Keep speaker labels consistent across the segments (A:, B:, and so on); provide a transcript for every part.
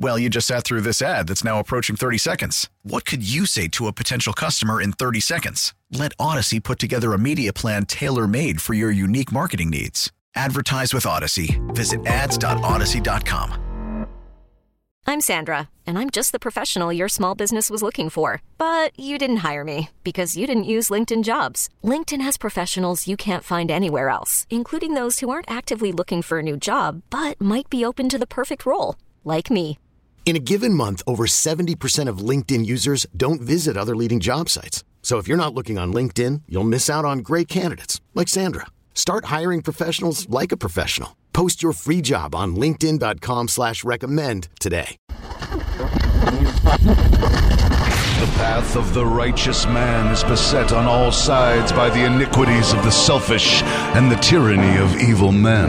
A: Well, you just sat through this ad that's now approaching 30 seconds. What could you say to a potential customer in 30 seconds? Let Odyssey put together a media plan tailor made for your unique marketing needs. Advertise with Odyssey. Visit ads.odyssey.com.
B: I'm Sandra, and I'm just the professional your small business was looking for. But you didn't hire me because you didn't use LinkedIn jobs. LinkedIn has professionals you can't find anywhere else, including those who aren't actively looking for a new job but might be open to the perfect role, like me.
C: In a given month, over 70% of LinkedIn users don't visit other leading job sites. So if you're not looking on LinkedIn, you'll miss out on great candidates like Sandra. Start hiring professionals like a professional. Post your free job on linkedin.com slash recommend today.
D: The path of the righteous man is beset on all sides by the iniquities of the selfish and the tyranny of evil men.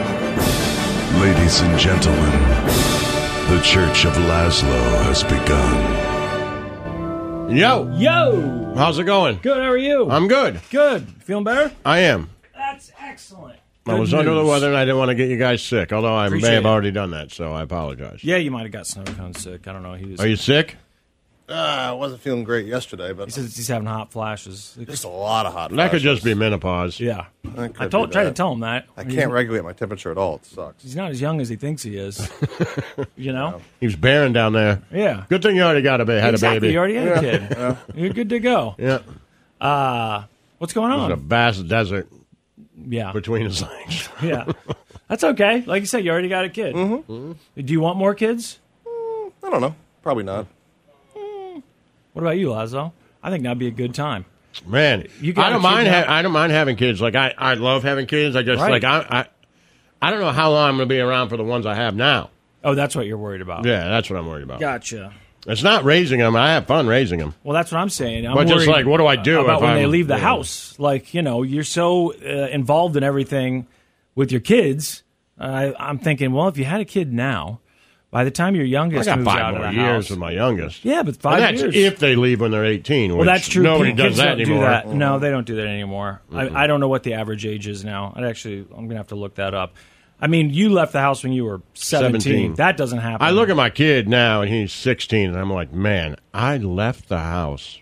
D: Ladies and gentlemen, the Church of Laszlo has begun.
E: Yo,
F: Yo!
E: how's it going?
F: Good, how are you?
E: I'm good.
F: good. Feeling better?
E: I am.
F: That's excellent.
E: I was under the weather and I didn't want to get you guys sick, although I
F: Appreciate
E: may have
F: it.
E: already done that, so I apologize.
F: Yeah, you might have got snow cone sick. I don't know. He was.
E: Are you sick?
G: Uh, I wasn't feeling great yesterday, but
F: He says he's having hot flashes.
G: just a lot of hot.
E: That could
G: flashes.
E: just be menopause.
F: Yeah.
G: That could
F: I told,
G: be
F: tried to
G: that.
F: tell him that.
G: I can't regulate my temperature at all. It sucks.
F: He's not as young as he thinks he is. you know?
E: He was barren down there.
F: Yeah.
E: Good thing you already got a ba- had
F: exactly.
E: a baby.
F: You already had a kid. You're good to go. Uh,
E: yeah.
F: What's going
E: There's a
F: on?
E: vast desert
F: Yeah.
E: between his legs.
F: yeah. That's okay. Like you said, you already got a kid. Mm-hmm. Do you want more kids?
G: I don't know. Probably not.
F: Mm. What about you, Lazo? I think that'd be a good time.
E: Man,
F: You got
E: I don't
F: a kid
E: mind.
F: now?
E: Ha- I don't mind having kids. Like I, I love having kids. I just
F: Right.
E: like I, I, I don't know how long I'm going to be around for the ones I have now.
F: Oh, that's what you're worried about.
E: Yeah, that's what I'm worried about.
F: Gotcha.
E: It's not raising them. I have fun raising them.
F: Well, that's what I'm saying. I'm
E: But just
F: worried
E: like, what do I do
F: about
E: if
F: when they
E: I'm-
F: leave the
E: yeah.
F: house? Like, you know, you're so uh, involved in everything with your kids. I I'm thinking, well, if you had a kid now, by the time your
E: I
F: youngest
E: got
F: moves out
E: five
F: of
E: more
F: the
E: years
F: house,
E: with my youngest.
F: yeah, but
E: And
F: five
E: that's
F: years.
E: if they leave when they're 18. Which
F: well, that's true.
E: Nobody
F: Pe-
E: does
F: kids
E: that
F: don't
E: anymore.
F: Do that. No, they don't do that anymore. I, I don't know what the average age is now. I actually, I'm gonna have to look that up. I mean, you left the house when you were 17.
E: 17.
F: That doesn't happen.
E: I look at my kid now, and he's 16, and I'm like, man, I left the house.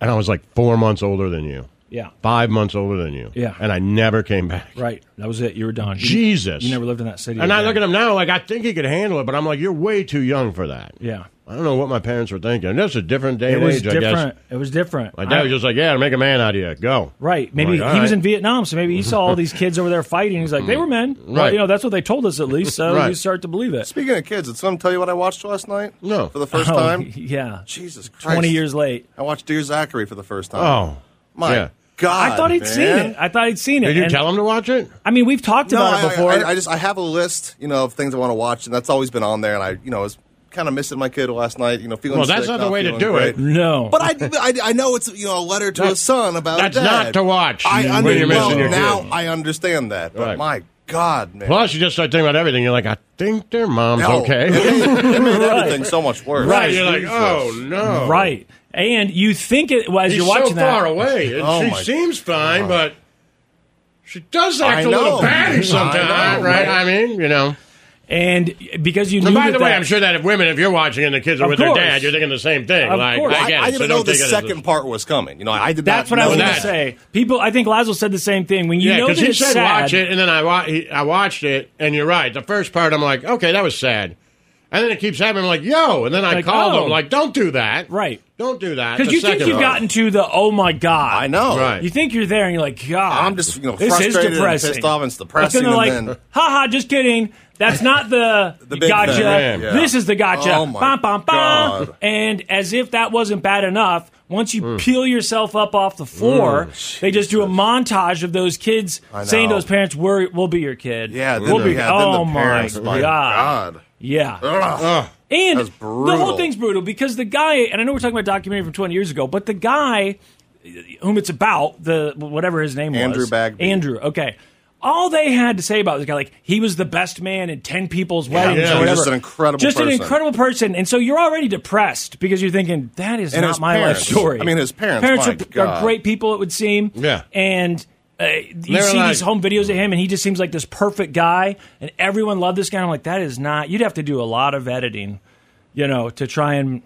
E: And I was like four months older than you,
F: yeah,
E: five months older than you.
F: Yeah.
E: And I never came back.
F: right. That was it. You were done. You-
E: Jesus.
F: you, never lived in that city.
E: And I
F: again.
E: look at him now, like, I think he could handle it, but I'm like, you're way too young for that.
F: Yeah.
E: I don't know what my parents were thinking. That's a different day
F: It
E: and
F: was
E: age, I guess.
F: different. It was different.
E: My dad
F: I-
E: was just like, yeah, make a man out of you. Go.
F: Right.
E: I'm
F: Maybe
E: like, all
F: he was
E: right. Mm.
F: in Vietnam, so maybe he saw all these kids over there fighting. He's like, they were men. Right.
E: Right.
F: you know, that's what they told us at least, so
E: Right.
F: you start to believe it.
G: Speaking of kids, did someone tell you what I watched last night?
E: No.
G: For the first
F: Oh,
G: time.
F: Yeah.
G: Jesus Christ.
F: 20 years late.
G: I watched Dear Zachary for the first time.
E: Oh.
G: my
E: yeah.
G: God!
F: I thought he'd
G: man.
F: seen it. I thought he'd seen it.
E: Did you
F: and-
E: tell him to watch it?
F: I mean, we've talked
G: No,
F: about
G: I,
F: it before.
G: I, I just I have a list, you know, of things I want to watch, and that's always been on there. And I, you know, was kind of missing my kid last night. You know, feeling
E: Well, that's
G: sick,
E: not the way to
G: feeling
E: do
G: great.
E: it.
F: no.
G: But I, I, I know it's you know a letter to a
E: That's-
G: son about a
E: that's
G: dad.
E: not to watch
G: I
E: when
G: under-
E: you're
G: well,
E: missing your
G: now
E: kid.
G: I understand that. But
E: Right.
G: my God, man,
E: Plus, you just start thinking about everything. You're like, I think their mom's
G: No.
E: okay.
G: it made everything so much worse.
E: Right. You're like, oh no.
F: right. And you think it well, as
E: He's
F: you're
E: so
F: watching that.
E: far away. and
G: Oh, my
E: she seems fine, but she does
G: I
E: act a
G: know.
E: little
G: I know,
E: batty sometimes, right? I mean, you know.
F: And because you knew
E: And by
F: that
E: the way,
F: that-
E: I'm sure that if women, if you're watching and the kids are
F: Of
E: with
F: course.
E: their dad, you're thinking the same thing.
F: Of
E: like,
F: course.
E: I
G: I,
E: get it.
G: I didn't
E: so
G: know
E: don't
G: the
E: take it as a-
G: second part was coming. You know, I did
F: that's
G: not
F: what I
G: know
F: was going to
E: that.
F: say. People, I think Lazo said the same thing. When you
E: Yeah,
F: know that
E: he
F: it's
E: said
F: sad,
E: watch it, and then I wa- he, I watched it, and you're right. The first part, I'm like, okay, that was sad, and then it keeps happening. I'm like, yo, and then I
F: Like,
E: called
F: oh.
E: him, like, don't do that,
F: Right.
E: Don't do that,
F: because
E: The
F: you think
E: second
F: you've
E: part.
F: gotten to the oh my god,
G: I know.
E: Right.
F: You think you're there, and you're like, God,
G: I'm just, you know,
F: this is
G: frustrated and
F: depressing.
G: pissed off and it's
F: But then
G: depressing
F: they're
G: and then-
F: like, haha, just kidding. That's not the,
G: The big
F: gotcha.
G: thing,
E: yeah.
F: This is the gotcha.
G: Oh my
F: Bum, bum, bum.
G: God.
F: And as if that wasn't bad enough, once you peel yourself up off the floor, they just do a montage of those kids saying to
G: Mm. know.
F: those parents, We're, "We'll be your kid."
G: Yeah, then
F: we'll
G: the-
F: be.
G: yeah, then the
F: oh
G: parents,
F: my
G: my
F: god.
G: God.
F: Yeah.
E: Ugh.
F: And
G: That's
F: the whole
G: brutal.
F: thing's brutal because the guy, and I know we're talking about a documentary from 20 years ago, but the guy whom it's about, the whatever his name
G: Andrew
F: was,
G: Bagby.
F: Andrew, okay. All they had to say about this guy, like he was the best man at 10 people's weddings
G: yeah,
F: or
G: he was
F: whatever.
G: just an incredible
F: Just an
G: person.
F: incredible person. And so you're already depressed because you're thinking, that is
G: And
F: not
G: his
F: my
G: parents.
F: life story.
G: I mean, his parents,
F: Parents
G: my
F: are, are
G: God.
F: great people, it would seem.
E: Yeah.
F: And uh, you
E: They're
F: see
E: like-
F: these home videos of him, and he just seems like this perfect guy, and everyone loved this guy. I'm like, that is not. You'd have to do a lot of editing, you know, to try and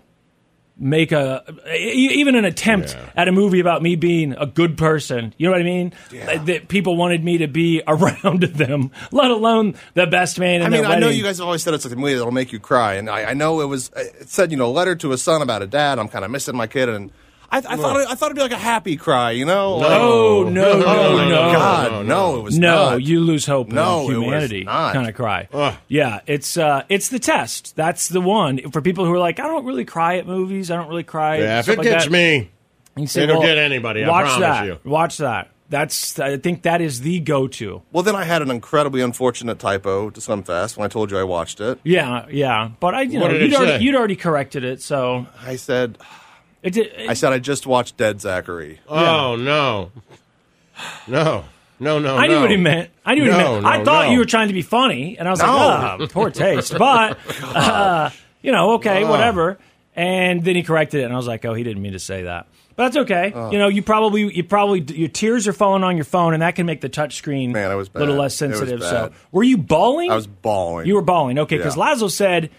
F: make a e- even an attempt at a movie about me being a good person. You know what I mean? Like, that people wanted me to be around them, let alone the best man. In
G: I mean,
F: their
G: I know
F: wedding.
G: you guys have always said it's like a movie that'll make you cry, and I, I know it was. uh, It said, you know, letter to a son about a dad. I'm kind of missing my kid, and I, I thought it, I thought it'd be like a happy cry, you know?
F: Oh no, no,
G: oh
F: no,
G: my God, no, it was
F: No,
G: not.
F: you lose hope
G: No,
F: in
G: it was
F: humanity.
G: not.
F: Kind of cry. Yeah, it's uh, it's the test. That's the one for people who are like, I don't really cry at movies. I don't really cry. at
E: yeah, if
F: stuff
E: it
F: like
E: gets
F: that."
E: me,
F: You say,
E: it'll
F: "Well,
E: get anybody, I
F: Watch
E: promise
F: that.
E: you."
F: Watch that. That's. I think that is the go-to.
G: Well, then I had an incredibly unfortunate typo to Sunfest when I told you I watched it.
F: Yeah, yeah. But I, you
E: What
F: know,
E: did it
F: you'd already,
E: say?
F: you'd already corrected it, so
G: I said,
F: it, did- it
G: I said I just watched Dead Zachary.
E: oh no, no, no,
G: Oh,
E: no.
F: I knew
E: no.
F: what he meant. I knew what he
E: No,
F: meant.
E: no,
F: I thought
E: no.
F: you were trying to be funny, and I was like, oh, poor taste. But,
G: Oh,
F: uh, you know, okay, whatever. And then he corrected it, and I was like, oh, he didn't mean to say that. But that's okay.
G: Uh.
F: You know, you probably, you probably, your tears are falling on your phone, and that can make the touch screen
G: Man, I was
F: a little
G: bad.
F: less
G: It was
F: sensitive.
G: bad.
F: So, were you bawling?
G: I was bawling.
F: You were bawling, okay? Because
G: Yeah.
F: Lazo said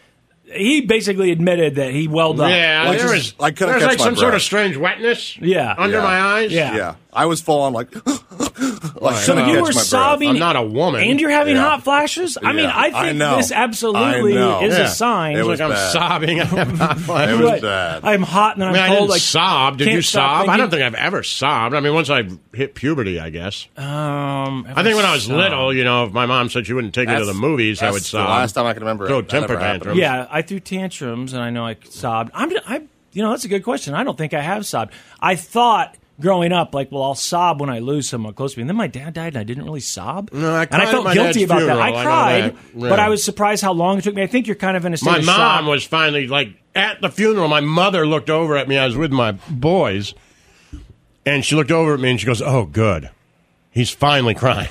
F: he basically admitted that he welled up.
E: Yeah,
G: Like,
E: there
G: just-
E: was,
G: I couldn't
E: there's
G: catch
E: like
G: my
E: some sort
G: breath.
E: of strange wetness,
F: Yeah.
E: under
G: Yeah.
E: my eyes.
F: Yeah.
G: Yeah, I was falling like, like
F: So
G: trying to catch
F: you were
G: my breath.
F: sobbing.
E: I'm not a woman.
F: and you're having
G: Yeah.
F: hot flashes. I mean,
G: Yeah.
F: I
G: I
F: think
G: know.
F: this
G: I
F: absolutely
G: know.
F: is
E: Yeah.
F: a sign.
G: It
E: It's
G: was
E: like I'm
G: bad.
E: sobbing.
G: It was bad.
F: I'm hot and then
E: I
F: I'm
E: mean, I
F: cold.
E: didn't
F: like
E: sob. Did
F: can't
E: you
F: stop
E: sob? I don't
F: thinking.
E: think I've ever sobbed. I mean, once I hit puberty, I guess.
F: Um,
E: I think when I was
F: sob.
E: little, you know, if my mom said she wouldn't take me to
G: That's-
E: the movies, I
G: that's
E: would
G: the
E: sob.
G: last time I can remember it.
E: Throw
G: That
E: temper
G: never happened.
E: tantrums.
F: Yeah, I threw tantrums, and I know I sobbed. I'm, I, you know, that's a good question. I don't think I have sobbed. I thought growing up, like, well, I'll sob when I lose someone close to me. And then my dad died, and I didn't really sob.
E: No, I
F: and
E: cried
F: I
E: at
F: felt
E: my
F: guilty
E: dad's
F: about
E: funeral,
F: that.
E: I
F: I
E: know
F: cried,
E: that.
F: but
E: Yeah.
F: I was surprised how long it took me. I think you're kind of in a state
E: My
F: of
E: mom
F: shock.
E: was finally like at the funeral. My mother looked over at me. I was with my boys, and she looked over at me and she goes, "Oh, good, he's finally crying."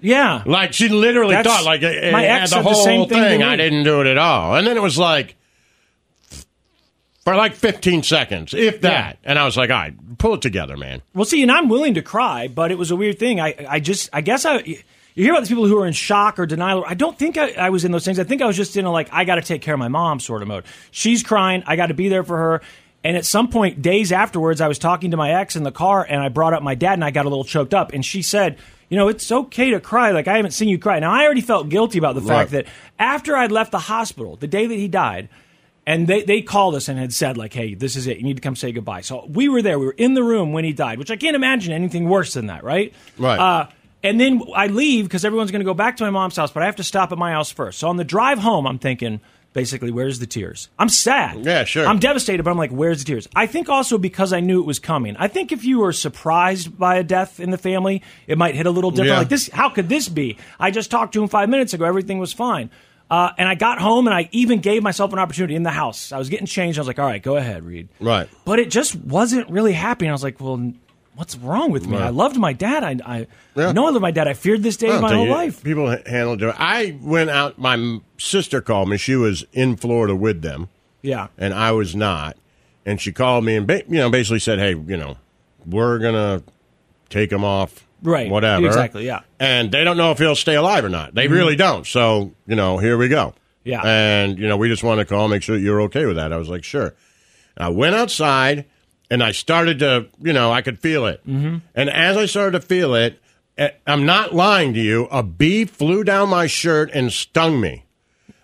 F: yeah.
E: Like she literally
F: That's-
E: thought, like it,
F: my
E: it
F: ex
E: had the
F: said the
E: whole
F: same thing
E: thing.
F: to me.
E: I didn't do it at all, and then it was like for like 15 seconds, if that. And I was like, "All right, pull it together, man."
F: Well, see, and I'm willing to cry, but it was a weird thing. I, I just, I guess I. You hear about these people who are in shock or denial. I don't think I, I was in those things. I think I was just in a like, I got to take care of my mom sort of mode. She's crying. I got to be there for her. And at some point, days afterwards, I was talking to my ex in the car and I brought up my dad and I got a little choked up. And she said, You know, it's okay to cry. Like, I haven't seen you cry. Now, I already felt guilty about the fact that after I'd left the hospital, the day that he died, and they, they called us and had said, like, hey, this is it. You need to come say goodbye. So we were there. We were in the room when he died, which I can't imagine anything worse than that, right?
E: Right.
F: Uh, and then I leave because everyone's going to go back to my mom's house, but I have to stop at my house first. So on the drive home, I'm thinking, basically, where's the tears? I'm sad.
E: Yeah, sure.
F: I'm devastated, but I'm like, where's the tears? I think also because I knew it was coming. I think if you were surprised by a death in the family, it might hit a little different.
E: Yeah.
F: Like this, how could this be? I just talked to him five minutes ago. Everything was fine. Uh, and I got home and I even gave myself an opportunity in the house. I was getting changed. I was like, all right, go ahead, Reed.
E: Right.
F: But it just wasn't really happening. I was like, well, n- what's wrong with me? I loved my dad. I, I know I loved my dad. I feared this day
E: I don't
F: my
E: think
F: whole
E: you-
F: life.
E: People ha- handled it. I went out. My m- sister called me. She was in Florida with them.
F: Yeah.
E: and I was not. and she called me and ba- you know basically said, "Hey, you know, we're gonna take him off,
F: Right.
E: Whatever,
F: Exactly, yeah. Mm-hmm.
E: And they don't know if he'll stay alive or not. They really don't. So you know, here we go.
F: Yeah.
E: And you know, we just want to call, make sure you're okay with that. I was like, sure. I went outside and I started to, you know, I could feel it. Mm-hmm. And as I started to feel it, eh, I'm not lying to you, a bee flew down my shirt and stung me.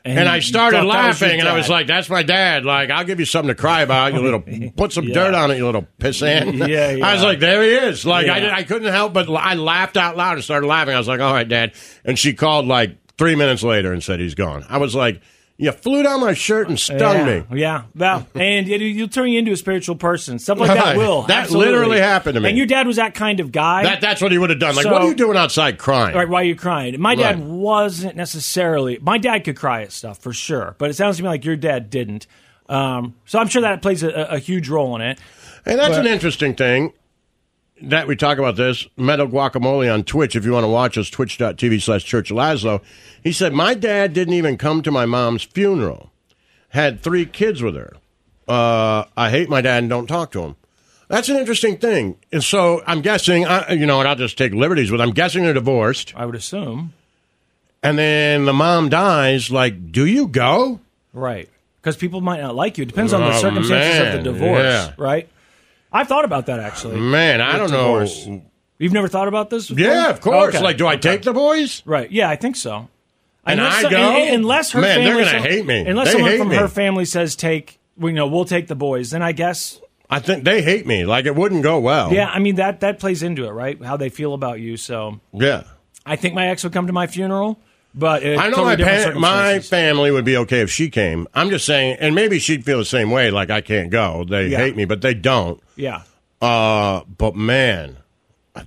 E: And, I
F: you
E: started
F: thought that was your
E: laughing, and I
F: dad.
E: was like, "That's my dad. Like, I'll give you something to cry about. You little, put some dirt on it, you little pissant."
F: Yeah, yeah.
E: I was like, "There he is." Like, I,
F: Yeah.
E: did, I couldn't help but I laughed out loud and started laughing. I was like, "All right, Dad." And she called like three minutes later and said he's gone. I was like, "You flew down my shirt and stung me."
F: yeah, Yeah, well, and it, you'll turn you into a spiritual person. Stuff like that
E: Right.
F: will.
E: That
F: absolutely.
E: literally happened to me.
F: And your dad was that kind of guy.
E: That, that's what he would have done. Like,
F: So-
E: what are you doing outside crying?
F: Right, why are you crying? My dad
E: Right.
F: wasn't necessarily. My dad could cry at stuff for sure, but it sounds to me like your dad didn't. Um, so I'm sure that plays a, a a huge role in it.
E: And that's an interesting thing that we talk about this. Metal Guacamole on Twitch, if you want to watch us, twitch.tv slash Church of Laszlo. He said, My dad didn't even come to my mom's funeral, had three kids with her. Uh, I hate my dad and don't talk to him. That's an interesting thing. And so I'm guessing, I, you know, and I'll just take liberties with, I'm guessing they're divorced.
F: I would assume,
E: And then the mom dies. Like, do you go?
F: right? Because people might not like you. It depends on the
E: Oh,
F: circumstances
E: man,
F: of the divorce,
E: yeah.
F: right? I've thought about that actually.
E: Man, I
F: With
E: don't
F: divorce.
E: know.
F: You've never thought about this? before?
E: Yeah, of course.
F: Okay.
E: Like, do I take the boys?
F: Right. Yeah, I think so.
E: And I
F: so-
E: go?
F: un- unless her
E: Man, they're
F: family
E: gonna
F: some-
E: hate me.
F: Unless
E: They
F: someone
E: hate
F: from
E: me.
F: her family says take, we you know, we'll take the boys. Then I guess,
E: I think they hate me. Like it wouldn't go well.
F: yeah. I mean that that plays into it, right? How they feel about you. So
E: yeah.
F: I think my ex would come to my funeral, but it,
E: I know
F: totally
E: my
F: different
E: pa- my
F: circumstances.
E: family would be okay if she came. I'm just saying, and maybe she'd feel the same way. Like I can't go. They
F: Yeah.
E: hate me, but they don't.
F: yeah,
E: Uh, but man,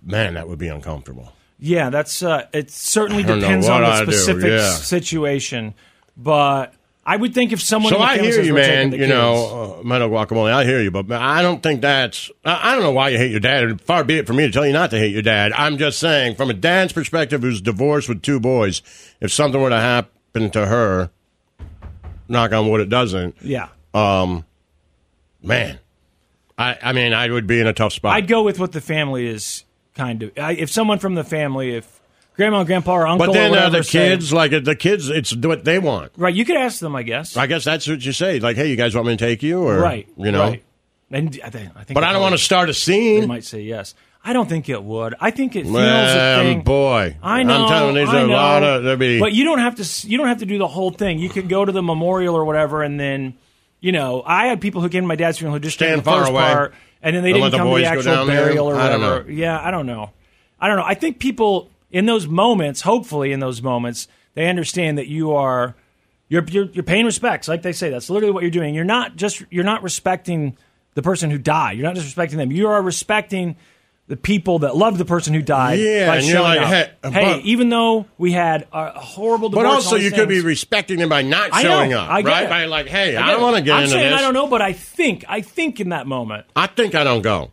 E: man, that would be uncomfortable.
F: yeah. That's uh, it. Certainly
E: I don't know
F: depends
E: what
F: on the
E: I do,
F: specific
E: yeah.
F: situation, but I would think if someone
E: So
F: in the
E: I
F: family
E: hear
F: says
E: you,
F: we're taking
E: man.
F: the
E: You
F: kids-
E: know, uh, metal guacamole. I hear you, but man, I don't think that's. I, I don't know why you hate your dad. And far be it from me to tell you not to hate your dad. I'm just saying, from a dad's perspective, who's divorced with two boys, if something were to happen to her, knock on wood, it doesn't.
F: yeah.
E: Um, Man, I. I mean, I would be in a tough spot.
F: I'd go with what the family is kind of. I, if someone from the family, if grandma, and grandpa, or uncle,
E: but then
F: or
E: uh,
F: whatever,
E: the
F: say-
E: kids, like the kids, it's what they want.
F: right? You could ask them, I guess.
E: I guess that's what you say. Like, hey, you guys want me to take you, or
F: right?
E: You know.
F: right. and I think, I think
E: But I don't want to start a scene.
F: They might say yes. I don't think it would. I think it feels
E: Man,
F: a thing.
E: boy.
F: I know.
E: I'm telling you, there's
F: I
E: a
F: know.
E: lot of- there'd be-
F: But you don't have to. s- You don't have to do the whole thing. You could go to the memorial or whatever, and then, you know, I had people who came to my dad's funeral who just
E: Stand
F: came to the
E: far
F: first
E: away.
F: part, and then they
E: Don't
F: didn't
E: let the
F: come to the
E: boys go
F: actual
E: down there.
F: burial or
E: I don't
F: whatever.
E: know.
F: Yeah, I don't know. I don't know. I think people in those moments, hopefully in those moments, they understand that you are. You're, you're, you're paying respects, like they say. That's literally what you're doing. You're not just you're not respecting the person who died. You're not just respecting them. You are respecting the people that loved the person who died.
E: Yeah,
F: by
E: and you're
F: showing
E: like,
F: up.
E: "Hey, but-
F: even though we had a horrible
E: But
F: divorce,
E: also,
F: all these
E: you could be
F: things-
E: respecting them by not
F: I know,
E: showing up,
F: I get
E: right?
F: it.
E: By like, hey,
F: I
E: I,
F: get
E: don't
F: it.
E: want to get
F: I'm
E: into
F: saying
E: this.
F: I don't know, but I think I think in that moment,
E: I think I don't go.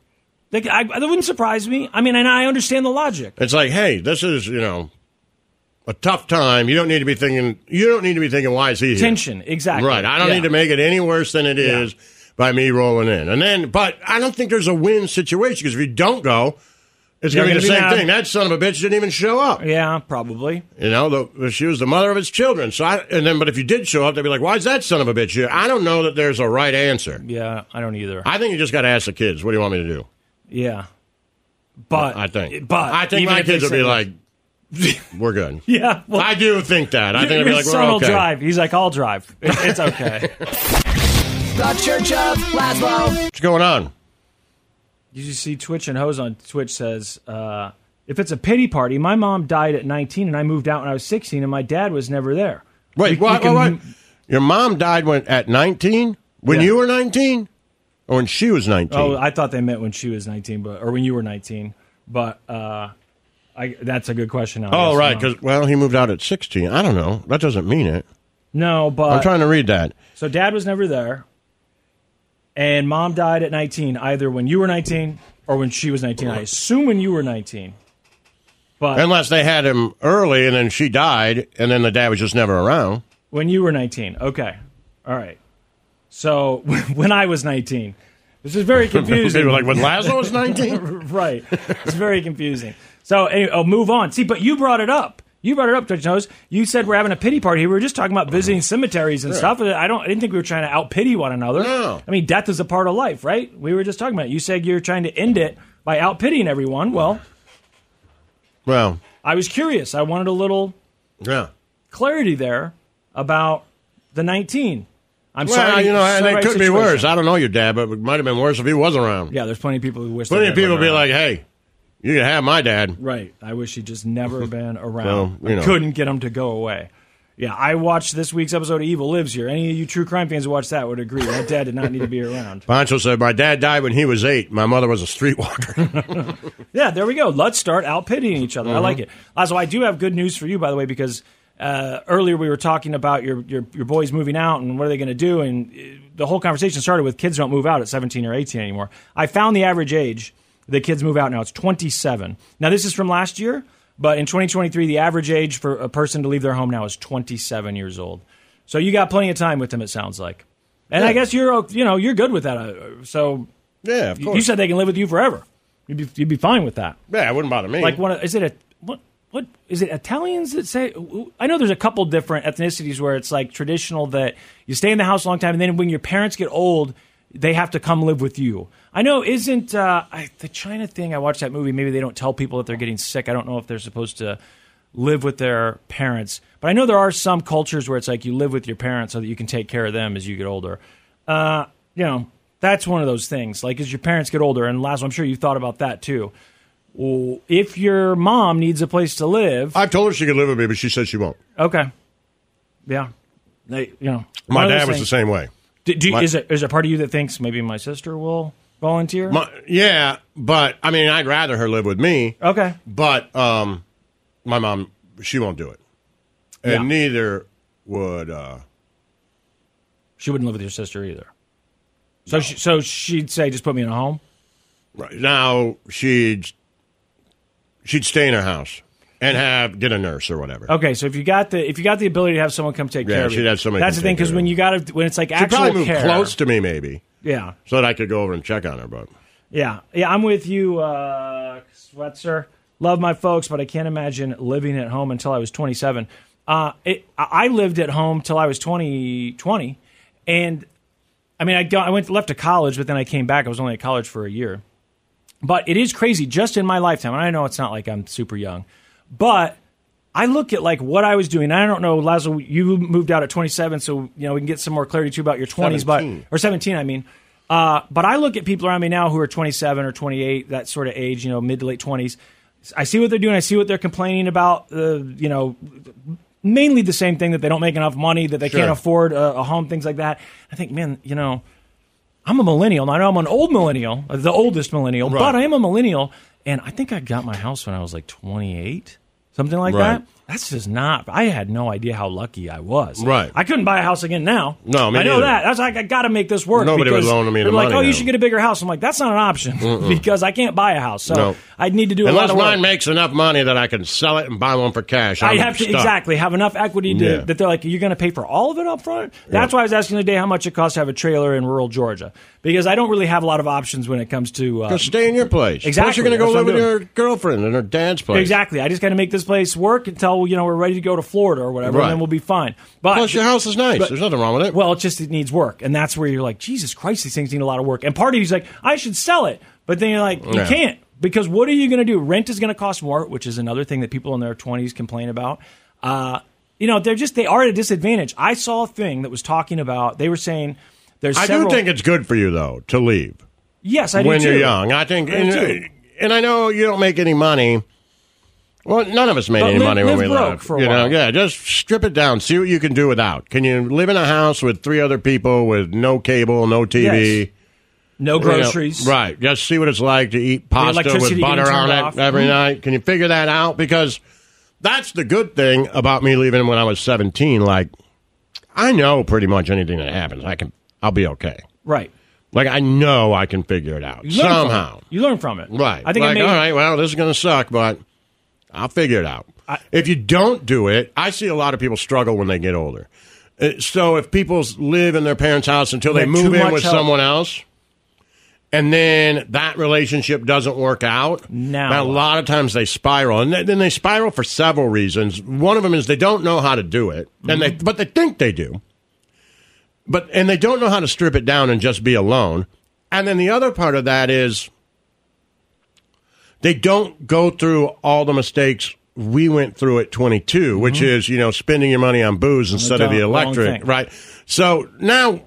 F: like, I, that wouldn't surprise me. I mean, and I understand the logic.
E: It's like, hey, this is you know a tough time. You don't need to be thinking. You don't need to be thinking. Why is he here?
F: Tension, exactly.
E: Right. I don't
F: Yeah.
E: need to make it any worse than it
F: Yeah.
E: is by me rolling in. And then, but I don't think there's a win situation because if you don't go, it's
F: You're
E: going to be the
F: gonna be
E: same
F: mad.
E: thing. That son of a bitch didn't even show up.
F: Yeah, probably.
E: You know, the, she was the mother of his children. So, I, and then, but if you did show up, they'd be like, "Why is that son of a bitch here?" I don't know that there's a right answer.
F: Yeah, I don't either.
E: I think you just got to ask the kids. What do you want me to do?
F: yeah, but
E: I think.
F: but
E: I think
F: even
E: my
F: if they
E: kids would
F: say-
E: be like, "We're good."
F: yeah. Well,
E: I do think that. I think
F: your
E: they'd be like,
F: son
E: "We're
F: will
E: okay."
F: drive. He's like, I'll drive. It- It's okay.
H: The Church of Laszlo.
E: What's going on?
F: Did you see Twitch and Hose on Twitch says, uh, if it's a pity party, my mom died at 19 and I moved out when I was 16 and my dad was never there. You-
E: Wait,
F: you
E: what?
F: can-
E: what, what? Your mom died when at nineteen. When
F: Yeah.
E: you were nineteen, or when she was nineteen.
F: Oh, I thought they meant when she was 19, but or when you were 19. But uh, I, that's a good question. now, I
E: Oh,
F: guess,
E: right.
F: no.
E: Because well, he moved out at sixteen. I don't know. That doesn't mean it.
F: no, but
E: I'm trying to read that.
F: so dad was never there, and mom died at 19, either when you were 19 or when she was 19. I assume when you were 19. But
E: Unless they had him early and then she died and then the dad was just never around.
F: When you were 19. Okay. All right. So when I was 19, This is very confusing.
E: They were like, when Laszlo was 19?
F: right. It's very confusing. So, anyway, oh, move on. See, but you brought it up. You brought it up, Judge Nose. You said we're having a pity party. We were just talking about
E: Oh.
F: visiting cemeteries and stuff. I don't. I didn't think we were trying to out pity one another.
E: No.
F: I mean, death is a part of life, right? We were just talking about. It. You said you're trying to end it by out pitying everyone. Well,
E: Well,
F: I was curious. I wanted a little
E: yeah.
F: clarity there about the 19. I'm
E: Well,
F: sorry.
E: you know, and
F: sorry
E: it could
F: situation.
E: be worse. I don't know your dad, but it might have been worse if he was around.
F: Yeah, there's plenty of people who wish.
E: Plenty
F: they
E: of people
F: never
E: be
F: around.
E: like, hey, you can have my dad.
F: Right. I wish he'd just never been around.
E: Well, you know.
F: I couldn't get him to go away. Yeah, I watched this week's episode of Evil Lives Here. Any of you true crime fans who watched that would agree. My dad did not need to be around.
E: Pancho said, my dad died when he was eight. My mother was a streetwalker.
F: Yeah, there we go. Let's start out pitying each other. I like it. Also, I do have good news for you, by the way, because uh, earlier we were talking about your, your your boys moving out and what are they going to do, and uh, the whole conversation started with kids don't move out at 17 or 18 anymore. I found the average age that kids move out now. It's 27. Now this is from last year, but in 2023, the average age for a person to leave their home now is 27 years old. So you got plenty of time with them. It sounds like, and I guess you're o- you know you're good with that. uh, So
E: yeah, of
F: you you said they can live with you forever. You'd be, you'd be fine with that.
E: yeah, it wouldn't bother me.
F: Like one, of, is it a what? What is it? Italians that say? I know there's a couple different ethnicities where it's like traditional that you stay in the house a long time, and then when your parents get old, they have to come live with you. I know isn't uh, I, the China thing? I watched that movie. Maybe they don't tell people that they're getting sick. I don't know if they're supposed to live with their parents, but I know there are some cultures where it's like you live with your parents so that you can take care of them as you get older. Uh, you know, that's one of those things. Like as your parents get older, and Laszlo, I'm sure you thought about that too. Well, if your mom needs a place to live,
E: I've told her she could live with me, but she said she won't.
F: okay, yeah, they, you know,
E: My dad was the same way.
F: Do, do, you-
E: my-
F: is it is there part of you that thinks maybe my sister will volunteer?
E: My, yeah, but I mean, I'd rather her live with me.
F: okay,
E: But um, my mom, she won't do it, and
F: Yeah.
E: neither would. Uh,
F: she wouldn't live with your sister either. So she, so she'd say, just put me in a home.
E: right now she'd she'd stay in her house and have get a nurse or whatever.
F: Okay, so if you got the if you got the ability to have someone come take
E: Yeah,
F: care of you,
E: she'd have somebody
F: That's the
E: come
F: thing
E: take
F: because
E: care
F: when
E: of
F: you got it when it's like
E: she'd
F: actual
E: probably move
F: care,
E: close to me maybe,
F: yeah,
E: so that I could go over and check on her. But
F: Yeah, yeah, I'm with you, uh, Sweatser. Love my folks, but I can't imagine living at home until I was 27. Uh, it, I I lived at home till I was 20, 20, and I mean, I, got, I went left to college, but then I came back. I was only at college for a year, but it is crazy. Just in my lifetime, and I know it's not like I'm super young, but I look at like what I was doing. I don't know, Lazo, you moved out at 27, so you know we can get some more clarity too about your 20s, but
E: 17.
F: or 17, I mean. Uh, but I look at people around me now who are 27 or 28, that sort of age, you know, mid to late 20s. I see what they're doing. I see what they're complaining about. Uh, you know, mainly the same thing that they don't make enough money, that they can't
E: Sure.
F: afford a, a home, things like that. I think, man, you know, I'm a millennial. Now, I know I'm an old millennial, uh, the oldest millennial, but I am a millennial, and I think I got my house when I was like 28, something like
E: Right.
F: that. That's just not. I had no idea how lucky I was.
E: Right.
F: I couldn't buy a house again now.
E: No, me
F: I know
E: neither.
F: that. That's like I got to make this work.
E: Nobody would
F: because
E: loan me the
F: they're like,
E: money
F: oh, you
E: now."
F: should get a bigger house. I'm like, that's not an option because I can't buy a house, so
E: No.
F: I'd need to do
E: unless
F: a lot of
E: mine
F: work.
E: makes enough money that I can sell it and buy one for cash,
F: I
E: I'm
F: have to
E: stuck.
F: exactly have enough equity to,
E: Yeah.
F: that they're like, you're going to pay for all of it up front. That's why I was asking the other day how much it costs to have a trailer in rural Georgia because I don't really have a lot of options when it comes to uh,
E: Just stay in your place. Plus,
F: Exactly,
E: you're going to
F: that's
E: go
F: what
E: live
F: I'm
E: with your girlfriend in her dad's place.
F: Exactly. I just got to make this place work until you know we're ready to go to Florida or whatever,
E: Right.
F: and then we'll be fine. But
E: Plus, your house is nice. There's nothing wrong with it.
F: well, it just it needs work, and that's where you're like, Jesus Christ, these things need a lot of work. And part of you's like, I should sell it, but then you're like, you
E: Yeah.
F: can't because what are you going to do? Rent is going to cost more, which is another thing that people in their 20s complain about. Uh, you know, they're just they are at a disadvantage. I saw a thing that was talking about. They were saying there's
E: I
F: several,
E: do think it's good for you though to leave
F: yes, I do
E: when you're
F: too.
E: young. I think,
F: I do
E: and, uh,
F: too.
E: and I know you don't make any money. Well, none of us made
F: But
E: any
F: live-
E: money
F: live
E: when we
F: broke
E: left.
F: for a
E: you
F: while.
E: know, yeah, just strip it down. See what you can do without. Can you live in a house with three other people with no cable, no TV,
F: Yes. no
E: you know,
F: groceries,
E: right? Just see what it's like to eat pasta
F: electricity
E: with butter
F: getting
E: on
F: turned
E: it
F: off.
E: every
F: Mhm.
E: night. Can you figure that out? Because that's the good thing about me leaving when I was seventeen. Like, I know pretty much anything that happens. I can, I'll be okay.
F: Right.
E: Like I know I can figure it out
F: You learn from it.
E: somehow.
F: you learn from it,
E: Right.
F: I think
E: like,
F: I made,
E: all right, well, this is going to suck, but I'll figure it out. if you don't do it, I see a lot of people struggle when they get older. Uh, So if people s- live in their parents' house until they
F: Like,
E: move
F: too
E: in
F: much
E: with
F: help.
E: someone else, and then that relationship doesn't work out.
F: Now
E: a
F: what?
E: lot of times they spiral, and th- then they spiral for several reasons. One of them is they don't know how to do it,
F: Mm-hmm.
E: and they but they think they do, but and they don't know how to strip it down and just be alone. And then the other part of that is they don't go through all the mistakes we went through at 22, which is you know spending your money on booze instead of the
F: wrong
E: electric,
F: thing.
E: right? So now,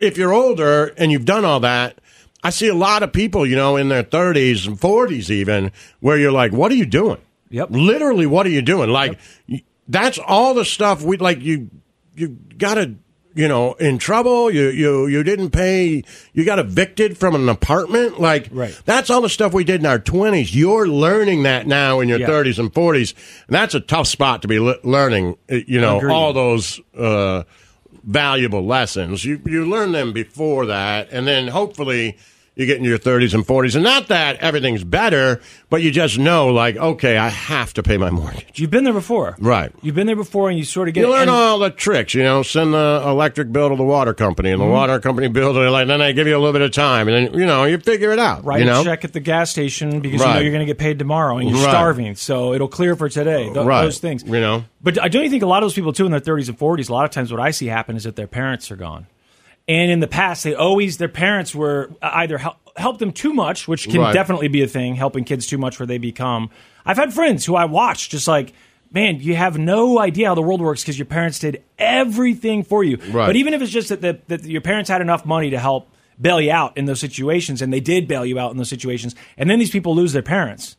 E: if you're older and you've done all that, I see a lot of people, you know, in their 30s and 40s even, where you're like, what are you doing?
F: Yep.
E: Literally, what are you doing? Like, y that's all the stuff we like. You you got to you know in trouble. You you you didn't pay. You got evicted from an apartment. Like,
F: Right.
E: That's all the stuff we did in our twenties. You're learning that now in your
F: Yeah.
E: thirties and forties, and that's a tough spot to be le- learning. uh, You know,
F: Agreed.
E: all those. Uh, valuable lessons you you learn them before that and then hopefully you get into your 30s and 40s and not that everything's better but you just know like okay i have to pay my mortgage
F: You've been there before,
E: Right.
F: You've been there before, and you sort of get
E: You learn
F: and-
E: all the tricks, you know. Send the electric bill to the water company,
F: Mm-hmm.
E: and the water company bill to like. Then they give you a little bit of time, and then you know you figure it out.
F: write
E: you know?
F: a check at the gas station because you know
E: Right.
F: you're going to get paid tomorrow and you're
E: Right.
F: starving, so it'll clear for today. Th-
E: Right.
F: Those things,
E: You know.
F: But I don't think a lot of those people too in their 30s and 40s. A lot of times, what I see happen is that their parents are gone, and in the past, they always their parents were uh, either help, helped them too much, which can
E: Right.
F: definitely be a thing, helping kids too much where they become. I've had friends who I watch just like. Man, you have no idea how the world works because your parents did everything for you.
E: Right.
F: But even if it's just that, the, that your parents had enough money to help bail you out in those situations, and they did bail you out in those situations, and then these people lose their parents,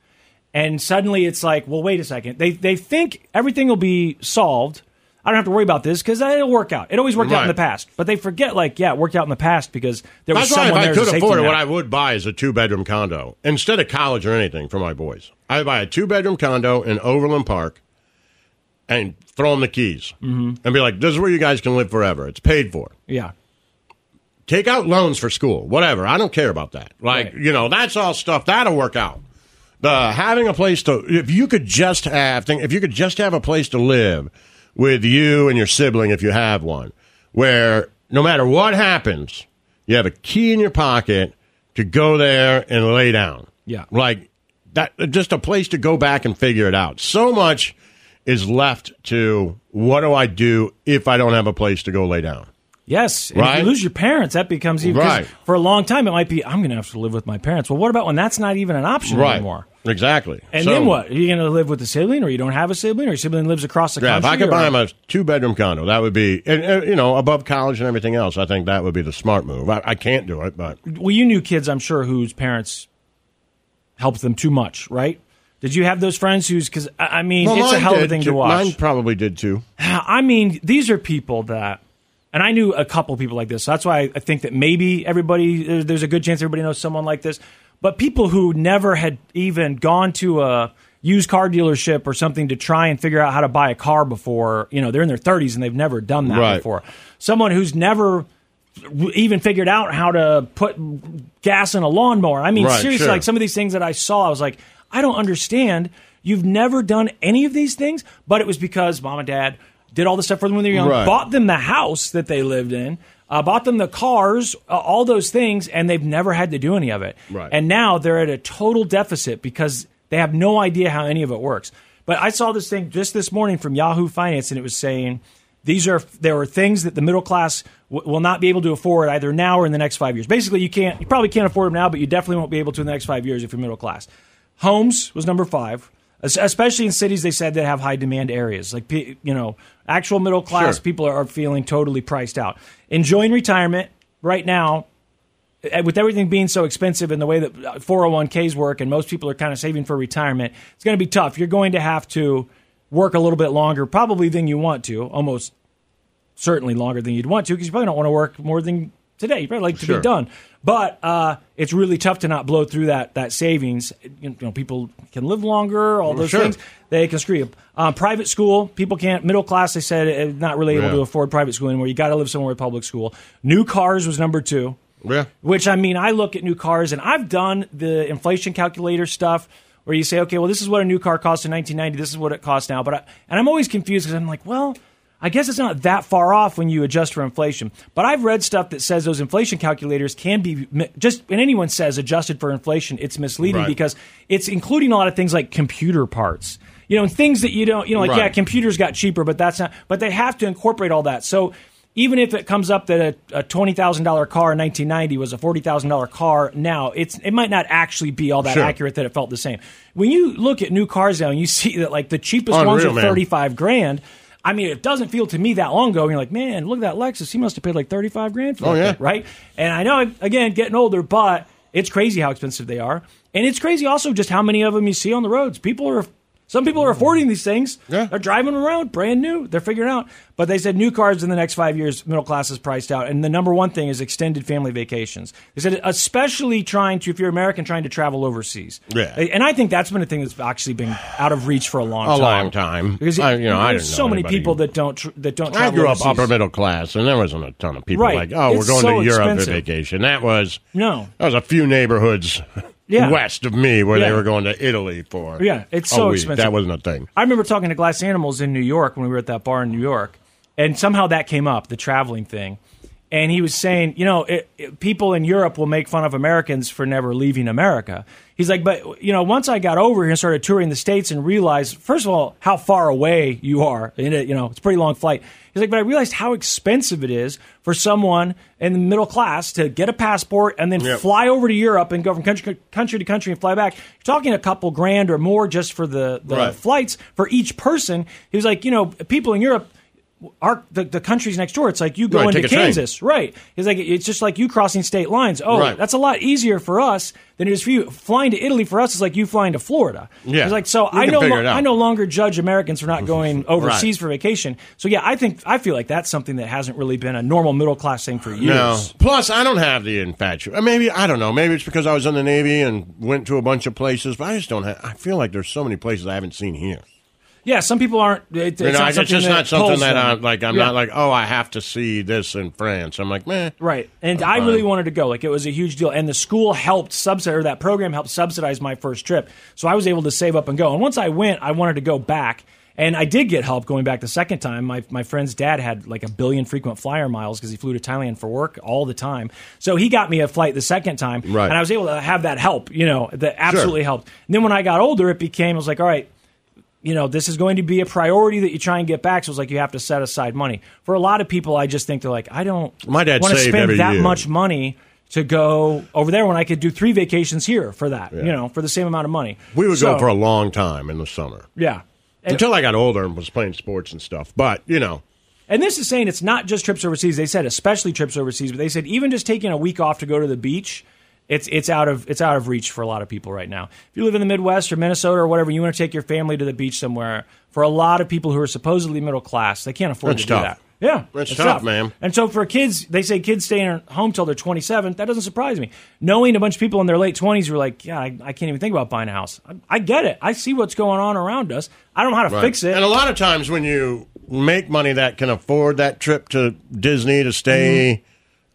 F: and suddenly it's like, well, wait a second. They they think everything will be solved. I don't have to worry about this because it'll work out. It always worked out
E: Right.
F: in the past, but they forget like, yeah, it worked out in the past because there
E: That's
F: was
E: why if
F: someone
E: I
F: there
E: could
F: as a safety
E: afford it,
F: net.
E: what I would buy is a two bedroom condo instead of college or anything for my boys. I buy a two bedroom condo in Overland Park and throw them the keys
F: Mm. Mm-hmm.
E: and be like, "This is where you guys can live forever. It's paid for."
F: yeah,
E: take out loans for school, whatever. I don't care about that. Like,
F: Right.
E: you know, that's all stuff that'll work out. The having a place to if you could just have think- if you could just have a place to live with you and your sibling if you have one, where no matter what happens, you have a key in your pocket to go there and lay down.
F: Yeah.
E: Like that just a place to go back and figure it out. So much is left to what do I do if I don't have a place to go lay down?
F: yes. And If
E: Right.
F: you lose your parents, that becomes even 'cause
E: Right.
F: for a long time. It might be I'm going to have to live with my parents. Well, what about when that's not even an option anymore?
E: Exactly.
F: And
E: So-
F: then what? Are you going to live with a sibling, or you don't have a sibling, or your sibling lives across the
E: Yeah, if
F: country?
E: I could
F: or-
E: buy him a two bedroom condo, that would be, and, uh, you know, above college and everything else. I think that would be the smart move. I, I can't do it, but
F: well, you knew kids, I'm sure, whose parents helped them too much, right? Did you have those friends whose? Because I I mean, it's a hell of a thing to watch.
E: Mine probably did too.
F: I mean, these are people that, and I knew a couple people like this. So that's why I think that maybe everybody, there- there's a good chance everybody knows someone like this. But people who never had even gone to a used car dealership or something to try and figure out how to buy a car before, you know, they're in their 30s and they've never done that
E: Right.
F: before. Someone who's never w- even figured out how to put gas in a lawnmower. I mean,
E: Right,
F: seriously,
E: sure.
F: like some of these things that I saw, I was like, I don't understand. You've never done any of these things, but it was because mom and dad did all the stuff for them when they were young,
E: Right.
F: bought them the house that they lived in, uh, bought them the cars, uh, all those things, and they've never had to do any of it.
E: Right.
F: And now they're at a total deficit because they have no idea how any of it works. But I saw this thing just this morning from Yahoo Finance, and it was saying these are there are things that the middle class w- will not be able to afford either now or in the next five years. Basically, you can't you probably can't afford them now, but you definitely won't be able to in the next five years if you're middle class. Homes was number five, es- especially in cities they said that have high demand areas. Like pe- you know, actual middle class
E: Sure.
F: people are, are feeling totally priced out. Enjoying retirement right now uh, with everything being so expensive and the way that uh, 401ks work and most people are kind of saving for retirement it's going to be tough you're going to have to work a little bit longer probably than you want to almost certainly longer than you'd want to because you probably don't want to work more than today you probably like to
E: Sure.
F: be done but uh, it's really tough to not blow through that that savings you know people can live longer all those
E: Sure.
F: things they can screw you uh, private school people can't middle class they said uh, not really able
E: Yeah.
F: to afford private school anymore you got to live somewhere with public school new cars was number two
E: Yeah.
F: which I mean, I look at new cars and I've done the inflation calculator stuff where you say, okay, well, this is what a new car cost in 1990. This is what it costs now. But I, and I'm always confused because I'm like, well, I guess it's not that far off when you adjust for inflation. But I've read stuff that says those inflation calculators can be mi- just, and anyone says adjusted for inflation, it's misleading
E: Right.
F: because it's including a lot of things like computer parts. You know, and things that you don't, you know, like,
E: Right.
F: yeah, computers got cheaper, but that's not, but they have to incorporate all that. So even if it comes up that a, a $20,000 car in 1990 was a $40,000 car now, it's, it might not actually be all that
E: Sure.
F: accurate that it felt the same. When you look at new cars now and you see that like the cheapest ones
E: Unreal,
F: are
E: man.
F: 35 grand, I mean, it doesn't feel to me that long ago. And you're like, man, look at that Lexus. He must have paid like 35 grand for
E: Oh,
F: that,
E: yeah.
F: right? And I know, again, getting older, but it's crazy how expensive they are. And it's crazy also just how many of them you see on the roads. People are, some people are affording these things.
E: Yeah.
F: They're driving around brand new. They're figuring out. But they said new cars in the next five years, middle class is priced out. And the number one thing is extended family vacations. They said, especially trying to, if you're American, trying to travel overseas.
E: Yeah.
F: And I think that's been a thing that's actually been out of reach for a long
E: A
F: time.
E: long time.
F: Because
E: I- you know, I
F: there's
E: didn't know
F: so many
E: anybody.
F: people that don't tr- that don't.
E: I
F: travel
E: grew up
F: overseas.
E: upper middle class, and there wasn't a ton of people
F: Right.
E: like, "Oh,
F: It's
E: we're going
F: so
E: to Europe
F: expensive.
E: for vacation." That was
F: No.
E: That was a few neighborhoods
F: Yeah.
E: west of me where they
F: Yeah.
E: were going to Italy for.
F: Yeah, it's
E: a
F: so
E: week.
F: expensive.
E: That wasn't a thing.
F: I remember talking to Glass Animals in New York when we were at that bar in New York, and somehow that came up the traveling thing. And he was saying, you know, it, it- people in Europe will make fun of Americans for never leaving America. He's like, but you know, once I got over here and started touring the states and realized, first of all, how far away you are. And it, you know, it's a pretty long flight. He's like, but I realized how expensive it is for someone in the middle class to get a passport and then
E: Yep.
F: fly fly over to Europe and go from country, country to country and fly back, you're talking a couple grand or more just for the, the
E: Right.
F: flights for each person. He was like, you know, people in Europe, are the, the countries next door, it's like you go
E: Right,
F: into
E: take a train.
F: Kansas, right? He's like, it's just like you crossing state lines. Oh,
E: Right.
F: that's a lot easier for us than it is for you. Flying to Italy for us is like you flying to Florida.
E: Yeah.
F: He's like, so
E: We
F: I
E: can
F: no,
E: figure
F: lo-
E: it out.
F: I no longer judge Americans for not going overseas for vacation. So yeah, I think I feel like that's something that hasn't really been a normal middle class thing for years.
E: No. Plus, I don't have the infatuation. Maybe I don't know. Maybe it's because I was in the Navy and went to a bunch of places, but I just don't have. I feel like there's so many places I haven't seen here.
F: Yeah, some people aren't. It, it's,
E: You know,
F: not
E: it's
F: something
E: just
F: that
E: not something
F: pulls
E: that
F: them.
E: I'm like. I'm
F: Yeah.
E: not like, oh, I have to see this in France. I'm like, meh.
F: Right, and I really wanted to go. Like it was a huge deal, and the school helped subsidize, or that program helped subsidize my first trip. So I was able to save up and go. And once I went, I wanted to go back, and I did get help going back the second time. My my friend's dad had like a billion frequent flyer miles because he flew to Thailand for work all the time. So he got me a flight the second time,
E: Right.
F: and I was able to have that help. You know, that absolutely helped. And then when I got older, it became I was like, all right, you know, this is going to be a priority that you try and get back. So it's like you have to set aside money. For a lot of people, I just think they're like, I don't
E: My dad
F: want to
E: saved
F: spend
E: every
F: that
E: year.
F: much money to go over there when I could do three vacations here for that, you know, for the same amount of money.
E: We would
F: So,
E: go for a long time in the summer
F: yeah. And,
E: until I got older and was playing sports and stuff. But you know,
F: and this is saying it's not just trips overseas. They said especially trips overseas, but they said even just taking a week off to go to the beach, it's it's out of it's out of reach for a lot of people right now. If you live in the Midwest or Minnesota or whatever, you want to take your family to the beach somewhere. For a lot of people who are supposedly middle class, they can't afford
E: That's
F: to do
E: tough.
F: that. Yeah,
E: That's tough, man.
F: And so for kids, they say kids staying at home till they're 27. That doesn't surprise me. Knowing a bunch of people in their late 20s who are like, yeah, I, I can't even think about buying a house. I, I get it. I see what's going on around us. I don't know how to fix it.
E: And a lot of times when you make money that can afford that trip to Disney to stay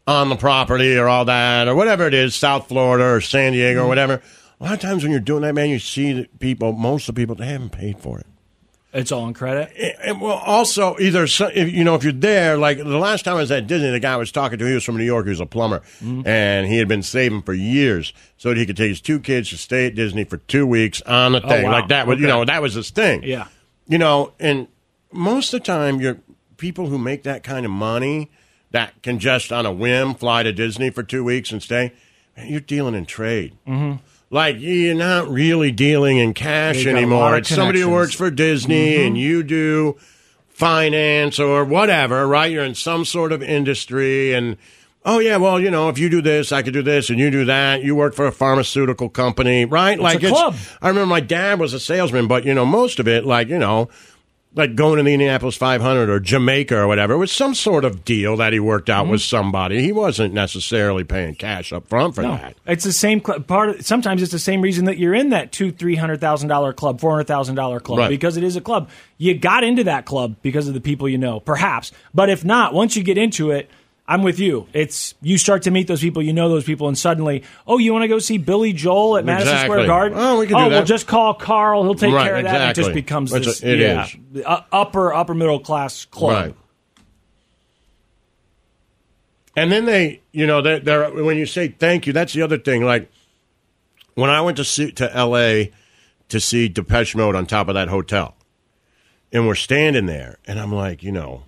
F: Mm-hmm.
E: on the property or all that or whatever it is, South Florida or San Diego
F: Mm-hmm.
E: or whatever. A lot of times when you're doing that, man, you see that people, most of the people, they haven't paid for it.
F: It's all on credit.
E: And, well, also either so- if, you know if you're there, like the last time I was at Disney, the guy I was talking to, he was from New York, he was a plumber,
F: Mm-hmm.
E: and he had been saving for years so that he could take his two kids to stay at Disney for two weeks on the thing,
F: Oh, wow.
E: like that was you
F: Okay.
E: know that was his thing.
F: Yeah.
E: you know, and most of the time, you're people who make that kind of money that can just on a whim fly to Disney for two weeks and stay. man, You're dealing in trade. Mm-hmm. Like you're not really dealing in cash
F: They've got a lot
E: anymore.
F: of
E: It's somebody who
F: connections.
E: works for Disney and you do finance or whatever, right? You're in some sort of industry and oh yeah, well, you know, if you do this, I could do this and you do that. You work for a pharmaceutical company, right? like
F: club.
E: I remember my dad was a salesman, but you know, most of it like, you know, like going to the Indianapolis 500 or Jamaica or whatever, it was some sort of deal that he worked out with somebody. He wasn't necessarily paying cash up front for that.
F: It's the same cl- part. Of, sometimes it's the same reason that you're in that two, three hundred thousand dollar club, four hundred thousand dollar club,
E: Right.
F: because it is a club. You got into that club because of the people you know, perhaps. But if not, once you get into it, I'm with you. It's you start to meet those people, you know those people, and suddenly, oh, you want to go see Billy Joel at Madison
E: Exactly.
F: Square Garden?
E: Oh, we can do
F: well,
E: that.
F: just call Carl; he'll take
E: Right,
F: care of that. It
E: exactly.
F: just becomes
E: Which
F: this
E: it
F: yeah,
E: is.
F: u- upper upper middle class club.
E: Right. And then they, you know, they're, they're, when you say thank you, that's the other thing. Like when I went to see, to L.A. to see Depeche Mode on top of that hotel, and we're standing there, and I'm like, you know,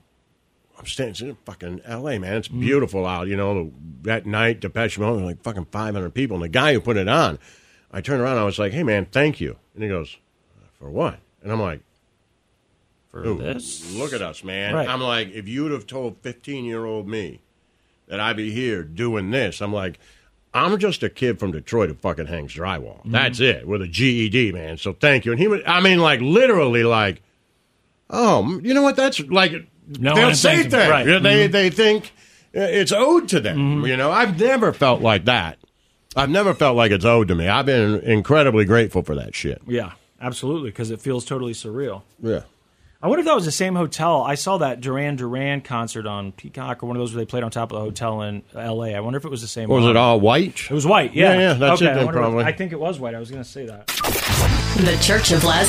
E: I'm standing in fucking L.A. Man, it's beautiful out. You know, that night Depeche Mode, like fucking 500 people, and the guy who put it on, I turned around, I was like, hey man, thank you, and he goes, for what? And I'm like.
F: For
E: Ooh,
F: this,
E: Look at us, man.
F: Right.
E: I'm like, if you'd have told 15 year old me that I'd be here doing this, I'm like, I'm just a kid from Detroit who fucking hangs drywall.
F: Mm-hmm.
E: That's it with a GED, man. So thank you. And he was, I mean, like literally, like, oh, m- you know what? That's like,
F: No
E: they'll
F: one
E: say
F: thanked him.
E: things.
F: Right. Mm-hmm.
E: Yeah, They they think uh, it's owed to them. You know, I've never felt like that. I've never felt like it's owed to me. I've been incredibly grateful for that shit.
F: yeah, absolutely, because it feels totally surreal.
E: Yeah.
F: I wonder if that was the same hotel. I saw that Duran Duran concert on Peacock or one of those where they played on top of the hotel in L.A. I wonder if it was the same.
E: Was
F: one.
E: it all white?
F: It was white. Yeah,
E: Yeah, yeah, that's
F: okay,
E: it
F: I
E: then,
F: wonder if-
E: probably.
F: I think it was white. I was going to say that.
I: The Church of Laszlo.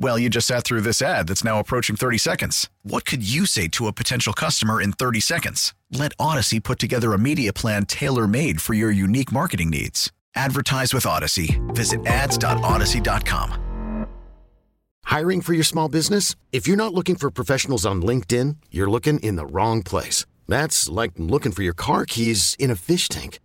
A: Well, you just sat through this ad that's now approaching 30 seconds. What could you say to a potential customer in 30 seconds? Let Odyssey put together a media plan tailor made for your unique marketing needs. Advertise with Odyssey. Visit ads.odyssey.com.
C: Hiring for your small business? If you're not looking for professionals on LinkedIn, you're looking in the wrong place. That's like looking for your car keys in a fish tank.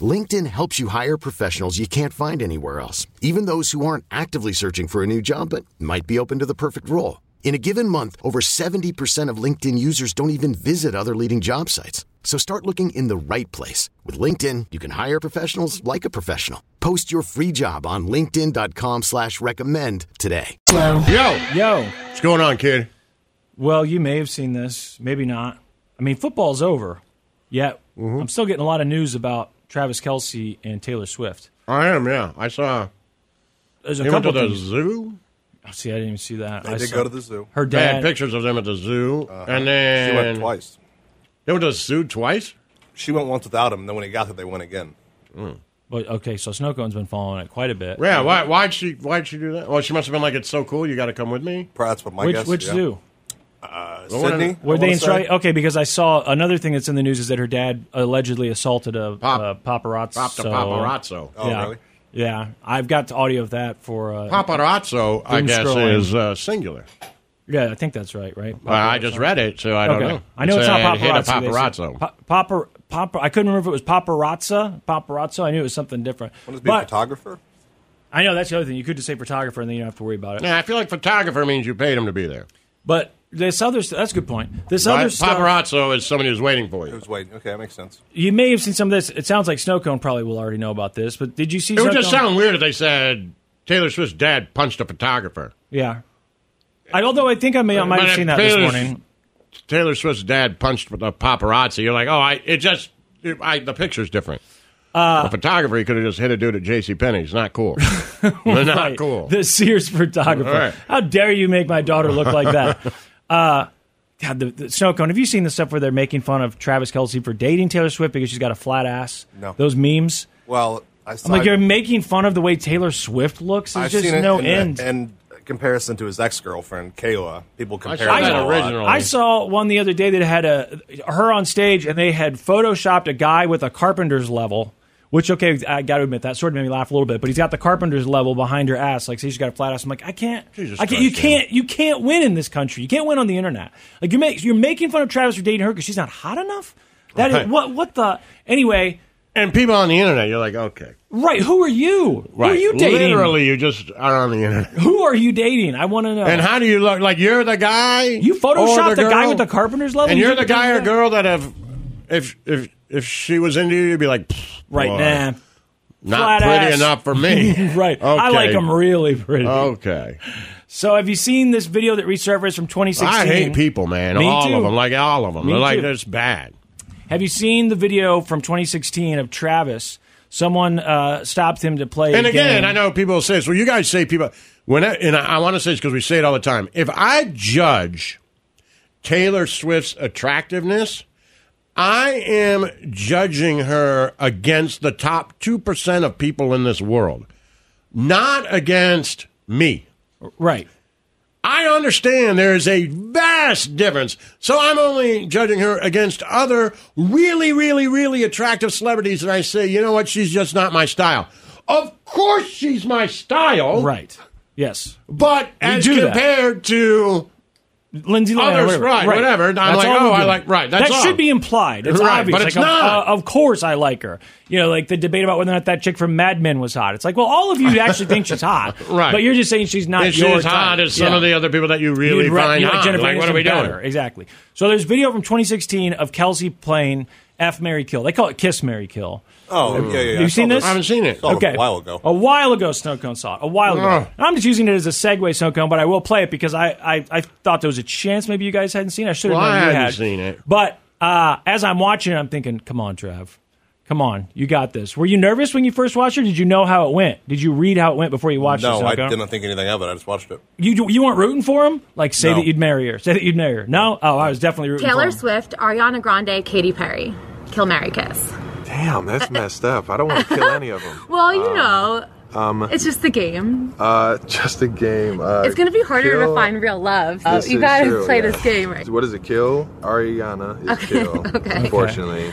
C: LinkedIn helps you hire professionals you can't find anywhere else, even those who aren't actively searching for a new job but might be open to the perfect role. In a given month, over 70% of LinkedIn users don't even visit other leading job sites. So start looking in the right place. With LinkedIn, you can hire professionals like a professional. Post your free job on linkedin.com/recommend slash recommend today.
E: Yo,
F: Yo,
E: what's going on, kid?
F: well, you may have seen this, maybe not. I mean, football's over. Yet
E: Mm-hmm.
F: I'm still getting a lot of news about Travis Kelsey and Taylor Swift.
E: I am, yeah. I saw.
F: There's a
E: They went
F: couple
E: to
F: of
E: the
F: things.
E: zoo.
F: Oh, see, I didn't even see that.
G: They
F: I
G: did
F: saw-
G: go to the zoo. Uh-huh.
F: Her
E: They had
F: dad.
E: pictures of them at the zoo, and
G: Uh, She
E: then
G: went twice.
E: They went to the zoo twice. Hmm.
G: She went once without him. Then when he got there, they went again.
F: But, okay, so Snow Cone's been following it quite a bit.
E: Yeah, why? Why'd she? Why'd she do that? Well, she must have been like, "It's so cool, you got to come with me."
G: Probably That's what my
F: which
G: guess.
F: which
G: yeah.
F: zoo?
G: Uh, Sydney. I
F: Were
G: wanna
F: they in
G: say.
F: Okay, because I saw another thing that's in the news is that her dad allegedly assaulted a
E: Pop-
F: uh, paparazzo.
E: Pop to paparazzo.
G: Oh,
F: yeah.
G: really?
F: Yeah, I've got audio of that for. Uh,
E: Paparazzo, I
F: Doom
E: guess,
F: scrolling.
E: is uh, singular.
F: yeah, I think that's right, right?
E: Well, I just read it, so I don't know.
F: I know
E: It
F: it's not paparazzo.
E: said, Hit a
F: they said.
E: paparazzo.
F: Pa- papar- papar- I couldn't remember if it was paparazza, paparazzo. I knew it was something different.
G: Wouldn't it be a
F: But
G: photographer?
F: I know that's the other thing. You could just say photographer, and then you don't have to worry about it.
E: yeah, I feel like photographer means you paid him to be there.
F: But this other st- that's a good point. This other
E: Right?
F: stuff,
E: Paparazzo is somebody who's waiting for you.
G: Who's waiting? Okay, that makes sense.
F: you may have seen some of this. It sounds like Snowcone probably will already know about this. But did you see?
E: It would
F: Snow
E: just
F: Cone?
E: sound weird if they said Taylor Swift's dad punched a photographer.
F: Yeah. I, although I think I may I might
E: But
F: have seen
E: it
F: that this
E: appears-
F: morning.
E: Taylor Swift's dad punched with a paparazzi. You're like, oh, I it just it, I, the picture's different. Uh, a photographer he could have just hit a dude at J.C. Penney's. Not cool. They're not
F: Right.
E: cool.
F: The Sears photographer.
E: All right.
F: How dare you make my daughter look like that? uh, God, the, the snow cone. Have you seen the stuff where they're making fun of Travis Kelsey for dating Taylor Swift because she's got a flat ass?
G: No.
F: Those memes.
G: Well, I saw.
F: I'm like, you're making fun of the way Taylor Swift looks. There's
G: I've
F: just
G: seen it
F: no
G: in,
F: end.
G: And comparison to his ex girlfriend Kayla, people compare
E: saw
G: that
E: that
G: a lot.
E: original.
F: I saw one the other day that had a her on stage, and they had photoshopped a guy with a carpenter's level Which okay, I got to admit that sort of made me laugh a little bit. But he's got the carpenter's level behind her ass. Like, say she's got a flat ass. I'm like, I can't.
E: Jesus
F: I can't. You
E: Christ,
F: can't. You can't win in this country. You can't win on the internet. Like you're make, you're making fun of Travis for dating her because she's not hot enough. That is
E: Right.
F: what what the anyway.
E: And people on the internet, you're like, okay.
F: Right? Who are you? Who are you dating?
E: Literally, you just are on the internet.
F: Who are you dating? I want to know.
E: And how do you look? Like you're the guy.
F: You photoshopped
E: or
F: the, guy
E: girl?
F: with the carpenter's level,
E: And
F: You
E: you're the
F: think
E: guy
F: I'm
E: or
F: that?
E: girl that have, if if if she was into you, you'd be like, "Pfft,
F: Right
E: boy,
F: now.
E: not
F: Flat
E: pretty
F: ass.
E: enough for me.
F: right.
E: Okay.
F: I like them really pretty.
E: Okay.
F: So have you seen this video that resurfaced from 2016?
E: I hate people, man.
F: Me
E: all
F: too.
E: of them. Like all of them.
F: Me
E: They're like
F: too.
E: that's bad.
F: Have you seen the video from 2016 of Travis? Someone uh, stopped him to play.
E: And
F: a
E: again,
F: game.
E: I know people say this. Well, you guys say people when I, and I, I want to say this because we say it all the time. If I judge Taylor Swift's attractiveness, I am judging her against the top two percent of people in this world, not against me.
F: right?
E: I understand there is a vast difference. So I'm only judging her against other really, really, really attractive celebrities. And I say, you know what? She's just not my style. Of course she's my style.
F: Right. Yes.
E: But as
F: do that.
E: compared to.
F: Lindsay Lohan.
E: Others,
F: or whatever.
E: right, whatever. I'm
F: That's
E: like,
F: all
E: oh,
F: we're
E: I
F: doing.
E: like- right, that's
F: that
E: all.
F: should be implied. It's
E: Right,
F: obvious.
E: but it's
F: like, of-
E: not.
F: uh, Of, course, I like her. You know, like the debate about whether or not that chick from Mad Men was hot. It's like, well, all of you actually think she's hot,
E: Right.
F: But you're just saying she's not.
E: It's
F: your
E: as hot
F: type.
E: as some
F: Yeah.
E: of the other people that you really
F: You'd ra-
E: find
F: you like
E: hot.
F: Jennifer
E: like, what are we
F: Aniston better.
E: doing?
F: Exactly. So there's video from 2016 of Kelsey playing F Mary Kill. They call it Kiss Mary Kill.
G: Oh, yeah, yeah. yeah.
F: Have you seen
E: I
F: this?
E: haven't seen it.
G: Oh.
F: Okay.
G: a while ago. Ah.
F: A while ago, Snow Cone saw it. A while ago.
E: Ugh.
F: I'm just using it as a segue, Snow Cone, but I will play it because I, I, I thought there was a chance maybe you guys hadn't seen it. I should have
E: Well,
F: known
E: I
F: you
E: hadn't
F: had.
E: seen it.
F: But uh, as I'm watching it, I'm thinking, come on, Trav. Come on. You got this. Were you nervous when you first watched it? Did you know how it went? Did you read how it went before you watched it?
G: No,
F: Snow
G: I
F: Cone?
G: didn't think anything of it. I just watched it.
F: You, you weren't rooting for him? Like, say
G: No.
F: that you'd marry her. Say that you'd marry her. No? Oh, I was definitely rooting for
J: Taylor
F: him.
J: Swift, Ariana Grande, Katy Perry. Kill Mary Kiss.
K: Damn, that's messed up. I don't want to kill any of them. Um,
J: Well, you know, it's just the game.
K: Uh, just a game. Uh,
J: it's gonna be harder to
K: kill-
J: find real love.
K: This
J: you
K: is
J: gotta
K: true,
J: play
K: yeah.
J: this game, right?
K: What is it? Kill Ariana is kill.
J: okay.
K: Unfortunately,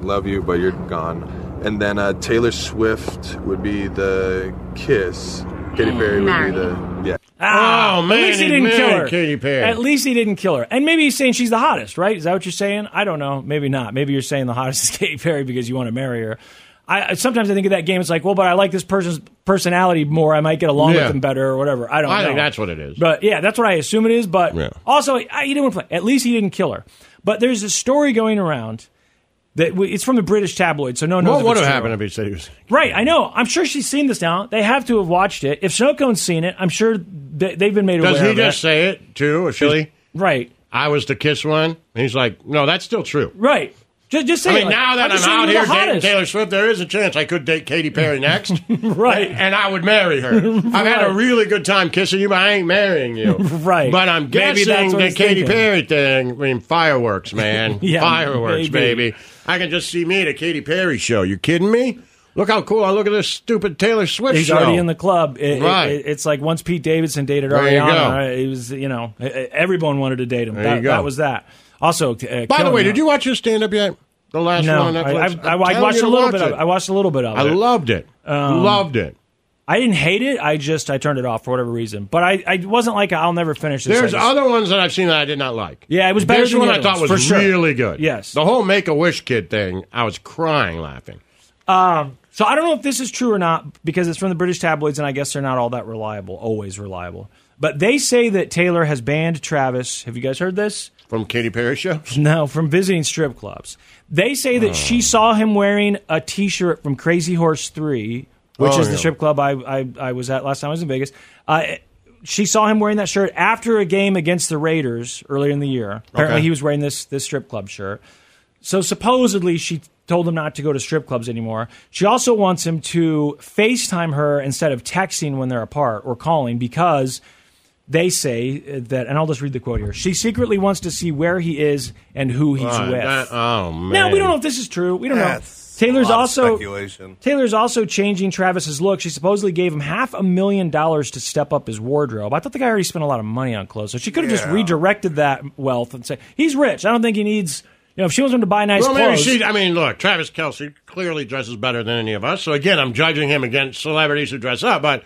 K: love you, but you're gone. And then uh, Taylor Swift would be the kiss. Katy Perry would
J: Marry.
K: be the yeah.
F: Ah,
E: Oh, man,
F: At least he,
E: he
F: didn't kill
E: married
F: her.
E: Katy Perry.
F: At least he didn't kill her. And maybe he's saying she's the hottest, right? Is that what you're saying? I don't know. Maybe not. Maybe you're saying the hottest is Katy Perry because you want to marry her. I I- sometimes I think of that game. It's like, well, but I like this person's personality more. I might get along
E: Yeah.
F: with them better or whatever. I don't.
E: I
F: know.
E: think that's what it is.
F: But yeah, that's what I assume it is. But
E: Yeah.
F: also, I, he didn't play. At least he didn't kill her. But there's a story going around that w- it's from the British tabloid, so no one knows.
E: What
F: if
E: would
F: it's
E: have
F: true.
E: happened if he said he was.
F: Right, I know. I'm sure she's seen this now. They have to have watched it. If Snowcone's seen it, I'm sure they, they've been made aware
E: Does he
F: of
E: just
F: it.
E: say it too, officially?
F: Right,
E: I was the kiss one. And he's like, no, that's still true.
F: right. Just, just say
E: I
F: it.
E: mean,
F: Like,
E: now that
F: just
E: I'm
F: saying
E: out
F: you're
E: here
F: the
E: dating
F: hottest.
E: Taylor Swift, there is a chance I could date Katy Perry next,
F: Right.
E: And I would marry her. I've had a
F: Right.
E: really good time kissing you, but I ain't marrying you,
F: Right.
E: But I'm
F: Maybe that's
E: guessing
F: what
E: the
F: he's
E: Katy
F: thinking.
E: Perry thing. I mean, fireworks, man,
F: Yeah,
E: fireworks,
F: maybe.
E: baby. I can just see me at a Katy Perry show. You kidding me? Look how cool I look at this stupid Taylor Swift
F: He's
E: show.
F: already in the club. It- it-
E: Right.
F: it- it's like once Pete Davidson dated
E: There you go.
F: Ariana, it was you know e- e- everyone wanted to date him.
E: There
F: that,
E: you go.
F: that was that. Also, uh,
E: By the
F: Killing
E: way,
F: Her.
E: did you watch his stand up yet? The last
F: No,
E: one on
F: I,
E: Netflix.
F: I've- I,
E: I'm
F: I watched
E: telling you
F: a
E: to
F: little
E: watch
F: bit. Of,
E: it.
F: I watched a little bit of
E: I
F: it. Um,
E: loved it. loved it.
F: I didn't hate it. I just I turned it off for whatever reason. But I, I wasn't like I'll never finish this. I
E: There's
F: just-
E: other ones that I've seen that I did not like.
F: Yeah, it was better
E: This
F: than the
E: one I
F: other
E: thought
F: ones,
E: was
F: for sure.
E: really good.
F: Yes.
E: the whole Make a Wish kid thing, I was crying laughing.
F: Um, So I don't know if this is true or not because it's from the British tabloids, and I guess they're not all that reliable, always reliable. But they say that Taylor has banned Travis. Have you guys heard this?
E: From Katy Perry show, Oh.
F: No, from visiting strip clubs. They say that she saw him wearing a T-shirt from Crazy Horse Three, which
E: Oh,
F: is the
E: yeah.
F: strip club I, I I was at last time I was in Vegas. Uh, she saw him wearing that shirt after a game against the Raiders earlier in the year. Apparently,
E: Okay.
F: he was wearing this this strip club shirt. So supposedly she told him not to go to strip clubs anymore. She also wants him to FaceTime her instead of texting when they're apart or calling because they say that, and I'll just read the quote here. She secretly wants to see where he is and who he's
E: Uh,
F: with.
E: that- oh man,
F: Now we don't know if this is true. We don't
G: That's
F: know. Taylor's
G: a lot of
F: also
G: speculation.
F: Taylor's also changing Travis's look. She supposedly gave him half a million dollars to step up his wardrobe. I thought the guy already spent a lot of money on clothes, so she could have just
G: Yeah.
F: redirected that wealth and say he's rich. I don't think he needs. know, if she wants him to buy nice
E: well, maybe
F: clothes,
E: she. I mean, look, Travis Kelsey clearly dresses better than any of us. So again, I'm judging him against celebrities who dress up, but.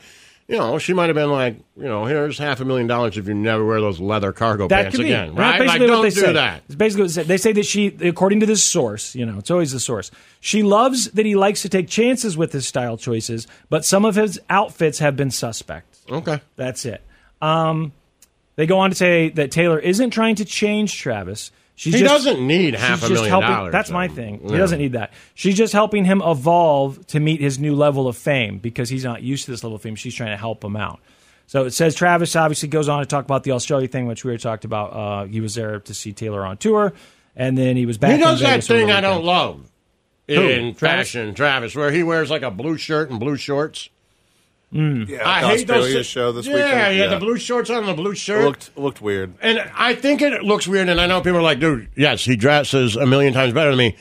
E: You know, she might have been like, you know, here's half a million dollars if you never wear those leather cargo
F: that
E: pants
F: could be
E: again,
F: And that's
E: right? Like,
F: basically what
E: don't
F: they
E: do
F: say.
E: that.
F: It's basically what they say. They say that she, according to this source, you know, it's always the source. She loves that he likes to take chances with his style choices, but some of his outfits have been suspect.
E: Okay,
F: that's it. Um, they go on to say that Taylor isn't trying to change Travis. She's
E: He
F: just,
E: doesn't need half
F: she's
E: a
F: just
E: million
F: helping-
E: dollars,
F: That's
E: though.
F: my thing. He
E: Yeah.
F: doesn't need that. She's just helping him evolve to meet his new level of fame because he's not used to this level of fame. She's trying to help him out. So it says Travis obviously goes on to talk about the Australia thing, which we already talked about. Uh, he was there to see Taylor on tour, and then he was back.
E: he does
F: in
E: that
F: Vegas over
E: thing
F: the
E: I don't
F: weekend.
E: love
F: Who?
E: in
F: Travis?
E: fashion, Travis, where he wears like a blue shirt and blue shorts.
F: Mm.
G: Yeah,
E: I
G: the
E: hate those
G: Australia
E: thi-
G: show this
E: yeah,
G: weekend.
E: Yeah,
G: Yeah.
E: the blue shorts on and the blue
G: It
E: shirt.
G: looked looked weird.
E: and I think it looks weird, and I know people are like, dude, yes, he dresses a million times better than me.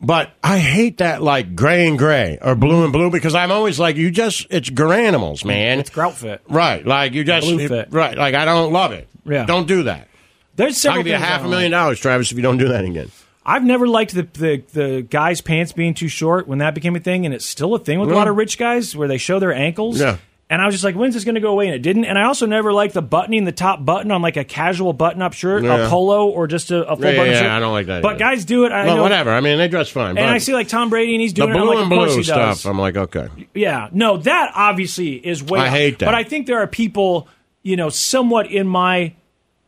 E: But I hate that like gray and gray or blue and blue because I'm always like, you just, it's granimals, man. It's
F: grout fit.
E: Right. Like, you just,
F: Blue fit.
E: right. Like, I don't love it.
F: Yeah.
E: Don't do that.
F: There's
E: I'll
F: several
E: give you
F: things I
E: half a
F: don't
E: million dollars, Travis, if you don't do that again.
F: I've never liked the, the the guy's pants being too short when that became a thing, and it's still a thing with a lot of rich guys where they show their ankles.
E: Yeah.
F: And I was just like, when's this going to go away? And it didn't. And I also never liked the buttoning, the top button on like a casual button-up shirt,
E: Yeah.
F: a polo, or just a, a full
E: Yeah, yeah,
F: button
E: yeah,
F: shirt.
E: I don't like that
F: But
E: either.
F: guys do it. I
E: well,
F: know.
E: whatever. I mean, they dress fine.
F: And
E: but
F: I see like Tom Brady, and he's
E: the
F: doing it. I'm
E: blue
F: like,
E: and
F: of course
E: blue
F: he
E: stuff.
F: does.
E: I'm like, okay.
F: Yeah, no, that obviously is way.
E: I
F: out.
E: hate that.
F: But I think there are people, you know, somewhat in my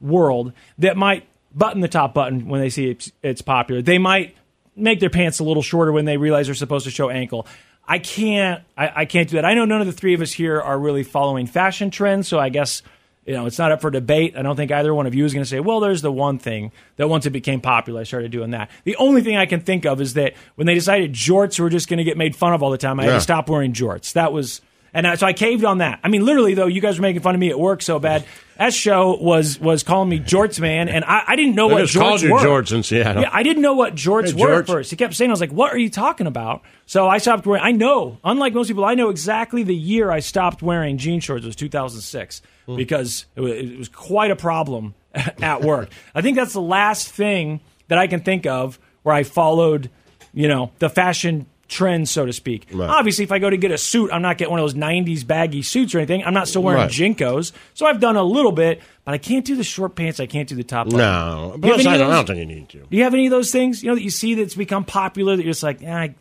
F: world that might button the top button when they see it's, it's popular. They might make their pants a little shorter when they realize they're supposed to show ankle. I can't. I, I can't do that. I know none of the three of us here are really following fashion trends, so I guess. You know, it's not up for debate. I don't think either one of you is going to say, well, there's the one thing that once it became popular, I started doing that. The only thing I can think of is that when they decided jorts were just going to get made fun of all the time, I had
E: Yeah.
F: to stop stop wearing jorts. That was, and I, so I caved on that. I mean, literally though, you guys were making fun of me at work so bad. S show was was calling me jorts man, and I, I didn't know
E: They
F: what
E: just
F: jorts
E: called you
F: were.
E: jorts in Seattle.
F: Yeah, I didn't know what jorts
E: Hey,
F: were
E: jorts.
F: at first. He kept saying, I was like, "What are you talking about?" So I stopped wearing. I know, unlike most people, I know exactly the year I stopped wearing jean shorts was 2006
E: Hmm.
F: because it was, it was quite a problem at work. I think that's the last thing that I can think of where I followed, you know, the fashion trend, so to speak. Obviously, if I go to get a suit, I'm not getting one of those 90s baggy suits or anything. I'm not still wearing
E: Right.
F: jinkos, so I've done a little bit, but I can't do the short pants. I can't do the top. button.
E: No.
F: Do you have
E: Plus,
F: any
E: I
F: of
E: don't, I
F: those?
E: don't think you need to.
F: Do you have any of those things, you know, that you see that's become popular that you're just like, yeah, I,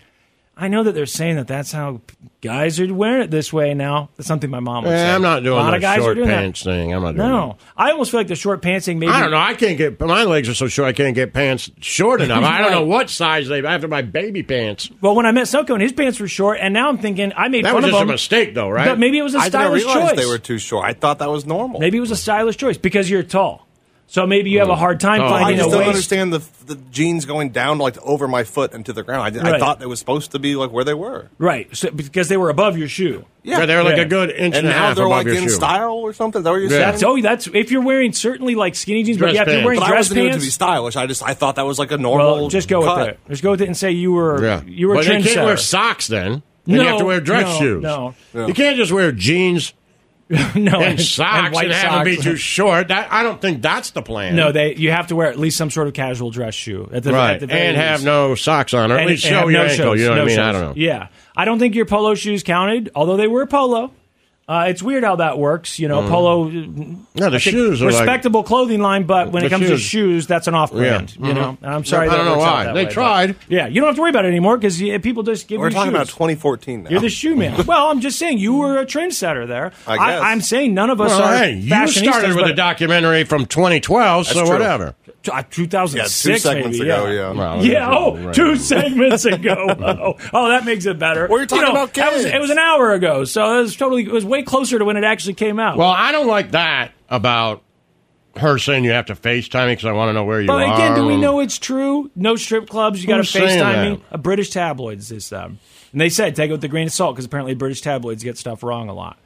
F: I know that they're saying that that's how guys are wearing it this way now. That's something my mom would say.
E: Eh, I'm not
F: a
E: doing
F: lot
E: the
F: of guys are
E: short
F: doing
E: pants thing. I'm not
F: That.
E: doing that.
F: No, I almost feel like the short pants thing. Maybe
E: I don't know. I can't get my legs are so short. I can't get pants short enough. I don't know
F: Right.
E: what size they. I have to buy baby pants.
F: Well, when I met Soko, his pants were short, and now I'm thinking I made
E: That
F: fun
E: was
F: of
E: just a
F: him.
E: mistake, though, right?
F: But maybe it was a
G: I didn't
F: stylish
G: realize
F: choice.
G: they were too short. I thought that was normal.
F: maybe it was a stylish choice because you're tall. So maybe you have a hard time
G: Oh, I
F: finding
G: just
F: a
G: don't
F: waist.
G: understand the, the jeans going down like over my foot and to the ground. I, did- I
F: Right.
G: thought they was supposed to be like where they were.
F: Right, so, because they were above your shoe.
G: Yeah. Where they were like
F: Yeah.
G: a good inch And and a now half they're above like your in shoe. style or something? Is that what you're saying?
F: That's, oh, that's if you're wearing certainly like skinny jeans, but
G: Dress
F: yeah, if you're
G: pants.
F: wearing
G: But I
F: dress
G: wasn't doing it
F: pants
G: to be stylish. I just I thought that was like a normal.
F: Well, just go
G: cut.
F: with it. Just go with it and say you were you were
E: but
F: a
E: they can't
F: trendsetter.
E: wear socks then. Then you have to
F: No,
E: wear dress
F: no,
E: shoes.
F: no. Yeah.
E: you can't just wear jeans.
F: no,
E: and socks
F: white
E: and have them be
F: socks.
E: too short. That, I don't think that's the plan.
F: No, they you have to wear at least some sort of casual dress shoe at the,
E: right
F: at the very
E: and
F: least.
E: have no socks on, or at
F: And-
E: least
F: and
E: show
F: have
E: your
F: no
E: ankle.
F: shows,
E: you know what
F: no
E: I mean? I
F: shows.
E: don't know.
F: Yeah, I don't think your polo shoes counted, although they were polo. Uh, it's weird how that works, you know.
E: Mm.
F: Polo,
E: No, the
F: I think
E: shoes are like-
F: respectable clothing line, but when
E: The
F: it comes
E: shoes.
F: to shoes, that's an off brand.
E: Yeah.
F: You
E: Mhm.
F: know, and I'm sorry.
E: I don't
F: that
E: know
F: works out
E: why.
F: that
E: They
F: way, but-
E: tried.
F: Yeah, you don't have to worry about it anymore because people just give.
G: We're
F: you
G: talking about
F: shoes.
G: 2014 now.
F: You're the shoe man. well, I'm just saying you were a trendsetter there.
G: I guess.
F: am saying none of us
E: Well,
F: are.
E: hey, you
F: fashionistas,
E: started with
F: but
E: a documentary from 2012, so whatever.
F: T- uh, 2006,
G: Yeah, two segments
F: maybe,
G: ago,
F: yeah.
G: yeah.
E: Well,
F: yeah,
E: that's
F: oh,
E: right.
F: two segments ago. Oh, oh, that makes it better. We're
G: talking about
F: that was,
G: kids.
F: It was an hour ago, so it was totally. It was way closer to when it actually came out.
E: Well, I don't like that about her saying you have to FaceTime me because I want to know where you
F: but
E: are.
F: again, do we know it's true? No strip clubs. You got to
E: Who's saying
F: FaceTime me.
E: that?
F: A British tabloids this um, and they said take it with a grain of salt because apparently British tabloids get stuff wrong a lot.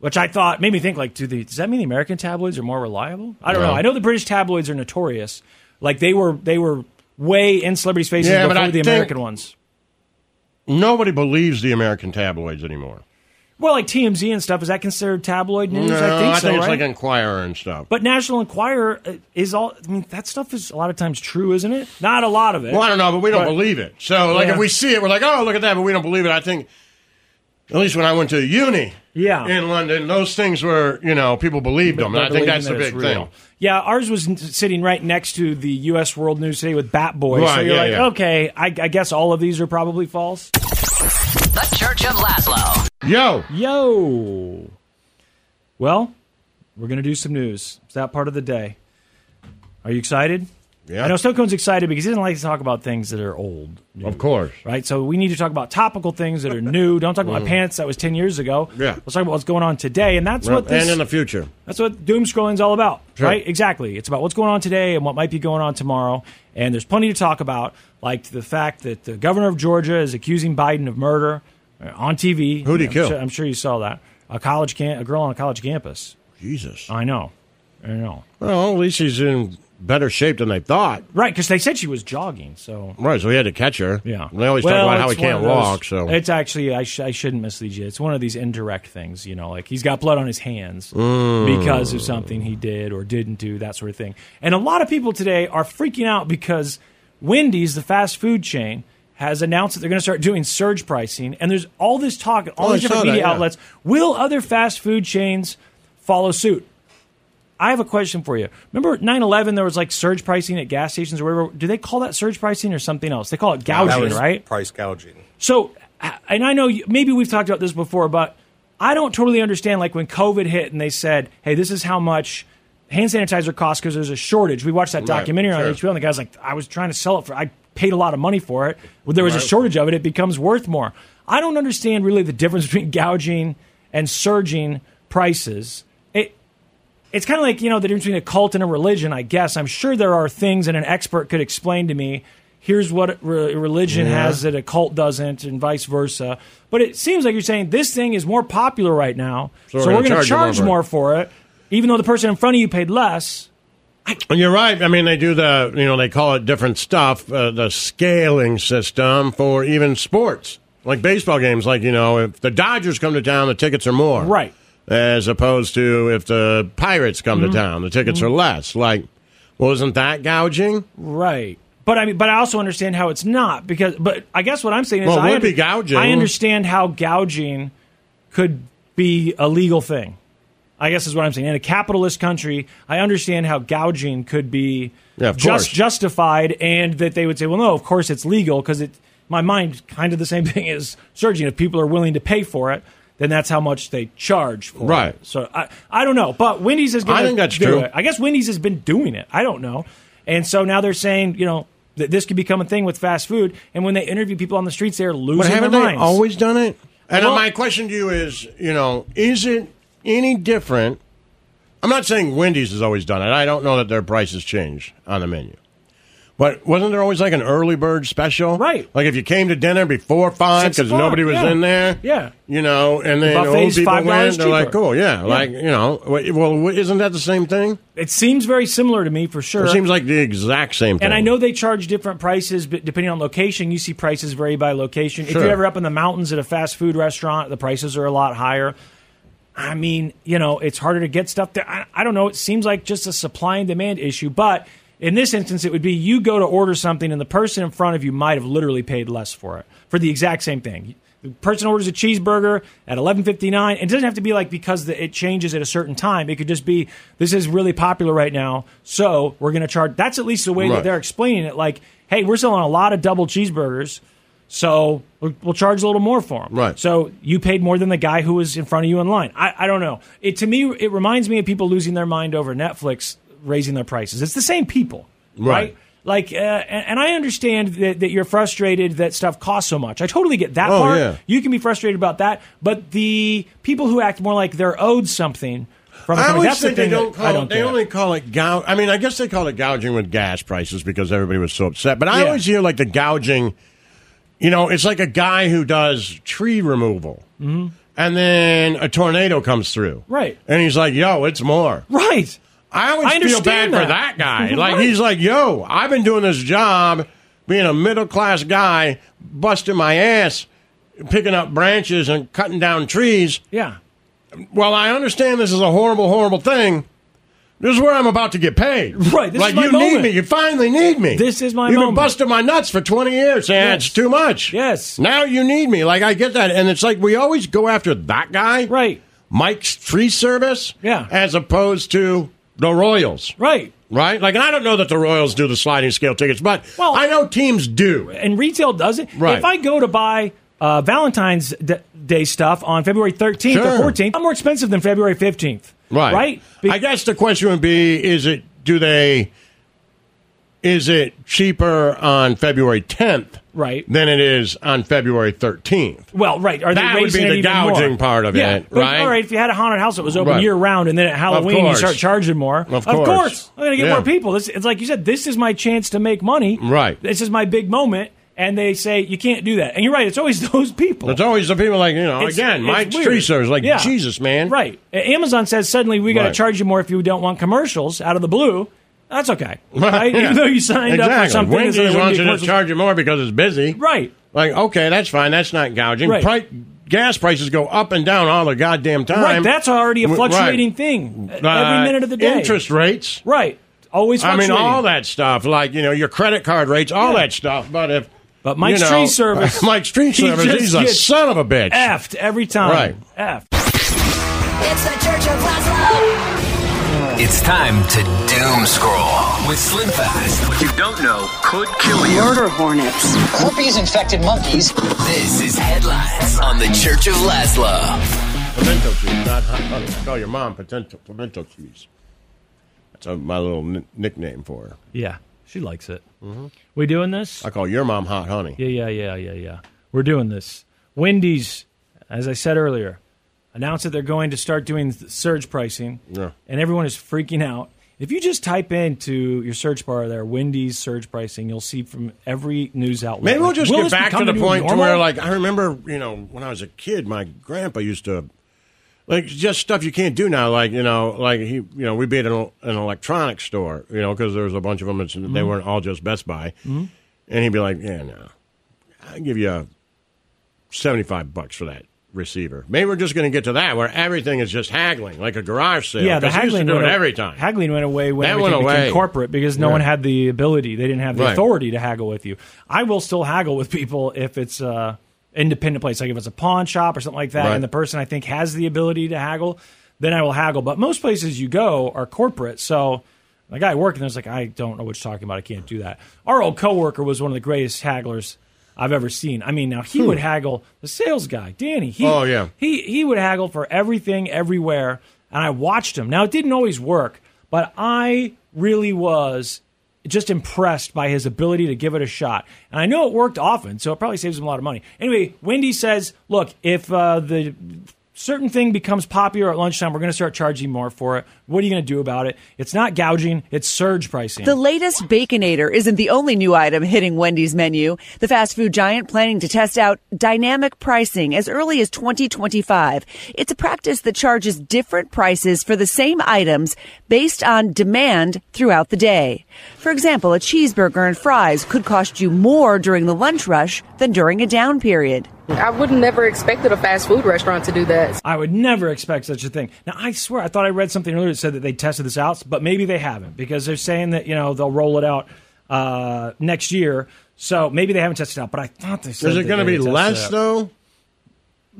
F: Which I thought made me think like, do the does that mean the American tabloids are more reliable? I don't
E: No.
F: know. I know the British tabloids are notorious. Like they were, they were way in celebrities' faces
E: Yeah, but
F: before
E: I
F: the
E: think-
F: American ones.
E: Nobody believes the American tabloids anymore.
F: Well, like TMZ and stuff, is that considered tabloid news? I think so,
E: it's
F: right?
E: like Inquirer and stuff.
F: but National Enquirer uh, is all. I mean, that stuff is a lot of times true, isn't it? Not a lot of it.
E: Well, I don't know, but we don't believe it. So, like,
F: Yeah.
E: if we see it, we're like, oh, look at that, but we don't believe it. I think, at least when I went to uni
F: yeah.
E: in London, those things were, you know, people believed them. And I think that's the big thing.
F: Yeah, ours was n- sitting right next to the U.S. World News today with Bat Boy. so
E: Right,
F: you're
E: yeah,
F: like,
E: yeah.
F: okay, I, I guess all of these are probably false.
I: The Church of Laszlo.
E: Yo.
F: Yo. Well, we're going to do some news. It's that part of the day. Are you excited?
E: Yeah.
F: I know Stone Cone's excited because he doesn't like to talk about things that are old.
E: Of course. Mm.
F: Right? So we need to talk about topical things that are new. Don't talk about my pants. That was 10 years ago.
E: Yeah.
F: Let's talk about what's going on today. And that's what this.
E: and in the future.
F: That's what doom scrolling's all about,
E: Sure.
F: right? Exactly. It's about what's going on today and what might be going on tomorrow. And there's plenty to talk about, like the fact that the governor of Georgia is accusing Biden of murder uh, on TV.
E: Who'd he
F: I'm
E: kill?
F: Sure, I'm sure you saw that. A college can- a girl on a college campus.
E: Jesus.
F: I know. I know.
E: Well, at least he's in better shape than they thought.
F: Right, because they said she was jogging. So
E: Right, so we had to catch her.
F: Yeah.
E: They always
F: Well,
E: talk about how he
F: it's one
E: can't
F: of those-
E: walk, so.
F: it's actually I, sh- I shouldn't mislead you. It's one of these indirect things, you know, like he's got blood on his hands
E: Mm.
F: because of something he did or didn't do, that sort of thing. And a lot of people today are freaking out because Wendy's, the fast food chain, has announced that they're going to start doing surge pricing, and there's all this talk at all
E: Oh, I
F: these different
E: saw that,
F: media
E: yeah.
F: outlets. Will other fast food chains follow suit? I have a question for you. Remember 9 11, there was like surge pricing at gas stations or whatever. Do they call that surge pricing or something else? They call it gouging,
G: That was
F: right?
G: Price gouging.
F: So, and I know you, maybe we've talked about this before, but I don't totally understand. Like when COVID hit and they said, "Hey, this is how much hand sanitizer costs because there's a shortage." We watched that
E: Right,
F: documentary
E: sure.
F: on HBO, and the guy's like, "I was trying to sell it for. I paid a lot of money for it. Well, there was a
E: Right.
F: shortage of it. It becomes worth more." I don't understand really the difference between gouging and surging prices. It it's kind of like you know the difference between a cult and a religion i guess i'm sure there are things that an expert could explain to me here's what re- religion
E: Yeah.
F: has that a cult doesn't and vice versa but it seems like you're saying this thing is more popular right now so,
E: So we're
F: we're
E: gonna
F: going to
E: charge
F: charge
E: you more
F: more for it even though the person in front of you paid less
E: And you're right. I mean, they do the, you know, they call it different stuff, uh, the scaling system for even sports, like baseball games. Like, you know, if the Dodgers come to town, the tickets are more.
F: right
E: As opposed to if the Pirates come
F: Mm-hmm.
E: to town, the tickets are less. Like, well, isn't that gouging?
F: right but i mean but i also understand how it's not because but i guess what i'm saying is
E: Well, it
F: I,
E: would be gouging.
F: I understand how gouging could be a legal thing I guess is what I'm saying. In a capitalist country, I understand how gouging could be
E: Yeah, of course.
F: just justified, and that they would say, "Well, no, of course it's legal," because it. My mind kind of the same thing as surging. If people are willing to pay for it, then that's how much they charge for
E: Right.
F: it. So I, I don't know, but Wendy's is. Gonna
E: I think that's
F: do
E: true.
F: It. I guess Wendy's has been doing it. I don't know, and so now they're saying, you know, that this could become a thing with fast food. And when they interview people on the streets, they're losing
E: But haven't
F: their
E: they
F: minds.
E: always done it? And
F: Well-
E: my question to you is, you know, is it any different? I'm not saying Wendy's has always done it. I don't know that their prices change on the menu. But wasn't there always like an early bird special?
F: Right.
E: Like if you came to dinner before five
F: Six
E: because
F: o'clock,
E: nobody was
F: yeah.
E: in there,
F: Yeah.
E: you know, and then
F: buffet's
E: old people
F: $5
E: went, they're like,
F: cheaper.
E: cool, yeah, like, you know, wait, well, w- isn't that the same thing?
F: It seems very similar to me for sure.
E: It seems like the exact same thing.
F: And I know they charge different prices, but depending on location, you see prices vary by location. If
E: Sure.
F: you're ever up in the mountains at a fast food restaurant, the prices are a lot higher. I mean, you know, it's harder to get stuff there. I, I don't know. It seems like just a supply and demand issue. But in this instance, it would be you go to order something, and the person in front of you might have literally paid less for it for the exact same thing. The person orders a cheeseburger at eleven fifty nine. It doesn't have to be like because the, it changes at a certain time. It could just be this is really popular right now, so we're going to charge. That's at least the way that
E: Right.
F: they're explaining it. Like, hey, we're selling a lot of double cheeseburgers. So we'll we'll charge a little more for them.
E: Right.
F: So you paid more than the guy who was in front of you in line. I, I don't know. It to me, it reminds me of people losing their mind over Netflix raising their prices. It's the same people, right?
E: Right.
F: Like, uh, and, and I understand that, that you're frustrated that stuff costs so much. I totally get that
E: Oh,
F: part.
E: yeah.
F: You can be frustrated about that, but the people who act more like they're owed something from a
E: I
F: company,
E: always
F: that's
E: think
F: the
E: they
F: thing
E: don't
F: that
E: call.
F: I don't
E: they
F: get.
E: only call it gouging. I mean, I guess they call it gouging with gas prices because everybody was so upset. But I
F: Yeah.
E: always hear like the gouging. You know, it's like a guy who does tree removal, and then a tornado comes through,
F: Mm-hmm. Right.
E: And he's like, "Yo, it's more."
F: right.
E: I always
F: I
E: feel
F: understand
E: bad for
F: that.
E: that guy.
F: Right.
E: Like he's like, "Yo, I've been doing this job, being a middle class guy, busting my ass." picking up branches and cutting down trees.
F: Yeah.
E: Well, I understand this is a horrible, horrible thing. This is where I'm about to get paid.
F: Right, this
E: like
F: is my
E: you need
F: moment.
E: me. You finally need me.
F: This is my
E: You've
F: moment.
E: been busting my nuts for 20 years, saying
F: Yes.
E: it's too much.
F: Yes.
E: Now you need me. Like I get that, and it's like we always go after that guy.
F: Right.
E: Mike's tree service.
F: Yeah.
E: As opposed to the Royals.
F: Right.
E: Right. Like, and I don't know that the Royals do the sliding scale tickets, but
F: Well-
E: I know teams do.
F: and retail doesn't.
E: Right.
F: If I go to buy uh, Valentine's D- Day stuff on February 13th
E: Sure.
F: or 14th, I'm more expensive than February 15th.
E: Right.
F: Right? Be-
E: I guess the question would be: Is it do they? Is it cheaper on February 10th
F: right.
E: than it is on February 13th?
F: Well, right. Are they
E: That would
F: raising
E: be
F: it
E: the
F: even
E: gouging
F: more?
E: part of
F: yeah.
E: it,
F: But,
E: right?
F: All right. If you had a haunted house that was open
E: Right.
F: year round, and then at Halloween you
E: course.
F: start charging more,
E: Of
F: of
E: course.
F: course I'm going to get
E: Yeah.
F: more people. This, it's like you said. This is my chance to make money.
E: Right.
F: This is my big moment, and they say you can't do that. And you're right. It's always those people.
E: It's always the people like you know.
F: It's-
E: again,
F: it's
E: Mike's
F: weird.
E: tree service, like
F: Yeah.
E: Jesus, man.
F: Right. A- Amazon says suddenly we got to
E: Right.
F: charge you more if you don't want commercials out of the blue. That's okay. Right?
E: Yeah.
F: Even though you signed
E: exactly.
F: up for something. that said
E: Wendy's
F: there wouldn't
E: wants
F: be
E: you to
F: commercials.
E: charge you more because it's busy.
F: Right.
E: Like, okay, that's fine. That's not gouging.
F: Right.
E: Pri- gas prices go up and down all the goddamn time.
F: Right. That's already a
E: W- right.
F: fluctuating thing. uh,
E: Uh,
F: Every minute of the day.
E: Interest rates.
F: Right. Always
E: I mean,
F: fluctuating.
E: all that stuff, like you know, your credit card rates, all that stuff. But if
F: But Mike's
E: you know,
F: tree service.
E: Mike's tree
F: he
E: service,
F: just
E: he's a
F: gets
E: son of a bitch.
F: Effed every time.
E: Right.
F: Effed.
I: It's the Church of Laszlo.
L: It's time to doom scroll with Slim Fast.
M: What you don't know could kill you.
L: Murder hornets, herpes infected monkeys. This is headlines on the Church of Laszlo.
E: Pimento cheese, not hot honey. I call your mom pimento pimento cheese. That's uh my little ni- nickname for her.
F: Yeah. She likes it.
E: Mm-hmm.
F: We doing this?
E: I call your mom hot honey.
F: Yeah, yeah, yeah, yeah, yeah. We're doing this. Wendy's, as I said earlier, announced that they're going to start doing th- surge pricing.
E: Yeah.
F: and everyone is freaking out. If you just type into your search bar there, Wendy's surge pricing, you'll see from every news outlet.
E: Maybe we'll
F: Like,
E: just
F: will
E: get
F: this
E: back
F: become
E: to the
F: new
E: point to
F: normal?
E: where, like, I remember, you know, when I was a kid, my grandpa used to, like, just stuff you can't do now. Like, you know, like he, you know, we'd be at an, an electronics store, you know, because there was a bunch of them. It's,
F: Mm-hmm.
E: They weren't all just Best Buy, and he'd be like, "Yeah, no, I give you a seventy-five bucks for that." Receiver. Maybe we're just going to get to that where everything is just haggling, like a garage sale.
F: yeah, the
E: 'cause he used to
F: haggling
E: do
F: went
E: it
F: a-
E: every time.
F: Haggling went away when
E: That
F: everything
E: went away.
F: became corporate because no
E: Yeah.
F: one had the ability; they didn't have the
E: Right.
F: authority to haggle with you. I will still haggle with people if it's a independent place, like if it's a pawn shop or something like that,
E: Right.
F: and the person I think has the ability to haggle, then I will haggle. But most places you go are corporate, so. The guy working there's like, I don't know what you're talking about. I can't do that. Our old coworker was one of the greatest hagglers I've ever seen. I mean, now he would haggle the sales guy, Danny. He,
E: Hmm. Oh, yeah.
F: he he would haggle for everything everywhere and i watched him now it didn't always work but i really was just impressed by his ability to give it a shot and i know it worked often so it probably saves him a lot of money anyway wendy says look if uh, the certain thing becomes popular at lunchtime we're going to start charging more for it what are you going to do about it it's not gouging it's surge pricing
N: The latest Baconator isn't the only new item hitting Wendy's menu. The fast food giant planning to test out dynamic pricing as early as 2025. It's a practice that charges different prices for the same items based on demand throughout the day. For example, a cheeseburger and fries could cost you more during the lunch rush than during a down period.
O: I would never expected a fast food restaurant to do that.
F: I would never expect such a thing. Now, I swear, I thought I read something earlier that said that they tested this out, but maybe they haven't because they're saying that you know they'll roll it out uh, next year. So maybe they haven't tested it out. But I thought they said
E: Is it
F: that
E: going to
F: they
E: be
F: tested it
E: less
F: out.
E: though?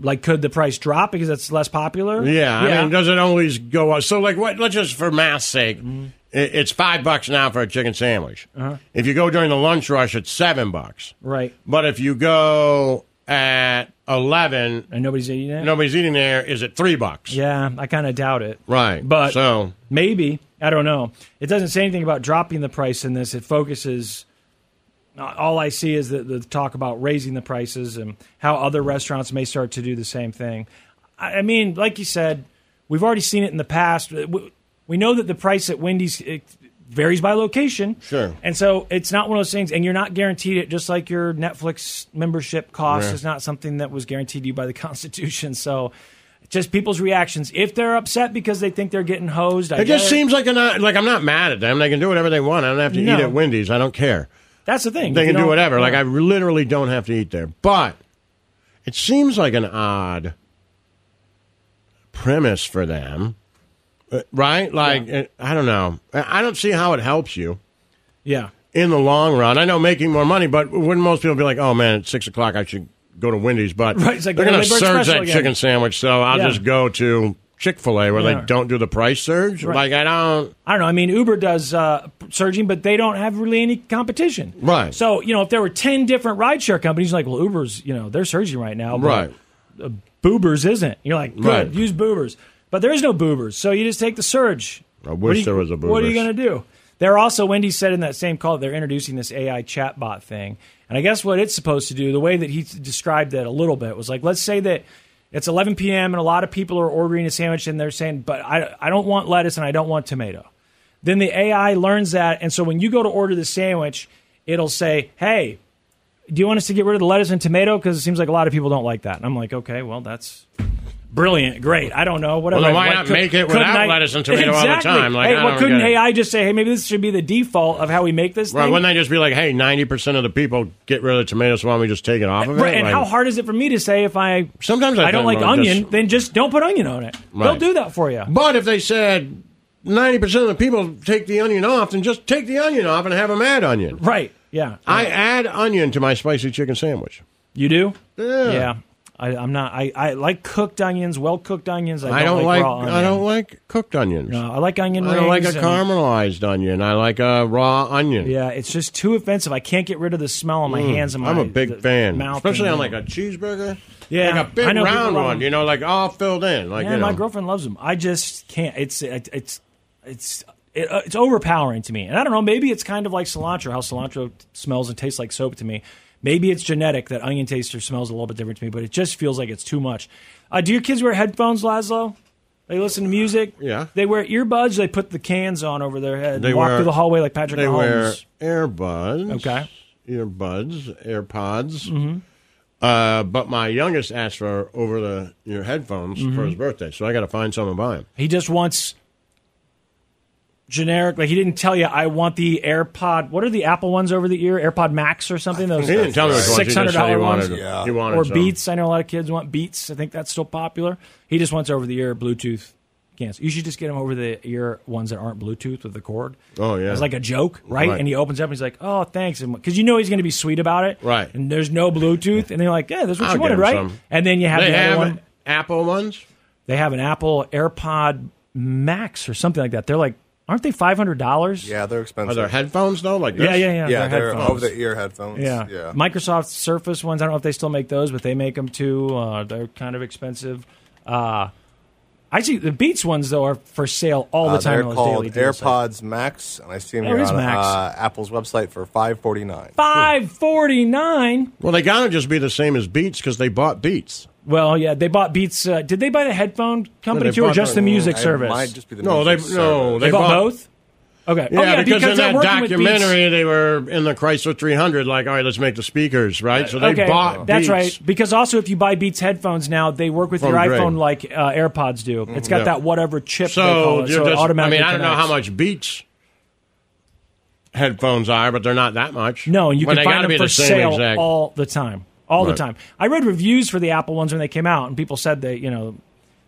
F: Like, could the price drop because it's less popular?
E: Yeah, I mean, does it always go up? So, like, what? Let's just for math's sake, i it's five bucks now for a chicken sandwich.
F: Mm-hmm. Uh-huh.
E: If you go during the lunch rush, it's seven bucks.
F: right.
E: But if you go at eleven
F: and nobody's eating it,
E: nobody's eating there. Is it three bucks?
F: Yeah, I kind of doubt it.
E: Right.
F: But
E: so
F: maybe I don't know. It doesn't say anything about dropping the price in this. It focuses. uh, All I see is the, the talk about raising the prices and how other restaurants may start to do the same thing. I, I mean, like you said, we've already seen it in the past. We, we know that the price at Wendy's it varies by location.
E: Sure.
F: And so it's not one of those things, and you're not guaranteed it, just like your Netflix membership cost
E: Yeah.
F: is not something that was guaranteed to you by the Constitution. So just people's reactions. If they're upset because they think they're getting hosed, I
E: it just
F: get
E: seems like an like I'm not mad at them. They can do whatever they want. I don't have to
F: No.
E: eat at Wendy's. I don't care.
F: That's the thing.
E: They
F: If
E: can
F: you
E: do
F: don't-
E: whatever. Like I literally don't have to eat there. But It seems like an odd premise for them, Uh, right? Like, uh, I don't know. I I don't see how it helps you
F: Yeah.
E: in the long run. I know making more money, but wouldn't most people be like, "Oh man, at six o'clock I should go to Wendy's"? But
F: Right, it's like
E: they're
F: the
E: going to
F: Late Bird
E: surge
F: Special
E: that
F: again.
E: chicken sandwich, so I'll
F: Yeah.
E: just go to Chick Fil A where
F: Yeah.
E: they don't do the price surge.
F: Right.
E: Like I don't.
F: I don't know. I mean, Uber does uh, surging, but they don't have really any competition.
E: Right.
F: So you know, if there were ten different rideshare companies, like well, Uber's you know they're surging right now, but
E: Right.
F: uh, Boobers isn't. You're like, good,
E: Right.
F: use Boobers, but there is no Boobers, so you just take the surge.
E: I
F: What
E: wish
F: are you-
E: there was a
F: What are
E: Boobers.
F: you going to do? They're also Wendy said in that same call they're introducing this AI chatbot thing, and I guess what it's supposed to do, the way that he described that a little bit was like, let's say that it's 11 p.m. and a lot of people are ordering a sandwich and they're saying, but I I don't want lettuce and I don't want tomato. Then the AI learns that, and so when you go to order the sandwich, it'll say, hey. Do you want us to get rid of the lettuce and tomato? Because it seems like a lot of people don't like that. And I'm like, okay, well, that's brilliant, great. I don't know, whatever.
E: Well, then why
F: What
E: not
F: could-
E: make it
F: couldn't
E: without
F: I-
E: lettuce and tomato all the
F: Exactly.
E: time? Like,
F: hey,
E: I
F: well,
E: don't
F: couldn't
E: get it.
F: AI just say, hey, maybe this should be the default of how we make this
E: Right,
F: thing?
E: wouldn't they just be like, hey, 90% of the people get rid of the tomatoes, so why don't we just take it off of it?
F: Right, and
E: Like-
F: how hard is it for me to say if I
E: Sometimes I
F: I don't
E: think
F: like
E: I'm
F: onion,
E: just-
F: then just don't put onion on it.
E: Right.
F: They'll do that for you.
E: But if they said 90% of the people take the onion off, then just take the onion off and have them add onion.
F: Right, yeah.
E: I add onion to my spicy chicken sandwich.
F: You do?
E: Yeah.
F: Yeah. I, I'm not. I, I like cooked onions, well cooked onions. I don't,
E: I
F: like,
E: don't like,
F: raw onion.
E: I don't like cooked onions.
F: No, I like onion
E: I don't like
F: rings
E: a
F: and-
E: caramelized onion. I like a raw onion.
F: Yeah, it's just too offensive. I can't get rid of the smell on my
E: Mm,
F: hands and my
E: I'm a big
F: the-
E: fan,
F: mouth
E: especially
F: and-
E: on like a cheeseburger.
F: Yeah,
E: like a big
F: I know people
E: round
F: love
E: one.
F: them.
E: You know, like all filled in. Like
F: yeah,
E: you know.
F: my girlfriend loves them. I just can't. It's it, it's it's it, uh, it's overpowering to me. And I don't know. Maybe it's kind of like cilantro. How cilantro t- smells and tastes like soap to me. Maybe it's genetic that onion taste or smells a little bit different to me. But it just feels like it's too much. Uh, do your kids wear headphones, Laszlo? They listen to music.
E: Yeah.
F: They wear earbuds. They put the cans on over their head.
E: They
F: and walk
E: wear-
F: through the hallway like Patrick
E: They
F: Mahomes.
E: wear earbuds.
F: Okay.
E: Earbuds, AirPods.
F: Mhm.
E: Uh, but my youngest asked for over the your headphones for
F: Mhm.
E: his birthday, so I got to find some and buy him.
F: He just wants generic. Like he didn't tell you, I want the AirPod. What are the Apple ones over the ear? AirPod Max or something? Those
E: He didn't tell me which ones. He
F: six
E: just said
F: hundred
E: he
F: dollar ones.
E: wanted- Yeah. he wanted
F: or
E: some.
F: Beats. I know a lot of kids want Beats. I think that's still popular. He just wants over the ear Bluetooth. Cans. You should just get him over the ear ones that aren't Bluetooth with the cord.
E: Oh, yeah.
F: it's like a joke, right?
E: Right.
F: And he opens up and he's like, "Oh, thanks," because you know he's going to be sweet about it,
E: Right.
F: And there's no Bluetooth, and they're like, "Yeah, that's what
E: I'll
F: you
E: get
F: wanted,
E: him
F: right?"
E: some.
F: And then you have
E: They
F: the other
E: have
F: one.
E: Apple ones.
F: They have an Apple AirPod Max or something like that. They're like, aren't they five hundred dollars?
G: Yeah, they're
E: Are
G: expensive.
E: there headphones though? Like this?
F: Yeah, yeah, yeah.
G: Yeah, they're
F: headphones.
G: over-the-ear headphones.
F: Yeah.
G: Yeah.
F: Microsoft Surface ones. I don't know if they still make those, but they make them too. Uh, they're kind of expensive. Uh, I see the Beats ones though are for sale all the
G: Uh,
F: time.
G: They're
F: on those
G: called
F: daily deals.
G: AirPods Max, and I see them
F: There
G: here
F: is
G: on
F: Max.
G: Uh, Apple's website for five forty nine.
F: Five forty nine.
E: Well, they gotta just be the same as Beats because they bought Beats.
F: Well, yeah, they bought Beats. Uh, did they buy the headphone company
E: they
F: too, or
E: bought
F: just
E: the-
F: the music
E: I
F: service?
E: might just be the No, music they- no, service.
F: they,
E: they
F: bought,
E: bought-
F: both. Okay,
E: Yeah,
F: oh, yeah
E: because, in
F: they're
E: that
F: working with Beats.
E: documentary, they were in the Chrysler 300. Like, all right, let's make the speakers right. So they
F: okay,
E: bought.
F: That's
E: Beats.
F: right. Because also, if you buy Beats headphones now, they work with
E: From
F: your
E: Greg.
F: iPhone like uh, AirPods do. It's got
E: Yeah.
F: that whatever chip. they
E: So,
F: call it,
E: you're
F: so it
E: just-
F: automatically.
E: I mean, I don't know
F: connects.
E: how much Beats headphones are, but they're not that much.
F: No, and you
E: Well,
F: can
E: they
F: find
E: gotta
F: them
E: be
F: for
E: the same
F: sale
E: exact-
F: all the time, all the
E: Right.
F: time. I read reviews for the Apple ones when they came out, and people said that you know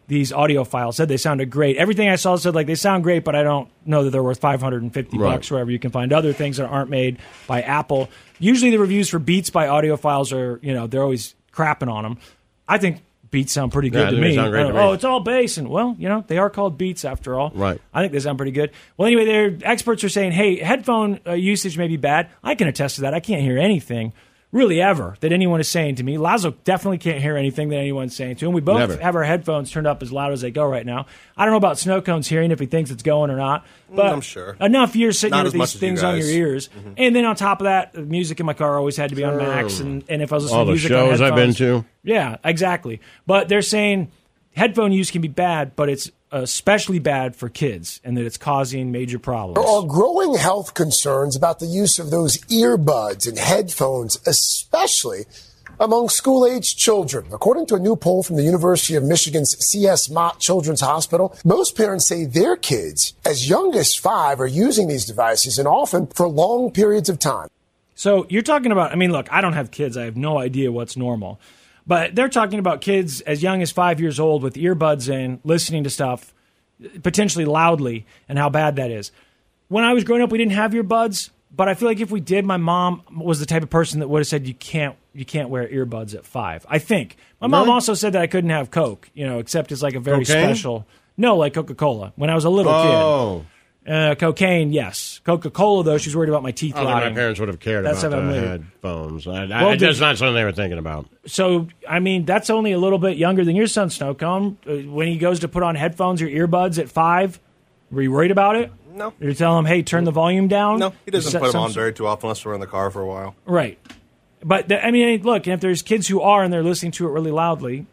F: these audio files said they sounded great. Everything I saw said like they sound great, but I don't know that they're worth five hundred and fifty
E: Right.
F: bucks wherever you can find other things that aren't made by Apple. Usually, the reviews for Beats by audiophiles are you know they're always crapping on them. I think Beats sound pretty
E: Yeah,
F: good
E: I
F: to
E: think they
F: me.
E: sound great
F: I
E: to
F: don't-
E: me.
F: oh, it's all bass, and well, you know they are called Beats after all.
E: Right.
F: I think they sound pretty good. Well, anyway, their experts are saying, hey, headphone uh, usage may be bad. I can attest to that. I can't hear anything really ever that anyone is saying to me. Lazo definitely can't hear anything that anyone's saying to him. We both
E: Never.
F: have our headphones turned up as loud as they go right now. I don't know about Snow Cone's hearing if he thinks it's going or not, but
G: Mm, I'm sure.
F: enough years sitting
G: Not
F: here
G: as
F: with
G: much
F: these
G: as you
F: things on your
G: guys. Mm-hmm.
F: ears. And then on top of that, the music in my car always had to be on max.
E: Sure.
F: And, and if I was listening
E: Oh. all
F: to
E: the
F: music on
E: shows I've been
F: headphones-
E: to.
F: yeah, exactly. But they're saying headphone use can be bad, but it's especially bad for kids and that it's causing major problems.
P: There are growing health concerns about the use of those earbuds and headphones, especially among school aged children. According to a new poll from the University of Michigan's C.S. Mott Children's Hospital, most parents say their kids, as young as five, are using these devices and often for long periods of time.
F: So you're talking about, I mean, look, I don't have kids. I have no idea what's normal. But they're talking about kids as young as five years old with earbuds in, listening to stuff potentially loudly, and how bad that is. When I was growing up, we didn't have earbuds, but I feel like if we did, my mom was the type of person that would have said you can't you can't wear earbuds at five. I think my mom
E: Really?
F: also said that I couldn't have Coke, you know, except it's like a very
E: Cocaine?
F: special no, like Coca Cola. When I was a little
E: Oh.
F: kid, uh, cocaine, yes. Coca Cola though, she's worried about my teeth
E: Oh, I don't think my
F: rotting.
E: parents would have cared
F: That's
E: about
F: how I'm
E: the
F: weird.
E: headphones. I, I,
F: Well,
E: that's
F: dude-
E: not something they were thinking about.
F: So, I mean, that's only a little bit younger than your son, Snowcomb. Uh, When he goes to put on headphones or earbuds at five, were you worried about it?
G: No.
F: Did you tell him, hey, turn the volume down? No,
G: He doesn't put them on very too often unless we're in the car for a while.
F: Right. But, the, I mean, look, if there's kids who are and they're listening to it really loudly,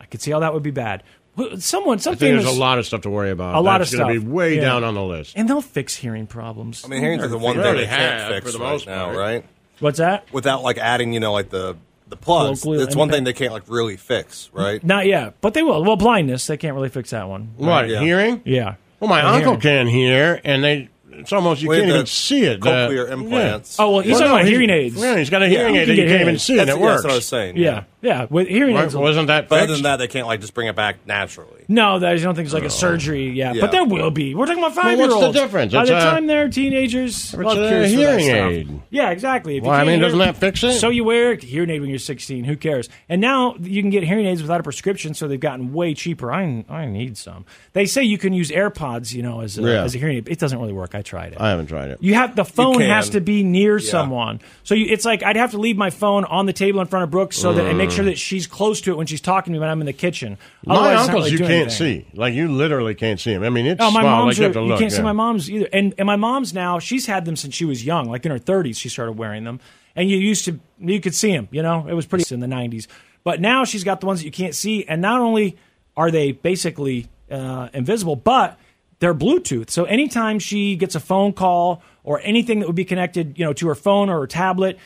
F: I could see how that would be bad. Wh- Someone,
E: I think
F: something
E: there's a lot of stuff to worry about.
F: A lot
E: That's
F: of
E: gonna
F: stuff.
E: be way
F: Yeah.
E: down on the list.
F: And they'll fix hearing problems.
G: I mean, hearing's the one
E: They
G: thing
E: already
G: they
E: have,
G: can't fix
E: for the
G: right
E: most
G: now,
E: part.
G: right?
F: What's that?
G: Without like adding, you know, like the the plugs.
F: Colloquial
G: That's one
F: impact.
G: thing they can't like really fix, right?
F: Not yet, but they will. Well, blindness, they can't really fix that one.
E: What
G: Yeah.
E: hearing?
F: Yeah.
E: Well, my
F: Yeah,
E: uncle can hear, and they. It's almost you
G: With
E: can't
G: the
E: even see it. The-
G: cochlear
E: yeah.
G: implants.
F: Oh well, he's
E: Well,
F: talking
E: no,
F: about
E: he's-
F: hearing aids.
E: Yeah, he's got a hearing
F: you
E: aid
F: can
E: that you
F: get
E: can't
F: hearing
E: even
F: aids.
E: see, and
G: That's-
E: it
G: yeah,
E: works.
G: that's what I was saying,
F: Yeah, yeah. With hearing
E: Right,
F: aids,
E: wasn't that
G: But
E: fixed?
G: other than that, they can't like just bring it back naturally.
F: No, that- I don't think it's like
E: Oh.
F: a surgery. Yeah,
G: Yeah.
F: but there will be. We're talking about
G: Well,
F: five
G: what's the
F: year olds.
G: difference?
F: By
E: It's
F: the
E: a-
F: time they're teenagers,
E: It's
F: love
E: a
F: cures for that
E: hearing
F: stuff.
E: aid.
F: Yeah, exactly. If you
E: Well, I
F: can't
E: mean,
F: hear-
E: doesn't that fix it?
F: So you wear a hearing aid when you're 16. Who cares? And now you can get hearing aids without a prescription, so they've gotten way cheaper. I I need some. They say you can use AirPods, you know, as a,
E: Yeah.
F: as a hearing aid. It doesn't really work. I tried it.
E: I haven't tried it.
F: You have the phone
E: can.
F: has to be near someone. So you, it's like I'd have to leave my phone on the table in front of Brooke so that I make
E: Mm.
F: sure that she's close to it when she's talking to me when I'm in the kitchen.
E: my
F: Otherwise, it's not
E: uncles,
F: really
E: you
F: doing
E: can't
F: anything.
E: see. Like you literally can't see him. I mean, it's
F: Oh, my
E: small.
F: mom's
E: Like, you
F: are-
E: have to look.
F: can't see
E: yeah.
F: my mom's either. And and my mom's now she's had them since she was young, like in her 30s. She started wearing them, and you used to you could see them. You know, it was pretty in the 90s. But now she's got the ones that you can't see, and not only are they basically uh, invisible, but they're Bluetooth. So anytime she gets a phone call or anything that would be connected, you know, to her phone or her tablet,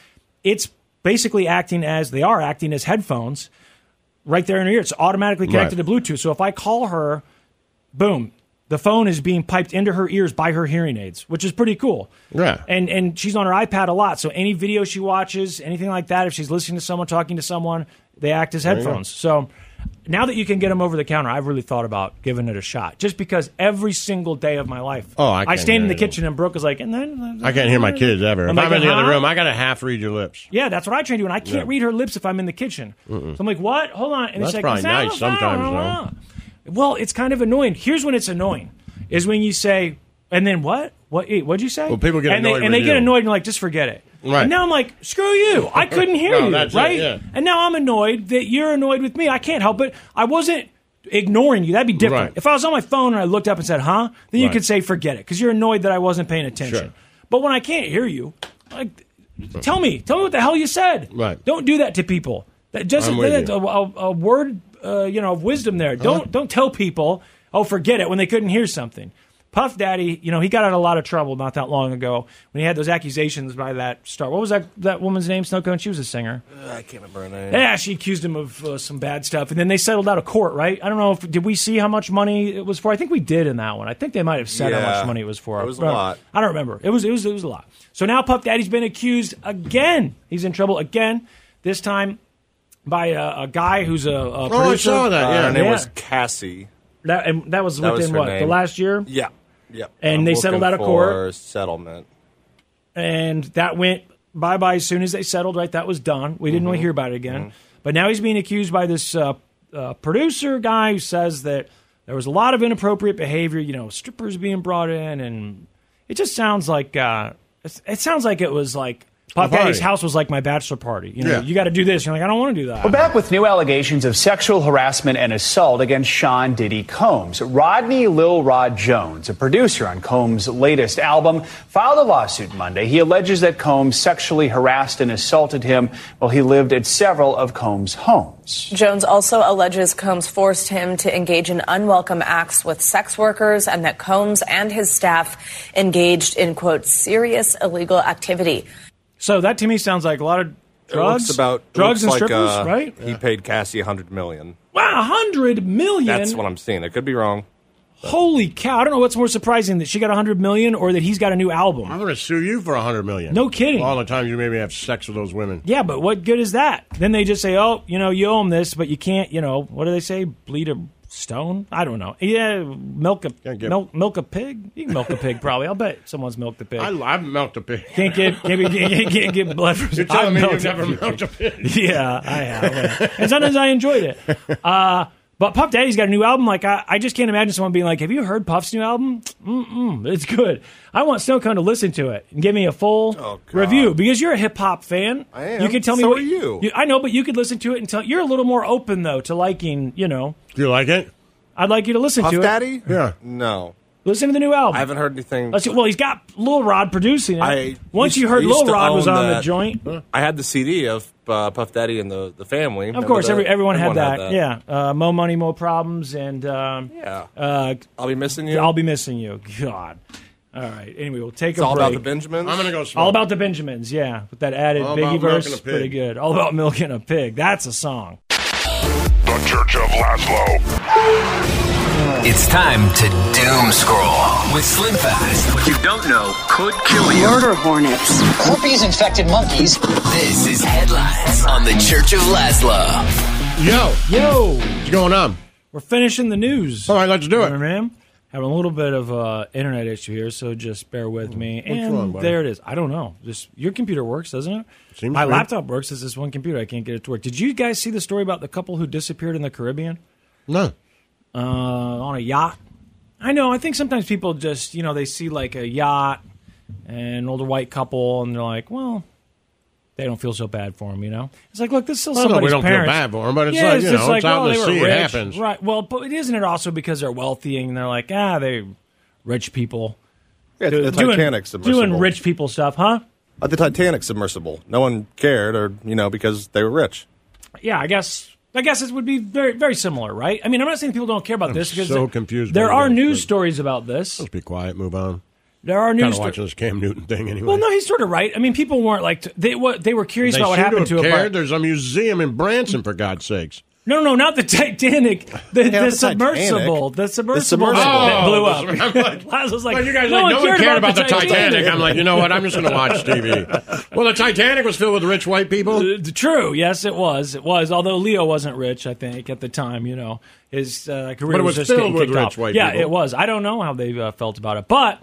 F: it's basically acting as they are acting as headphones right there in her ear. It's automatically connected to Bluetooth. So if I call her, boom, the phone is being piped into her ears by her hearing aids, which is pretty cool.
E: Yeah.
F: And and she's on her iPad a lot, so any video she watches, anything like that, if she's listening to someone talking to someone, they act as
E: There you
F: headphones. So now that you can get them over the counter, I've really thought about giving it a shot, just because every single day of my life,
E: Oh, I can't
F: stand in
E: hear
F: the
E: anything.
F: kitchen and Brooke is like, and then uh,
E: I can't hear
F: Mm-hmm.
E: my kids ever.
F: I'm
E: if
F: like,
E: I'm in the
F: "Huh?"
E: other room, I gotta half read your lips.
F: yeah, that's what I trained to, do, and I can't
E: Yeah.
F: read her lips if I'm in the kitchen.
E: Mm-mm.
F: So I'm like, what? Hold on. And
E: That's
F: it's like, "Oh,
E: probably
F: "Nah,
E: nice
F: nah, nah,
E: sometimes,
F: nah, nah." Well, it's kind of annoying. Here's when it's annoying: is when you say, and then what? What? eh, What'd you say?
E: Well, people get
F: and
E: annoyed
F: they, and
E: with
F: they get
E: you.
F: annoyed and like, just forget it.
E: Right.
F: And now I'm like, screw you! I couldn't hear
E: No,
F: you,
E: that's it,
F: right?
E: yeah.
F: And now I'm annoyed that you're annoyed with me. I can't help it. I wasn't ignoring you. That'd be different.
E: Right.
F: If I was on my phone and I looked up and said, "Huh," then you
E: Right.
F: could say, "Forget it," because you're annoyed that I wasn't paying attention.
E: Sure.
F: But when I can't hear you, like, tell me, tell me what the hell you said.
E: Right.
F: Don't do that to people. That just
E: I'm with
F: that's
E: you. Uh-huh.
F: a, a, a word, uh, you know, of wisdom there. Don't don't tell people, oh, forget it when they couldn't hear something. Puff Daddy, you know, he got in a lot of trouble not that long ago when he had those accusations by that star. What was that that woman's name? Snow Cone. She was a singer.
E: Uh,
G: I can't remember her name.
F: Yeah, she accused him of uh, some bad stuff, and then they settled out of court, right? I don't know if did we see how much money it was for. I think we did in that one. I think they might have said how
G: Yeah.
F: much money it was for.
G: It was a
F: But
G: lot.
F: I don't remember. It was it was it was a lot. So now Puff Daddy's been accused again. He's in trouble again. This time by a, a guy who's a, a
G: Oh,
E: I
F: producer.
E: saw that,
G: Uh,
E: yeah.
G: her name
F: Yeah.
G: was Cassie.
F: That- and that was
G: That was
F: within
G: her
F: what the
G: name.
F: last year.
G: Yeah, yeah.
F: And
G: I'm
F: they settled
G: looking
F: out of court.
G: for Settlement.
F: and that went bye bye as soon as they settled. Right, that was done. We didn't
Q: Mm-hmm.
F: really hear about it again. But now he's being accused by this uh, uh, producer guy who says that there was a lot of inappropriate behavior. You know, strippers being brought in, and it just sounds like uh, it's- it sounds like it was like
Q: A
F: Pop
Q: party.
F: Daddy's house was like my bachelor party. You know,
Q: Yeah.
F: you got to do this. You're like, I don't want to do that.
Q: We're back with new allegations of sexual harassment and assault against Sean Diddy Combs. Rodney Lil Rod Jones, a producer on Combs' latest album, filed a lawsuit Monday. He alleges that Combs sexually harassed and assaulted him while he lived at several of Combs' homes.
R: Jones also alleges Combs forced him to engage in unwelcome acts with sex workers and that Combs and his staff engaged in, quote, serious illegal activity.
F: So that to me sounds like a lot of drugs,
G: It looks about it
F: drugs and
G: looks like,
F: strippers,
G: uh,
F: right?
G: He paid Cassie a hundred million.
F: Wow, hundred million.
G: That's what I'm seeing. I could be wrong.
F: Holy cow! I don't know what's more surprising that she got 100 million or that he's got a new album.
E: I'm going to sue you for 100 million.
F: No kidding.
E: All the times you made me have sex with those women.
F: Yeah, but what good is that? Then they just say, "Oh, you know, you owe him this, but you can't, you know, what do they say? Bleed a stone? I don't know. Yeah, milk a
E: get-
F: milk, milk a pig. You can milk a pig probably. I'll bet someone's milked a pig.
E: I, I've milked a pig.
F: can't get can't, be, can't, can't get blood from.
E: You're telling
F: I've
E: me
F: milked
E: you've never
F: a few
E: milked a pig?
F: yeah, I have. and sometimes I enjoyed it. Uh, but Puff Daddy's got a new album. Like I, I just can't imagine someone being like, "Have you heard Puff's new album? Mm-mm, it's good. I want Snow Cone to listen to it and give me a full review because you're a hip hop fan. I
G: Oh, am.
F: You could tell me
G: So
F: what
G: are you.
F: I know, but you could listen to it and tell. You're a little more open though to liking. You know,
E: Do you like it?
F: I'd like you to listen
G: Puff
F: to
G: Daddy?
F: it.
E: Yeah.
G: No.
F: Listen to the new album.
G: I haven't heard anything.
F: Let's see, well, he's got Lil Rod producing it.
G: I
F: Once
G: used-
F: you heard
G: I used
F: Lil
G: to
F: Rod was
G: own
F: on the
G: that.
F: joint,
G: I had the CD of uh, Puff Daddy and the, the family.
F: Of course, every, everyone, had, that. Yeah, uh, Mo Money, Mo Problems, and um,
G: Yeah.
F: uh,
G: I'll be missing you.
F: I'll be missing you. God. All right. Anyway, we'll take
G: It's
F: a
G: all
F: break.
G: about the Benjamins.
E: I'm going to go smoke.
F: All about the Benjamins. Yeah, with that added
E: All
F: Biggie
E: about milking a
F: verse,
E: pig.
F: pretty good. All about milking a pig. That's a song.
M: The Church of Laszlo.
L: It's time to doom scroll with Slim Fast.
M: What you don't know could kill you.
L: Murder hornets, corpies, infected monkeys. This is headlines on the Church of Laszlo.
E: Yo,
F: yo,
E: what's going on?
F: We're finishing the news. All
E: right, let's do it.
F: Man, having a little bit of uh, internet issue here, so just bear with me.
E: What's
F: and
E: wrong, buddy?
F: there it is. I don't know. This your computer works, doesn't it?
E: Seems
F: My
E: to.
F: laptop works. It's this one computer. I can't get it to work. Did you guys see the story about the couple who disappeared in the Caribbean?
E: No.
F: Uh, on a yacht. I know. I think sometimes people just you know they see like a yacht and an older white couple, and they're like, well. They don't feel so bad for them, you know. It's like, look, this is still
E: Well, no, we
F: somebody's
E: don't feel
F: parents.
E: bad for 'em, but it's
F: yeah,
E: like,
F: it's
E: you
F: just
E: know,
F: like,
E: it's out
F: well,
E: in
F: they
E: the sea,
F: were
E: it
F: rich.
E: happens.
F: right? Well, but isn't it also because they're wealthy and they're like, ah, they rich people
G: Yeah,
F: Do-
G: the
F: doing-
G: Titanic submersible.
F: doing rich people stuff, huh?
G: Uh, the Titanic submersible. No one cared, or you know, because they were rich.
F: yeah, I guess I guess it would be very very similar, right? I mean, I'm not saying people don't care about this because
E: so
F: there-
E: confused by
F: There
E: you
F: are
E: guys,
F: news stories about this.
E: Let's be quiet. Move on.
F: There are
E: Kind
F: news
E: of
F: stories.
E: watching this Cam Newton thing anyway.
F: Well, no, he's sort of right. I mean, people weren't like t- they what they were curious
E: they
F: about what
E: seem
F: happened to,
E: to, have
F: it.
E: cared.
F: but-
E: There's a museum in Branson, for God's sakes.
F: No, no, not the Titanic. The,
E: Yeah,
F: the,
E: the Titanic.
F: submersible. The
E: The
F: submersible
E: submersible.
F: that blew
E: Oh, the
F: up.
E: sub- I'm like-
F: Lazo's like,
E: Well, you guys
F: no,
E: like,
F: one cared,
E: about, the Titanic. I'm like, you know what? I'm just going to watch TV. Well, the Titanic was filled with rich white people.
F: Uh, True. Yes, it was. It was. Although Leo wasn't rich, I think at the time, you know, his uh, career
E: But it was
F: just
E: filled
F: getting
E: with
F: kicked
E: rich
F: off.
E: white
F: yeah,
E: people.
F: it was. I don't know how they uh, felt about it, but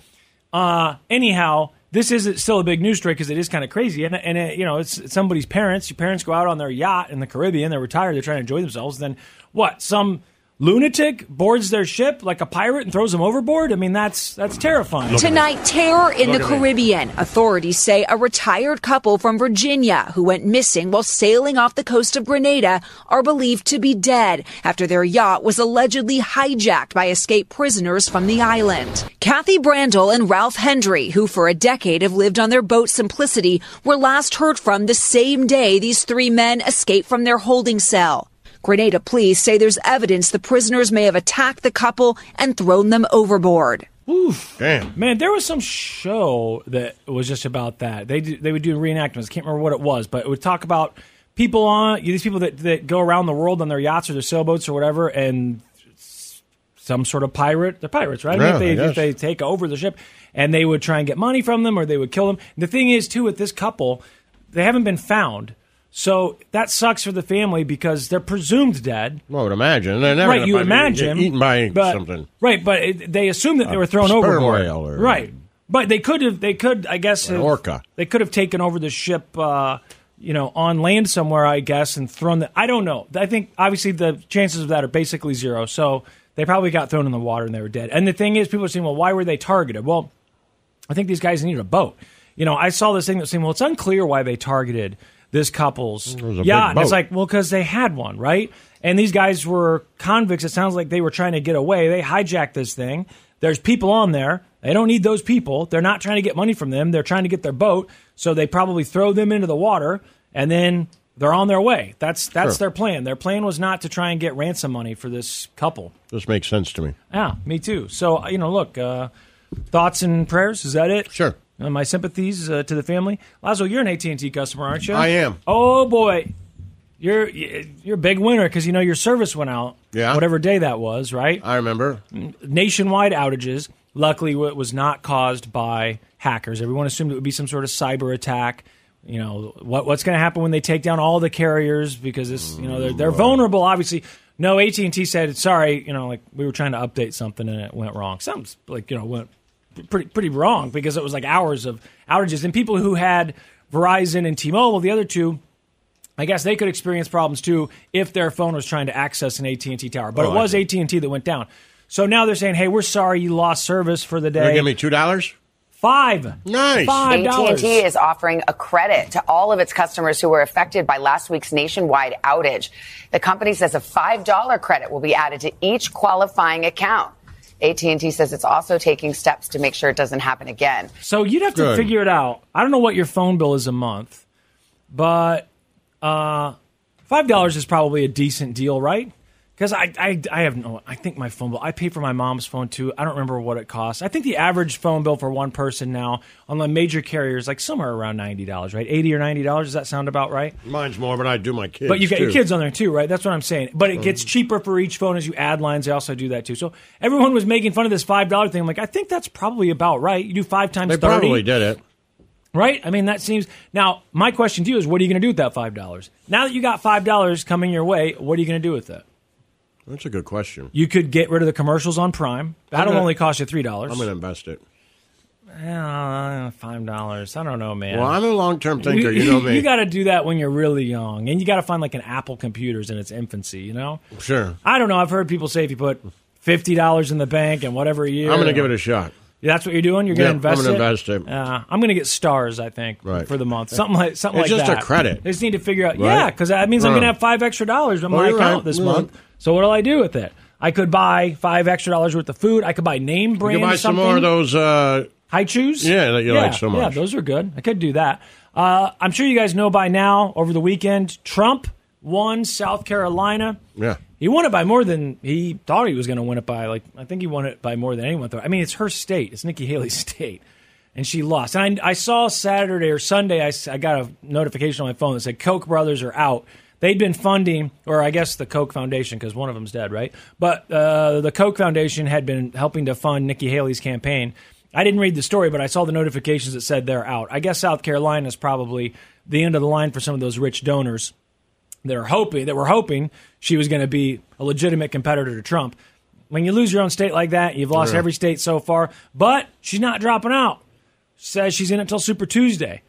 F: uh, anyhow, this is still a big news story because it is kind of crazy, and and it, you know, it's it's somebody's parents. Your parents go out on their yacht in the Caribbean. They're retired. They're trying to enjoy themselves. Then what? Some. Lunatic boards their ship like a pirate and throws them overboard. I mean, that's that's terrifying.
S: Tonight, terror in
F: Look
S: the
F: at me.
S: Caribbean. Authorities say a retired couple from Virginia who went missing while sailing off the coast of Grenada are believed to be dead after their yacht was allegedly hijacked by escaped prisoners from the island. Kathy Brandel and Ralph Hendry, who for a decade have lived on their boat Simplicity, were last heard from the same day these three men escaped from their holding cell. Grenada police say there's evidence the prisoners may have attacked the couple and thrown them overboard.
F: Oof.
E: Damn.
F: Man, there was some show that was just about that. They d- they would do reenactments. Can't remember what it was, but it would talk about people on these people that, that go around the world on their yachts or their sailboats or whatever, and s- some sort of pirate. They're pirates, right? I mean,
E: Yeah, I
F: if, they,
E: guess.
F: if they take over the ship, and they would try and get money from them, or they would kill them. The thing is, too, with this couple, they haven't been found. So that sucks for the family because they're presumed dead.
E: I would imagine. They're never
F: right,
E: gonna e-
F: you
E: probably
F: imagine.
E: get eaten by
F: but-
E: something.
F: Right, but it, they assume that they
E: A
F: were thrown
E: sperm
F: overboard.
E: whale or-
F: right, but they could have. They could, I guess,
E: An
F: have-
E: orca.
F: They could have taken over the ship, uh, you know, on land somewhere, I guess, and thrown the. I don't know. I think obviously the chances of that are basically zero. So they probably got thrown in the water and they were dead. And the thing is, people are saying, well, why were they targeted? Well, I think these guys needed a boat. You know, I saw this thing that was saying, well, it's unclear why they targeted this couple's
E: was a big
F: yacht. And it's
E: boat.
F: like, well, because they had one, right? And these guys were convicts. It sounds like they were trying to get away. They hijacked this thing. There's people on there. They don't need those people. They're not trying to get money from them. They're trying to get their boat. So they probably throw them into the water and then they're on their way. That's that's
E: Sure.
F: their plan. Their plan was not to try and get ransom money for this couple.
E: This makes sense to me.
F: Yeah, me too. So you know, look, uh, thoughts and prayers. Is that it? Sure. Uh, my sympathies uh, to the family. Lazo, you're an AT and T customer, aren't you?
E: I am.
F: Oh boy, You're you're a big winner because you know your service went out.
E: Yeah.
F: Whatever day that was, right?
E: I remember.
F: Nationwide outages. Luckily, it was not caused by hackers. Everyone assumed it would be some sort of cyber attack. You know what, what's going to happen when they take down all the carriers because this, you know, they're, they're vulnerable. Obviously, no. AT and T said sorry. You know, like we were trying to update something and it went wrong. Something's like you know went pretty pretty wrong because it was like hours of outages and people who had Verizon and T-Mobile, the other two. I guess they could experience problems too if their phone was trying to access an AT and T tower. But
E: Oh,
F: it
E: I
F: was
E: see.
F: AT and T that went down. So now they're saying, "Hey, we're sorry you lost service for the
E: You're
F: day."
E: giving me two dollars.
F: Five.
E: Nice.
F: Five dollars.
T: AT&T is offering a credit to all of its customers who were affected by last week's nationwide outage. The company says a $5 credit will be added to each qualifying account. AT&T says it's also taking steps to make sure it doesn't happen again.
F: So you'd have to
T: Good.
F: figure it out. I don't know what your phone bill is a month, but uh, five dollars is probably a decent deal, right? Because I, I I have no. I think my phone bill. I pay for my mom's phone too. I don't remember what it costs. I think the average phone bill for one person now on the major carriers like somewhere around ninety dollars, right? Eighty or ninety dollars. Does that sound about right?
E: Mine's more, but I do my kids.
F: but you got your
E: too. Mm-hmm.
F: kids on there too, right? That's what I'm saying. But it gets cheaper for each phone as you add lines. They also do that too. So everyone was making fun of this five dollar thing. I'm like, I think that's probably about right. You do five times
E: They
F: thirty.
E: probably did it.
F: Right? I mean, that seems. Now, my question to you is what are you going to do with that $5? Now that you got $5 coming your way, what are you going to do with it?
E: That's a good question.
F: You could get rid of the commercials on Prime. That'll
E: gonna-
F: only cost you $3.
E: I'm going to invest it.
F: Eh, $5. I don't know, man.
E: Well, I'm a long-term thinker, you know me.
F: You got to do that when you're really young. And you got to find like an Apple computer's in its infancy, you know?
E: Sure.
F: I don't know. I've heard people say if you put $50 in the bank and whatever year.
E: I'm going to give it a shot.
F: That's what you're doing? You're going
E: Yeah,
F: to invest
E: I'm gonna
F: it?
E: invest it.
F: Uh, I'm going to get stars, I think,
E: Right.
F: for the month. Something like something
E: It's
F: like
E: just a
F: that.
E: credit.
F: They just need to figure out.
E: Right?
F: Yeah, because that means I'm
E: Huh.
F: going to have five extra dollars on
E: Oh,
F: my
E: you're
F: account
E: right.
F: this
E: You're
F: month. So what'll I do with it? I could buy five extra dollars worth of food. I could buy name
E: You
F: brand.
E: can buy some
F: something.
E: more of those. Uh,
F: High chews?
E: Yeah, that you
F: yeah,
E: like so much.
F: Yeah, those are good. I could do that. Uh, I'm sure you guys know by now. Over the weekend, Trump won South Carolina.
E: Yeah.
F: He won it by more than he thought he was going to win it by. Like I think he won it by more than anyone thought. I mean, it's her state. It's Nikki Haley's state, and she lost. And I, I saw Saturday or Sunday. I, s- I got a notification on my phone that said Koch brothers are out. They'd been funding, or I guess the Koch Foundation, because one of them's dead, right? But uh, the Koch Foundation had been helping to fund Nikki Haley's campaign. I didn't read the story, but I saw the notifications that said they're out. I guess South Carolina is probably the end of the line for some of those rich donors that are hoping that were hoping she was going to be a legitimate competitor to Trump. When you lose your own state like that, you've lost
E: Yeah.
F: every state so far. But she's not dropping out. Says she's in it till Super Tuesday.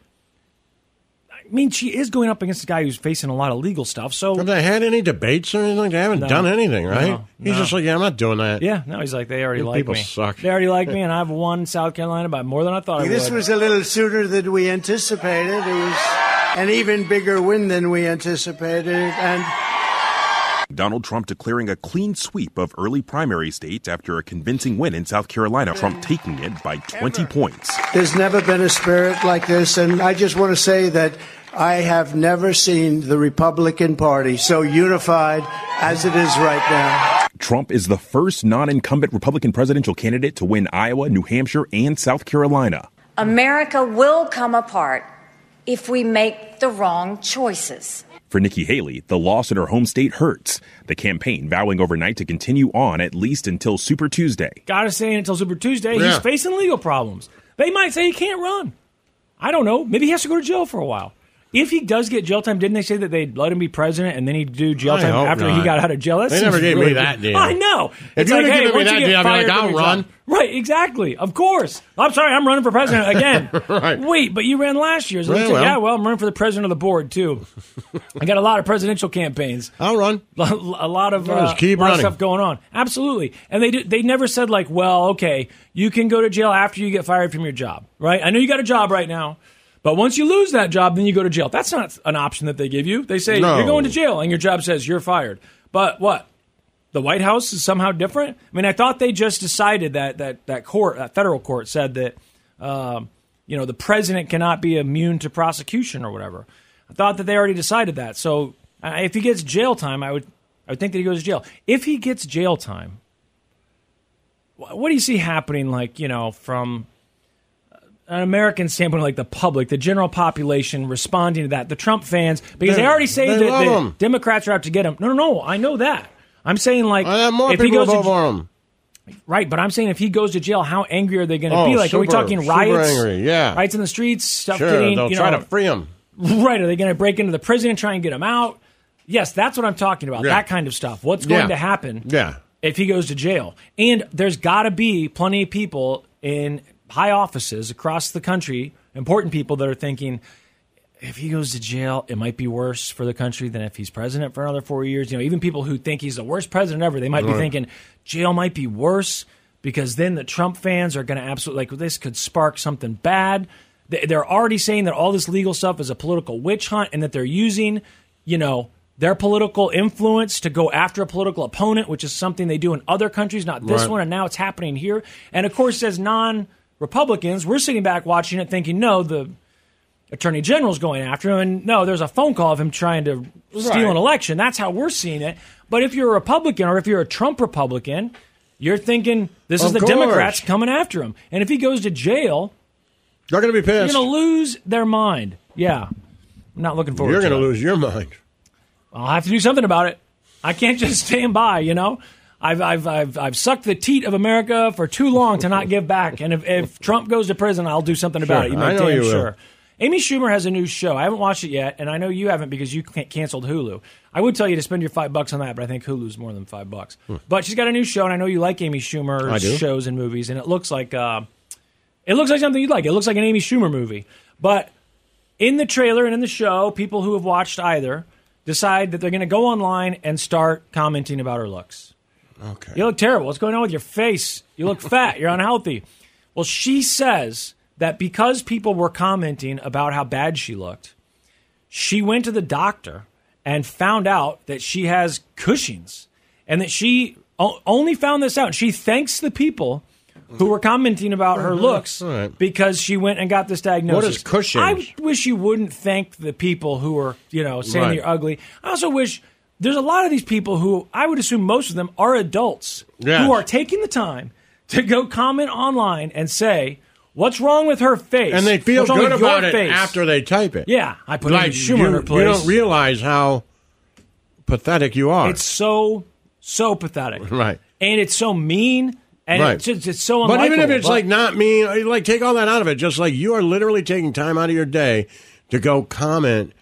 F: I mean, she is going up against a guy who's facing a lot of legal stuff. So
E: have they had any debates or anything? They haven't
F: No.
E: done anything, right?
F: No,
E: He's
F: no.
E: just like, yeah, I'm not doing that.
F: yeah, no, he's like they already
E: These
F: like
E: people
F: me.
E: suck.
F: They already like me, and I've won South Carolina by more than I thought I
U: This
F: would.
U: was a little sooner than we anticipated. It was an even bigger win than we anticipated. And
V: Donald Trump declaring a clean sweep of early primary states after a convincing win in South Carolina, Trump taking it by 20 points.
U: there's never been a spirit like this. And I just want to say that I have never seen the Republican Party so unified as it is right now.
V: Trump is the first non incumbent Republican presidential candidate to win Iowa, New Hampshire, and South Carolina.
W: America will come apart if we make the wrong choices.
V: For Nikki Haley, the loss in her home state hurts. The campaign vowing overnight to continue on at least until Super Tuesday.
F: Gotta stay in until Super Tuesday. He's
V: Yeah.
F: facing legal problems. They might say he can't run. I don't know. Maybe he has to go to jail for a while. If he does get jail time, didn't they say that they'd let him be president and then he'd do jail
E: I
F: time
E: hope
F: after he
E: not.
F: got out of jail? That
E: They
F: seems
E: never gave me
F: really-
E: that deal.
F: I know.
E: If
F: it's
E: you
F: like,
E: would've
F: hey,
E: given me
F: once you
E: that
F: get
E: deal, I'd be
F: fired
E: like,
F: from
E: I'll
F: your
E: run.
F: job- Right, exactly. Of course. I'm sorry, I'm running for president again. right. Wait, but you ran last year. So
E: Yeah,
F: it's like,
E: well.
F: Yeah, well, I'm running for the president of the board too. I got a lot of presidential campaigns.
E: I'll run.
F: A lot of,
E: Well,
F: uh,
E: just keep
F: lot of
E: running.
F: stuff going on. Absolutely. And they did, they never said like, well, okay, you can go to jail after you get fired from your job, right? I know you got a job right now, but once you lose that job, then you go to jail. That's not an option that they give you. They say
E: No.
F: you're going to jail, and your job says you're fired. But what? The White House is somehow different. I mean, I thought they just decided that that that court, that federal court, said that um, you know the president cannot be immune to prosecution or whatever. I thought that they already decided that. So I if he gets jail time, I would I would think that he goes to jail. If he gets jail time, wh- what do you see happening? Like you know, from uh, an American standpoint, like the public, the general population responding to that, the Trump fans, because
E: They-
F: they, already say
E: they love
F: that
E: him.
F: the Democrats are out to get him. No, no, no. I know that. I'm saying like
E: Uh, More
F: if he
E: people
F: goes
E: vote
F: to,
E: for him.
F: right, but I'm saying if he goes to jail, how angry are they going to
E: Oh,
F: be? Like, are we
E: super,
F: talking
E: super
F: riots?
E: angry, yeah.
F: riots in the streets, stuff
E: Sure,
F: getting.
E: they'll
F: you
E: try
F: know-
E: to free him.
F: Right? Are they going to break into the prison and try and get him out? Yes, that's what I'm talking about.
E: Yeah.
F: That kind of stuff. What's going
E: Yeah.
F: to happen?
E: Yeah.
F: if he goes to jail. And there's got to be plenty of people in high offices across the country, important people that are thinking, if he goes to jail, it might be worse for the country than if he's president for another four years. You know, even people who think he's the worst president ever, they might be
X: Right.
F: thinking jail might be worse because then the Trump fans are going to absolutely like this could spark something bad. They- They're already saying that all this legal stuff is a political witch hunt and that they're using, you know, their political influence to go after a political opponent, which is something they do in other countries, not this
E: Right.
F: one. And now it's happening here. And of course, as non Republicans, we're sitting back watching it thinking, no, the attorney general's going after him. And no, there's a phone call of him trying to steal
E: Right.
F: an election. That's how we're seeing it. But if you're a Republican or if you're a Trump Republican, you're thinking this is
E: Of
F: the
E: course.
F: Democrats coming after him. And if he goes to jail,
E: they're going to be
F: They're
E: pissed.
F: going to lose their mind. Yeah. I'm not looking forward
E: You're
F: to
E: going to
F: it.
E: lose your mind.
F: I'll have to do something about it. I can't just stand by, you know? I've, I've, I've, I've sucked the teat of America for too long to not give back. And if, if Trump goes to prison, I'll do something about
E: Sure,
F: it. You
E: I
F: make
E: know
F: damn
E: you will.
F: sure. Amy Schumer has a new show. I haven't watched it yet, and I know you haven't because you can- canceled Hulu. I would tell you to spend your five bucks on that, but I think Hulu's more than five bucks. But she's got a new show, and I know you like Amy
E: I
F: Schumer's
E: do.
F: shows and movies, and it looks like uh, it looks like something you'd like. It looks like an Amy Schumer movie, but in the trailer and in the show, people who have watched either decide that they're going to go online and start commenting about her looks.
E: Okay.
F: You look terrible. What's going on with your face? You look fat. You're unhealthy. Well, she says that because people were commenting about how bad she looked, she went to the doctor and found out that she has Cushing's and that she o- only found this out. She thanks the people who were commenting about her looks
E: Mm-hmm. All right.
F: because she went and got this diagnosis.
E: What is Cushing's?
F: I wish you wouldn't thank the people who are, you know, saying
E: Right.
F: you're ugly. I also wish there's a lot of these people who I would assume most of them are adults
E: Yes.
F: who are taking the time to go comment online and say, What's wrong with her face?
E: And they feel
F: What's wrong
E: good
F: with your
E: about it
F: face?
E: after they type it.
F: Yeah, I put
E: like,
F: Amy Schumer
E: you,
F: in her place.
E: You don't realize how pathetic you are.
F: It's so so pathetic,
E: right.
F: and it's so mean, and
E: Right.
F: it's, just, it's so.
E: But even if
F: unlikable.
E: it's like not me, like take all that out of it. Just like you are literally taking time out of your day to go comment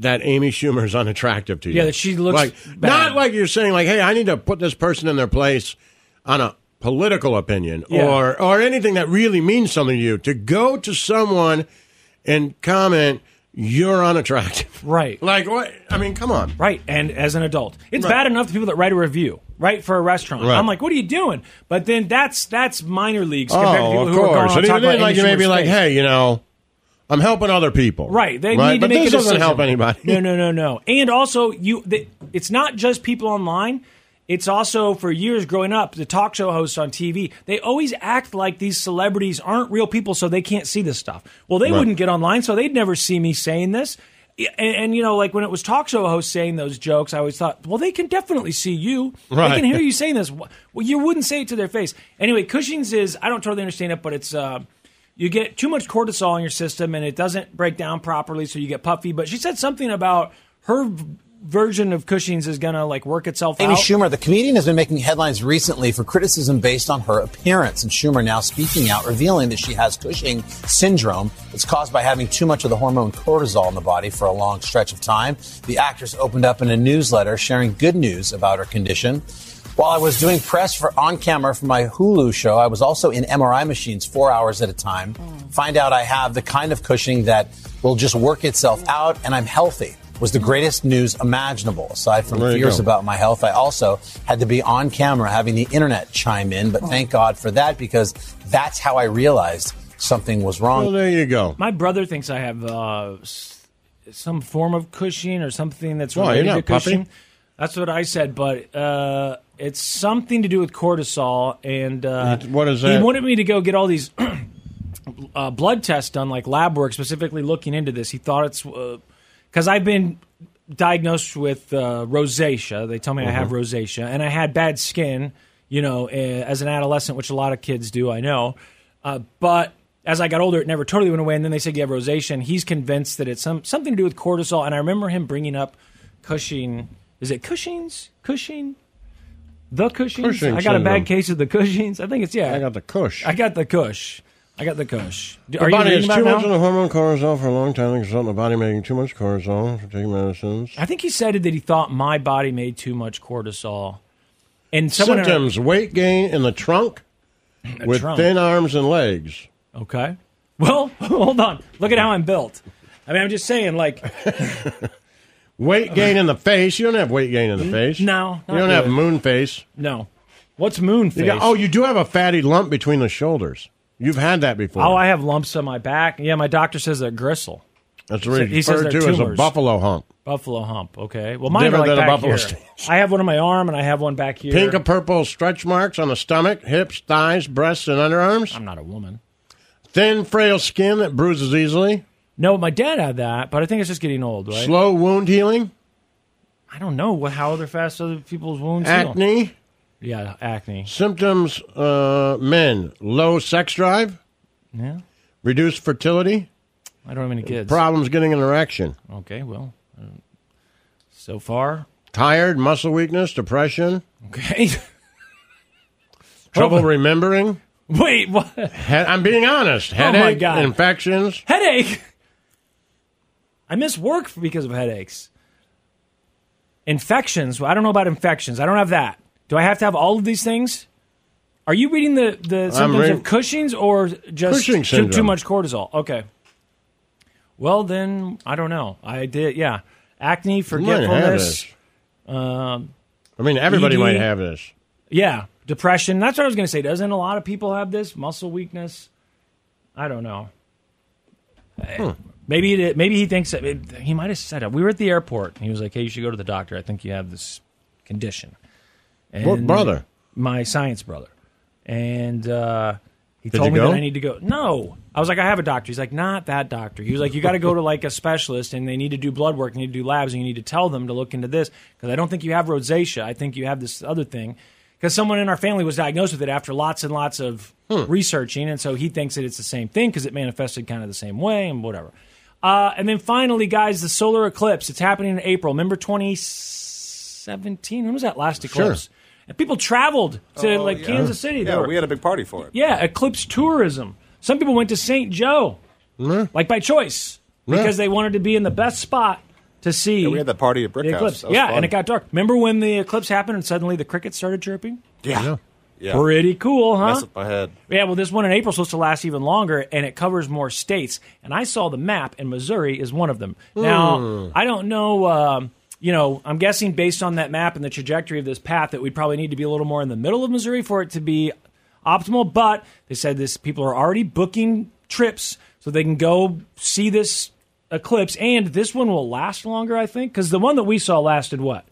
E: that Amy Schumer is unattractive to you.
F: Yeah, that she looks
E: like
F: bad.
E: not like you're saying like, hey, I need to put this person in their place on a political opinion
F: Yeah.
E: or or anything that really means something to you. To go to someone and comment you're unattractive.
F: Right.
E: Like what? I mean, come on.
F: Right. And as an adult, it's
E: Right.
F: bad enough to people that write a review, right, for a restaurant.
E: Right. Oh,
F: I'm like, what are you doing? But then that's that's minor leagues compared to people who are going on
E: And
F: talking
E: even then,
F: about
E: like you
F: Amy
E: may be
F: Schumer's
E: like,
F: face.
E: hey, you know, I'm helping other people.
F: Right. They need to
E: but
F: make
E: this
F: a
E: doesn't
F: decision.
E: help anybody.
F: No, no, no, no. And also, you, the, it's not just people online. It's also for years growing up, the talk show hosts on TV, they always act like these celebrities aren't real people, so they can't see this stuff. Well, they
E: Right.
F: wouldn't get online, so they'd never see me saying this. And, and, you know, like when it was talk show hosts saying those jokes, I always thought, well, they can definitely see you.
E: Right.
F: They can hear you saying this. Well, you wouldn't say it to their face. Anyway, Cushing's is, I don't totally understand it, but it's, uh, you get too much cortisol in your system and it doesn't break down properly, so you get puffy. But she said something about her v- version of Cushing's is going to like work itself
B: Amy
F: out.
B: Schumer, the comedian, has been making headlines recently for criticism based on her appearance. And Schumer now speaking out, revealing that she has Cushing syndrome. It's caused by having too much of the hormone cortisol in the body for a long stretch of time. The actress opened up in a newsletter sharing good news about her condition. While I was doing press for on camera for my Hulu show, I was also in MRI machines four hours at a time. Find out I have the kind of Cushing that will just work itself out, and I'm healthy. Was the greatest news imaginable. Aside from
E: There you
B: fears
E: go.
B: about my health, I also had to be on camera having the internet chime in. But thank God for that because that's how I realized something was wrong.
E: Well, there you go.
F: My brother thinks I have uh, s- some form of Cushing or something that's
E: Why,
F: related
E: you're
F: to
E: not puffy.
F: Cushing. That's what I said, but uh, it's something to do with cortisol. And uh,
E: What is
F: He
E: that?
F: wanted me to go get all these uh, blood tests done, like lab work, specifically looking into this. He thought it's because I've been diagnosed with uh, rosacea. They tell me I have
E: Mhm.
F: rosacea, and I had bad skin, you know, eh, as an adolescent, which a lot of kids do. I know, uh, but as I got older, it never totally went away. And then they said you have rosacea, and he's convinced that it's some, something to do with cortisol. And I remember him bringing up Cushing. Is it Cushing's? Cushing? The Cushing's?
E: Cushing
F: I got a
E: syndrome.
F: bad case of the Cushing's. I think it's, yeah. I
E: got the Cush.
F: I got the Cush. I got the Cush. D-
E: the body
F: reading
E: is
F: about
E: too
F: it now?
E: much of the hormone cortisol for a long time, resulting in the body making too much cortisol for taking medicines.
F: I think he said that he thought my body made too much cortisol. And someone
E: Symptoms: weight gain in the trunk,
F: The
E: with
F: trunk.
E: thin arms and legs.
F: Okay. Well, hold on. Look at how I'm built. I mean, I'm just saying, like,
E: Weight gain in the face. You don't have weight gain in the face.
F: no,
E: you
F: not
E: don't have
F: really.
E: moon face.
F: no. What's moon
E: You
F: face?
E: got- oh, you do have a fatty lump between the shoulders. You've had that before.
F: Oh, I have lumps on my back. Yeah, my doctor says they're gristle.
E: That's what
F: he
E: it's
F: says
E: referred
F: they're
E: to as a
F: tumors.
E: buffalo hump.
F: Buffalo hump. Okay. Well, mine
E: Different
F: are like
E: than a
F: back
E: buffalo
F: here.
E: stage.
F: I have one on my arm and I have one back here.
E: Pink and purple stretch marks on the stomach, hips, thighs, breasts, and underarms. I'm
F: not a woman.
E: Thin, frail skin that bruises easily.
F: No, my dad had that, but I think it's just getting old, right?
E: Slow wound healing.
F: I don't know what how other fast other people's wounds heal.
E: Acne.
F: Yeah, acne.
E: Symptoms: uh, men low sex drive.
F: Yeah.
E: Reduced fertility.
F: I don't have any kids.
E: Problems getting an erection.
F: Okay, well, um, so far,
E: Tired, muscle weakness, depression.
F: Okay. Oh.
E: Trouble remembering.
F: Wait, what?
E: I'm being honest.
F: Oh, my
E: Headache,
F: God.
E: infections.
F: headache. I miss work because of headaches. Infections. Well, I don't know about infections. I don't have that. Do I have to have all of these things? Are you reading the, the symptoms
E: reading-
F: of Cushing's or just too,
E: Cushing
F: too
E: syndrome.
F: much cortisol? Okay. Well, then I don't know. I did. Yeah, acne,
E: You might have
F: forgetfulness.
E: this.
F: Um,
E: I mean, everybody
F: ED.
E: might have this.
F: yeah, depression. That's what I was going to say. Doesn't a lot of people have this muscle weakness? I don't know.
E: Hmm.
F: Eh, Maybe it, maybe he thinks that it- he might have said it. We were at the airport, and he was like, "Hey, you should go to the doctor. I think you have this condition."
E: What brother?
F: My science brother, and uh, he
E: Did
F: told
E: you
F: me
E: go?
F: that I need to go. No, I was like, "I have a doctor." He's like, "Not that doctor." He was like, "You got to go to like a specialist, and they need to do blood work, and you need to do labs, and you need to tell them to look into this because I don't think you have rosacea. I think you have this other thing." because someone in our family was diagnosed with it after lots and lots of
G: Hmm.
F: researching, and so he thinks that it's the same thing because it manifested kind of the same way and whatever. Uh, and then finally, guys, the solar eclipse. It's happening in April. Remember 2017? When was that last eclipse? And people traveled to
G: Oh,
F: like
G: yeah.
F: Kansas City. They
G: Yeah,
F: were-
G: we had a big party for it.
F: yeah, eclipse tourism. Some people went to St. Joe, like by choice, because they wanted to be in the best spot to see.
G: We had that party at Brick
F: the
G: House.
F: eclipse.
G: That was
F: Yeah,
G: fun.
F: and it got dark. Remember when the eclipse happened and suddenly the crickets started chirping?
G: yeah. yeah.
F: Pretty cool, huh?
G: Mess with my head.
F: Yeah, well, this one in April is supposed to last even longer, and it covers more states. And I saw the map, and Missouri is one of them.
X: Hmm.
F: Now, I don't know. Um, you know, I'm guessing based on that map and the trajectory of this path that we probably need to be a little more in the middle of Missouri for it to be optimal. But they said this people are already booking trips so they can go see this eclipse, and this one will last longer, I think, because the one that we saw lasted what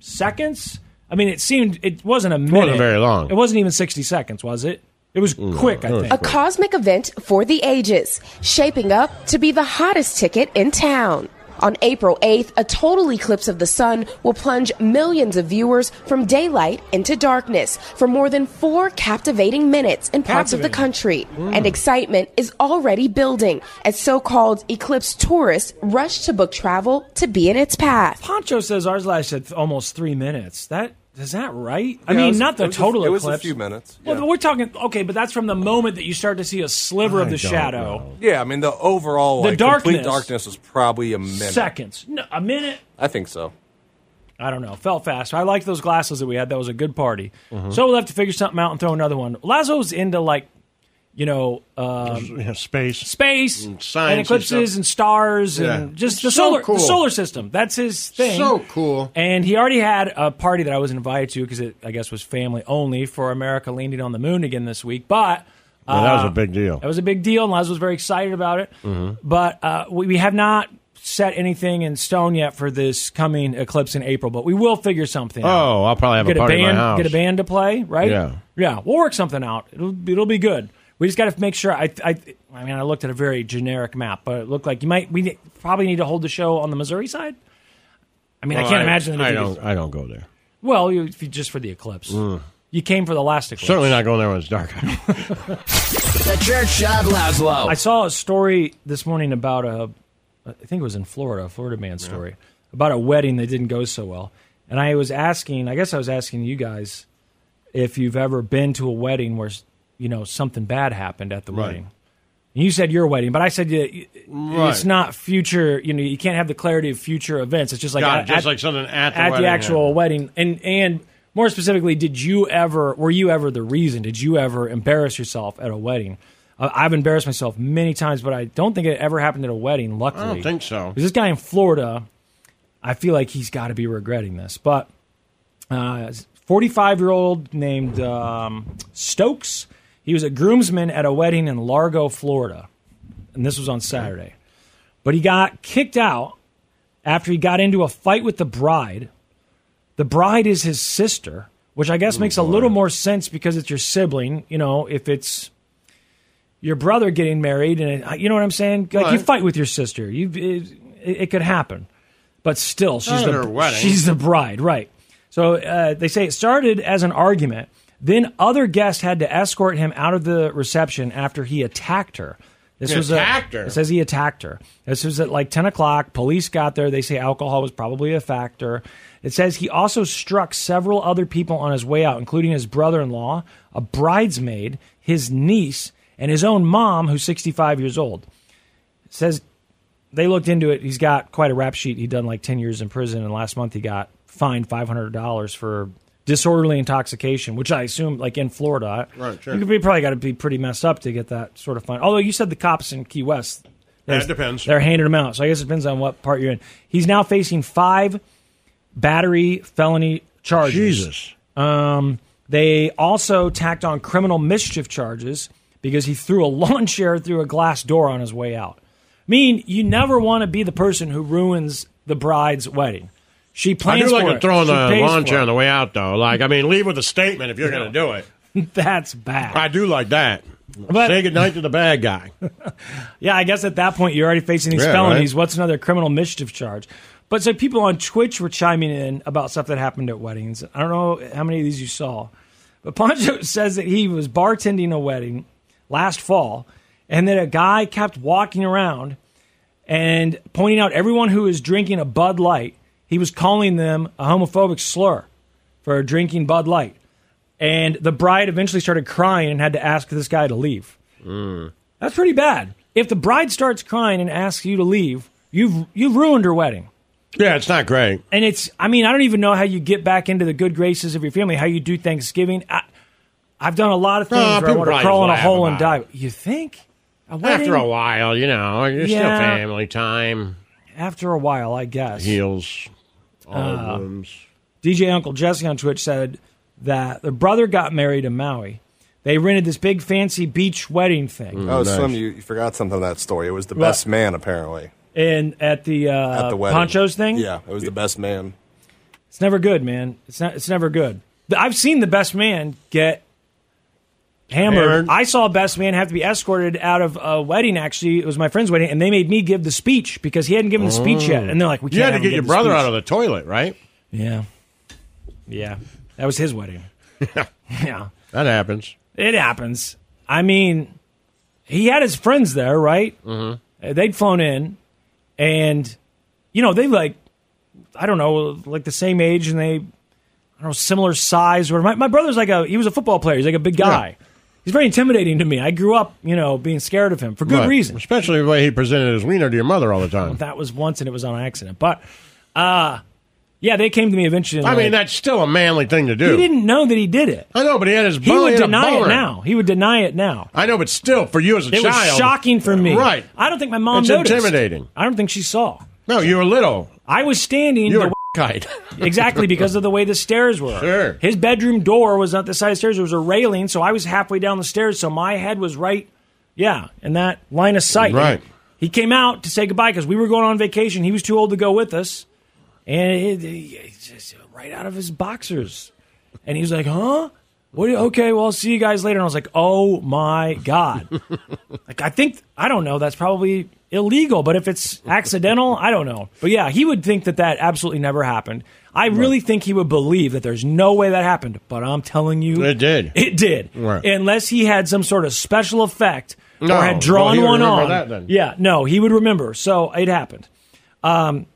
F: seconds. I mean, it seemed it wasn't a minute.
E: very long.
F: It wasn't even 60 seconds, was it? It was quick, I think.
A: A cosmic event for the ages, shaping up to be the hottest ticket in town. On April 8th, a total eclipse of the sun will plunge millions of viewers from daylight into darkness for more than four captivating minutes in parts of the country. And excitement is already building as so called eclipse tourists rush to book travel to be in its path.
F: Poncho says ours lasted th- almost three minutes. That is that right? I
A: Yeah,
F: mean,
A: it was-
F: not the
A: it was a-
F: total
A: it was
F: eclipse.
A: a few
G: minutes,
F: Well, but we're talking okay, but that's from the moment that you start to see a sliver of the shadow.
G: Yeah, I mean the overall
F: The
G: like,
F: darkness.
G: complete darkness was probably a minute.
F: Seconds, no, a minute.
G: I think so.
F: I don't know. Felt fast. I liked those glasses that we had. That was a good party.
E: Mm-hmm.
F: So we'll have to figure something out and throw another one. Lazo's into like, you know, um,
E: space,
F: space,
E: And science
F: and
E: and
F: eclipses
E: stuff.
F: and, stars and
E: Yeah.
F: just
E: It's
F: the
E: so
F: solar
E: cool.
F: the solar system. That's his thing.
E: So cool.
F: And he already had a party that I was invited to because it, I guess, was family only for America landing on the moon again this week. But
E: Well, that was
F: uh,
E: a big deal.
F: That was a big deal, and Laz was very excited about it.
E: Mhm.
F: But uh, we, we have not set anything in stone yet for this coming eclipse in April. But we will figure something. out.
E: Oh, I'll probably have
F: get
E: a party
F: band,
E: in my house.
F: get a band to play, right?
E: Yeah.
F: yeah. We'll work something out. It'll be, it'll be good. We just got to make sure. I, I, I mean, I looked at a very generic map, but it looked like you might. We ne- probably need to hold the show on the Missouri side. I mean, I
E: Well,
F: can't imagine. That
E: Oh, I
F: if you
E: don't.
F: could-
E: I don't go there.
F: Well, you, if you- just for the eclipse,
E: Mm.
F: you came for the last eclipse.
E: Certainly not going there when it's dark.
L: The Church of Laszlo.
F: I saw a story this morning about a, I think it was in Florida, a Florida man story about a wedding that didn't go so well. And I was asking, I guess I was asking you guys if you've ever been to a wedding where, you know, something bad happened at the
E: Right.
F: wedding. And you said your wedding, but I said yeah, y-
E: Right.
F: it's not future. You know, you can't have the clarity of future events. It's just like
E: Got it,
F: at-
E: just like something at the
F: at
E: wedding,
F: the actual wedding. And and more specifically, did you ever? Were you ever the reason? Did you ever embarrass yourself at a wedding? Uh, I've embarrassed myself many times, but I don't think it ever happened at a wedding. Luckily,
E: I don't think so.
F: 'Cause This guy in Florida, I feel like he's got to be regretting this. But uh, forty-five-year-old named um, Stokes, he was a groomsman at a wedding in Largo, Florida, and this was on Saturday. But he got kicked out after he got into a fight with the bride. The bride is his sister, which I guess makes a little more sense because it's your sibling. You know, if it's your brother getting married, and it, you know what I'm saying, like you
E: Right.
F: fight with your sister, you it, it could happen. But still, she's
E: Not
F: the
E: at her wedding.
F: she's the bride, right? So uh, they say it started as an argument. Then other guests had to escort him out of the reception after he attacked her. This
E: He
F: was
E: attacked
F: a,
E: her?
F: It says he attacked her. This was at like ten o'clock. Police got there. They say alcohol was probably a factor. It says he also struck several other people on his way out, including his brother-in-law, a bridesmaid, his niece, and his own mom, who's sixty-five years old. It says they looked into it. He's got quite a rap sheet. He'd done like 10 years in prison, and last month he got fined $500 for disorderly intoxication, which I assume, like in Florida,
E: Right, sure.
F: you could be, probably got to be pretty messed up to get that sort of fine. Although you said the cops in Key West.
E: Yeah,
F: there's-
E: it depends.
F: They're handing him out. So I guess it depends on what part you're in. He's now facing five battery felony charges. Jesus. Um, they also tacked on criminal mischief charges because he threw a lawn chair through a glass door on his way out. I mean, you never want to be the person who ruins the bride's wedding. She
E: I
F: plans
E: do like
F: for
E: to
F: it.
E: throw in
F: She
E: the
F: pays
E: lawn
F: for
E: chair
F: it.
E: on the way out, though. Like, I mean, leave with a statement if you're
F: No.
E: going to do it.
F: That's bad.
E: I do like that. Say goodnight to the bad guy.
F: Yeah, I guess at that point you're already facing these
E: Yeah,
F: felonies.
E: right.
F: What's another criminal mischief charge? But so people on Twitch were chiming in about stuff that happened at weddings. I don't know how many of these you saw, but Poncho says that he was bartending a wedding last fall, and that a guy kept walking around and pointing out everyone who was drinking a Bud Light. He was calling them a homophobic slur for drinking Bud Light, and the bride eventually started crying and had to ask this guy to leave. That's pretty bad. If the bride starts crying and asks you to leave, you've you've ruined her wedding.
E: Yeah, it's not great.
F: And it's I mean, I don't even know how you get back into the good graces of your family, how you do Thanksgiving. I, I've done a lot of things
E: Nah,
F: where I
E: people
F: want to
E: probably
F: crawl in a
E: laugh
F: hole and
E: about
F: die. You think? A
E: After a
F: wedding?
E: while, you know, it's
F: Yeah.
E: still family time.
F: After a while, I guess.
E: Heels, all
F: Ah.
E: rooms.
F: DJ Uncle Jesse on Twitch said that their brother got married in Maui. They rented this big fancy beach wedding thing.
G: Oh, Slim, you, you forgot something in that story. It was the
F: What?
G: best man, apparently,
F: and at the uh,
G: at the wedding.
F: ponchos thing.
G: Yeah, it was the best man.
F: It's never good, man. It's not. It's never good. Th- I've seen the best man get hammered.
E: Hammered.
F: I saw a best man have to be escorted out of a wedding. Actually, it was my friend's wedding, and they made me give the speech because he hadn't given the speech yet. And they're like, "We
E: Oh. you
F: can't."
E: had to
F: have him
E: get
F: give
E: your
F: the
E: brother
F: speech.
E: out of the toilet, right?
F: Yeah, yeah. That was his wedding. yeah,
E: that happens.
F: it happens. I mean, he had his friends there, right?
E: Mm-hmm.
F: Uh, They'd flown in, and you know they like, I don't know, like the same age, and they, I don't know, similar size. Or my, my brother's like a he was a football player. He's like a big guy. He's very intimidating to me. I grew up, you know, being scared of him for good
E: Right.
F: reason.
E: Especially the way he presented his wiener to your mother all the time.
F: That was once, and it was on accident. But, uh yeah, they came to me eventually. and
E: I mean,
F: like,
E: that's still a manly thing to
F: he
E: do.
F: didn't know that he did it.
E: I know, but he had his
F: He would
E: belly in a
F: deny it
E: boner.
F: now. He would deny it now.
E: I know, but still, for you as a
F: it
E: child,
F: was shocking for me.
E: Right?
F: I don't think my mom
E: it's
F: noticed.
E: intimidating.
F: I don't think she saw.
E: No, you were little.
F: I was standing.
E: You were
F: the-
E: kite.
F: exactly because of the way the stairs were.
E: Sure.
F: His bedroom door was not the side of the stairs; it was a railing. So I was halfway down the stairs, so my head was right, yeah, in that line of sight.
E: Right.
F: He came out to say goodbye because we were going on vacation. He was too old to go with us, and it, it- it's just right out of his boxers. And he was like, "Huh." What, do you- okay, well, I'll see you guys later. And I was like, oh my God. like, I think, I don't know, that's probably illegal, but if it's accidental, I don't know. But yeah, he would think that that absolutely never happened. I really think he would believe that there's no way that happened, but I'm telling you,
E: It did.
F: It did.
E: Right.
F: Unless he had some sort of special effect
E: No.
F: or had drawn
E: Well, he would
F: one
E: remember
F: on.
E: that then.
F: Yeah, no, he would remember. So it happened. Um,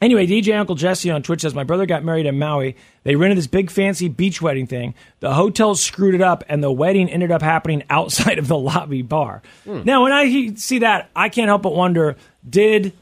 F: anyway, DJ Uncle Jesse on Twitch says my brother got married in Maui. They rented this big fancy beach wedding thing. The hotel screwed it up, and the wedding ended up happening outside of the lobby bar. Now, when I he- see that, I can't help but wonder: Did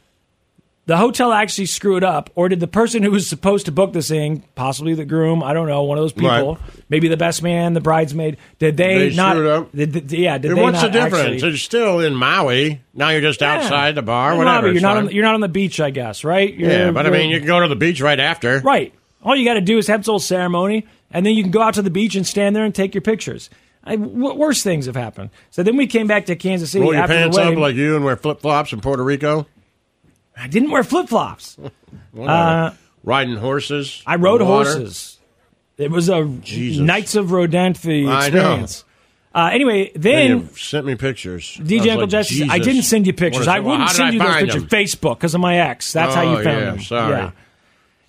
F: the hotel actually screw it up, or did the person who was supposed to book this thing, possibly the groom, I don't know, one of those people, maybe the best man, the bridesmaid, did they,
E: They
F: not?
E: screwed up.
F: Did, did- yeah, did
E: And
F: they
E: what's the
F: not
E: difference?
F: actually-
E: It's still in Maui. Now you're just
F: Yeah.
E: outside the bar,
F: In
E: whatever.
F: Lobby,
E: it's
F: You're not,
E: fine.
F: on, you're not on the beach, I guess, right? You're-
E: yeah, but I
F: you're-
E: mean, you can go to the beach right after.
F: Right. All you got to do is have this little ceremony, and then you can go out to the beach and stand there and take your pictures. I, w- worse things have happened. So then we came back to Kansas City
E: Roll your
F: after
E: pants
F: the
E: up
F: wedding. Uh,
E: like you and wear flip flops in Puerto Rico.
F: I didn't wear flip flops. Uh,
E: Riding horses.
F: I rode
E: in the water.
F: horses. It was a Knights of Rodanthe
E: I know.
F: experience. Uh, anyway,
E: And
F: then
E: you sent me pictures. I
F: DJ
E: was
F: Uncle
E: like,
F: Jesse, I
E: Jesus.
F: didn't send you
E: What is
F: pictures.
E: that?
F: I
E: Well,
F: wouldn't
E: how did
F: send
E: I
F: you those
E: find
F: pictures.
E: them?
F: Facebook because of my ex. That's how
E: Oh,
F: you found
E: yeah,
F: them.
E: sorry.
F: Yeah.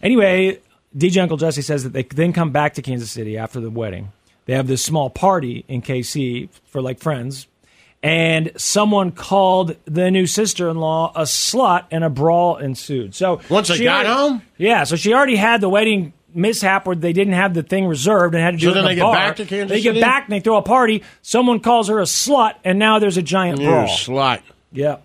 F: Anyway, DJ Uncle Jesse says that they then come back to Kansas City after the wedding. They have this small party in KC for like friends, and someone called the new sister-in-law a slut, and a brawl ensued. So
E: Once they
F: she
E: got
F: already-
E: home?
F: yeah. So she already had the wedding mishap where they didn't have the thing reserved and had to do
E: So
F: it
E: then
F: in a
E: they get
F: bar.
E: back to Kansas
F: They get
E: City?
F: back and they throw a party. Someone calls her a slut, and now there's a giant
E: You
F: brawl.
E: slut.
F: Yep.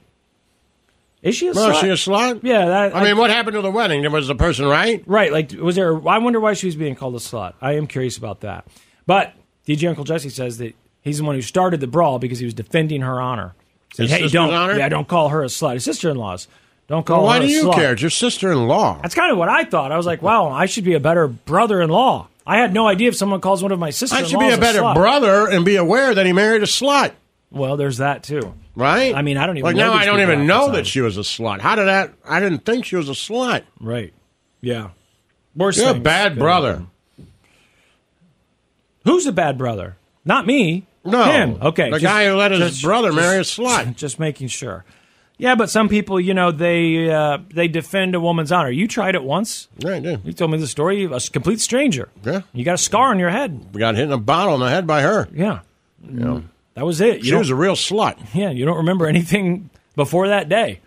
F: Is she a
E: Well,
F: slut?
E: she a slut?
F: Yeah. That,
E: I mean, what happened to the wedding? There was the person, right?
F: Right. Like, was there? I wonder why she was being called a slut. I am curious about that. But DJ Uncle Jesse says that he's the one who started the brawl because he was defending her honor. Said,
E: His
F: hey,
E: sister's
F: don't,
E: honor?
F: yeah, don't call her a slut. His sister-in-law's. Don't call
E: Well, why
F: her a
E: do you
F: slut.
E: care? It's your sister-in-law.
F: That's kind of what I thought. I was like, wow, I should be a better brother-in-law. I had no idea if someone calls one of my
E: I
F: sisters.
E: should be a better brother and be aware that he married a slut.
F: Well, there's that too.
E: Right?
F: I mean, I don't even
E: Like
F: know
E: now,
F: these
E: I don't
F: people
E: even
F: half the
E: know
F: time.
E: that she was a slut. How did that? I didn't think she was a slut.
F: Right. Yeah. Worse.
E: You're a
F: things
E: bad
F: could
E: brother.
F: happen. Who's a bad brother? Not me.
E: No.
F: Him. Okay.
E: The guy who let his brother marry a
F: slut. Just making sure. Yeah, but some people, you know, they uh, they defend a woman's honor. You tried it once.
E: Yeah, I did.
F: You told me the story. of A complete stranger.
E: Yeah.
F: You got a scar on your head.
E: We got hit in a bottle in the head by her.
F: Yeah.
E: Yeah.
F: That was it. You
E: She
F: don't-
E: was a real slut.
F: Yeah, you don't remember anything before that day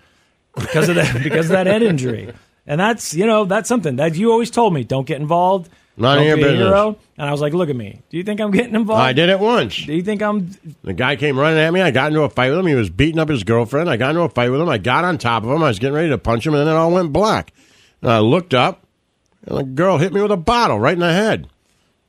F: because of that because of that head injury. And that's you know that's something that you always told me don't get involved.
E: None of
F: don't
E: your
F: be a
E: business.
F: hero. And I was like, look at me. Do you think I'm getting involved?
E: I did it once. Do
F: you think I'm?
E: The guy came running at me. I got into a fight with him. He was beating up his girlfriend. I got into a fight with him. I got on top of him. I was getting ready to punch him, and then it all went black. And I looked up, and the girl hit me with a bottle right in the head.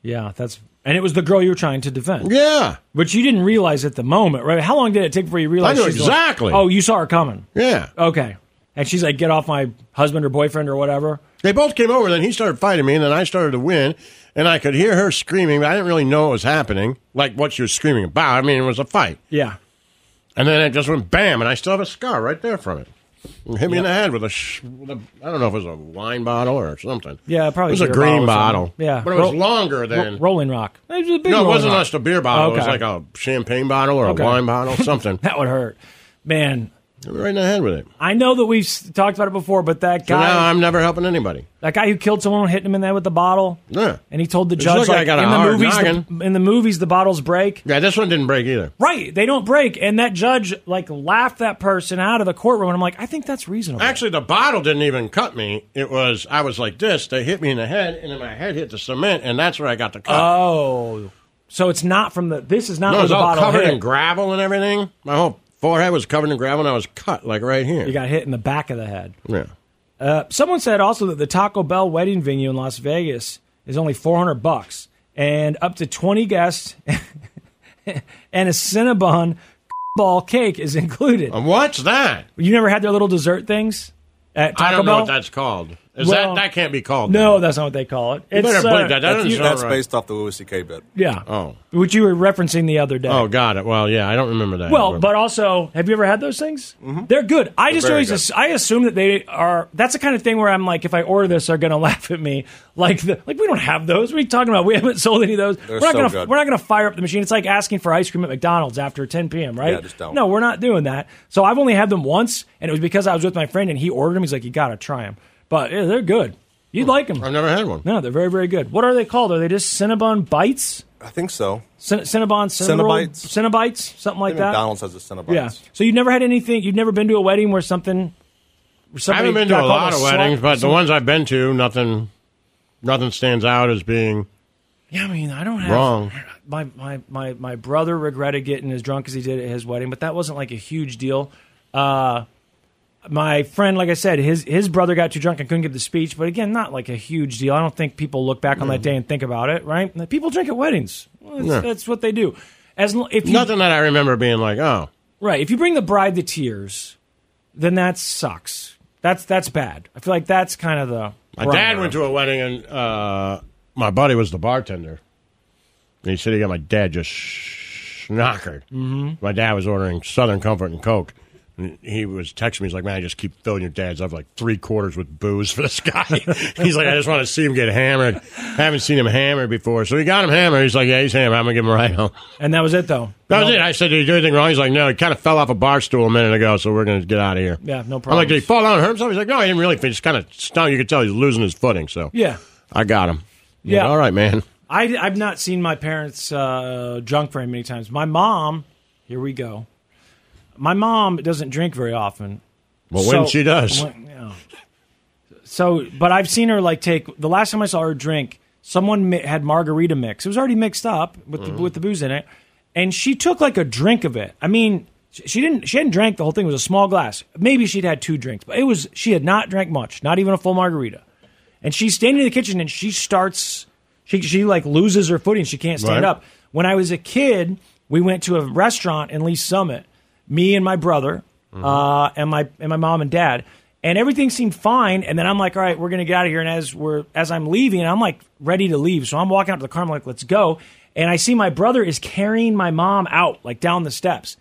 F: Yeah, Oh, that's and it was the girl you were trying to defend.
E: Yeah,
F: but you didn't realize at the moment, right? How long did it take before you realized?
E: knew
F: she's the one-
E: exactly.
F: oh, you saw her coming.
E: Yeah.
F: Okay. And she's like, get off my husband or boyfriend or whatever.
E: They both came over. Then he started fighting me, and then I started to win. And I could hear her screaming, but I didn't really know what was happening, like what she was screaming about. I mean, it was a fight.
F: Yeah.
E: And then it just went bam, and I still have a scar right there from it. It hit me in the head with a, sh- with a, I don't know if it was a wine bottle or something.
F: Yeah, probably
E: It was a
F: beer
E: green
F: or something.
E: bottle.
F: Yeah,
E: But it was
F: Ro-
E: longer than.
F: Ro- Rolling Rock. It was a big
E: no, it
F: Rolling
E: wasn't
F: Rock.
E: just a beer bottle. It was
F: Okay.
E: like a champagne bottle or a
F: Okay.
E: wine bottle, something.
F: that would hurt. Man.
E: Right in the head with it.
F: I know that we've s- talked about it before, but that
E: So
F: guy,
E: now I'm never helping anybody.
F: that guy who killed someone, hitting him in the head with the bottle,
E: Yeah.
F: and he told the
E: This
F: judge
E: little guy
F: like,
E: got a
F: in the
E: hard
F: movies,
E: noggin.
F: the, in the movies, the bottles break.
E: Yeah, this one didn't break either.
F: Right, they don't break, and that judge like laughed that person out of the courtroom. And I'm like, I think that's reasonable.
E: Actually, the bottle didn't even cut me. It was, I was like this. They hit me in the head, and then my head hit the cement, and that's where I got the cut.
F: Oh, so it's not from the. This is not
E: no, it
F: where
E: was
F: the
E: all
F: bottle
E: covered
F: hit.
E: in gravel and everything. My whole forehead was covered in gravel, and I was cut like right here.
F: you got hit in the back of the head.
E: yeah.
F: Uh, someone said also that the Taco Bell wedding venue in Las Vegas is only 400 bucks and up to 20 guests and a Cinnabon ball cake is included.
E: Uh, what's that?
F: You never had their little dessert things at Taco
E: I don't
F: Bell?
E: know what that's called. Is
F: Well,
E: that that can't be called?
F: No, that's not what they call it.
E: You
F: It's,
E: better
F: uh,
E: believe that. That doesn't
G: that's,
E: sound
G: that's
E: right.
G: based off the Louis C.K. bit.
F: Yeah.
E: Oh.
F: Which you were referencing the other day.
E: Oh, got it. Well, yeah, I don't remember that.
F: Well, but also, have you ever had those things?
G: Mm-hmm.
F: They're good. I
E: They're
F: just
E: very
F: always
E: good.
F: ass- I assume that they are. That's the kind of thing where I'm like, if I order this, they're going to laugh at me. Like, the, like we don't have those. What are you talking about? We haven't sold any of those.
G: They're
F: we're not
G: so
F: gonna
G: good.
F: we're not going to fire up the machine. It's like asking for ice cream at McDonald's after 10 p.m. Right?
G: Yeah, just don't.
F: No, we're not doing that. So I've only had them once, and it was because I was with my friend and he ordered them. He's like, you got to try them. But yeah, they're good.
G: Hmm.
F: You'd like them.
E: I've never had one.
F: No, they're very, very good. What are they called? Are they just Cinnabon Bites?
G: I think so.
F: Cin- Cinnabon Cinnabites, Cinnabites, something like
G: I think
F: that.
G: McDonald's has a Cinnabon.
F: Yeah. So you've never had anything. You've never been to a wedding where something. where
E: I
F: somebody
E: haven't been to
F: got
E: a
F: called
E: lot of
F: slut-
E: weddings, but the
F: some-
E: ones I've been to, nothing, nothing stands out as being
F: Yeah, I mean, I don't have.
E: wrong.
F: My, my, my, my brother regretted getting as drunk as he did at his wedding, but that wasn't like a huge deal. Uh, my friend, like I said, his his brother got too drunk and couldn't give the speech, but again, not like a huge deal. I don't think people look back on that day and think about it, right? People drink at weddings. Well, that's,
E: Mm-hmm. Yeah.
F: that's what they do. As l- if you,
E: Nothing that I remember being like, oh,
F: Right. If you bring the bride to tears, then that sucks. That's that's bad. I feel like that's kind of the.
E: My dad went to a wedding, and uh, my buddy was the bartender. And he said he got my dad just sh- knockered.
F: Mhm.
E: My dad was ordering Southern Comfort and Coke. And he was texting me. He's like, "Man, I just keep filling your dad's up like three quarters with booze for this guy." he's like, "I just want to see him get hammered. haven't seen him hammered before." So he got him hammered. He's like, "Yeah, he's hammered. I'm gonna give him a ride home."
F: And that was it, though.
E: That was it. I said, "Did he do anything wrong?" He's like, "No, he kind of fell off a bar stool a minute ago, so we're gonna get out of here."
F: Yeah, no
E: I'm
F: problem.
E: like, did he fall down and hurt himself? He's like, no, he didn't really. He just kind of stung. You could tell he's losing his footing. So
F: Yeah.
E: I got him.
F: Yeah.
E: Like, All right, man.
F: I, I've not seen my parents uh, drunk very many times. My mom, here we go. My mom doesn't drink very often.
E: Well, when she does.
F: when- yeah. So, but I've seen her like take the last time I saw her drink. Someone mi- had margarita mix. It was already mixed up with the,
E: Mhm.
F: with the booze in it, and she took like a drink of it. I mean, she she didn't. She hadn't drank the whole thing. It was a small glass. Maybe she'd had two drinks, but it was she had not drank much. Not even a full margarita. And she's standing in the kitchen and she starts she she like loses her footing. She can't stand
E: Right.
F: up. When I was a kid, we went to a restaurant in Lee Summit, me and my brother, uh, and my and my mom and dad. And everything seemed fine. And then I'm like, all right, we're gonna get out of here. And as we're as I'm leaving, I'm like ready to leave. So I'm walking out to the car, I'm like, let's go. And I see my brother is carrying my mom out, like down the steps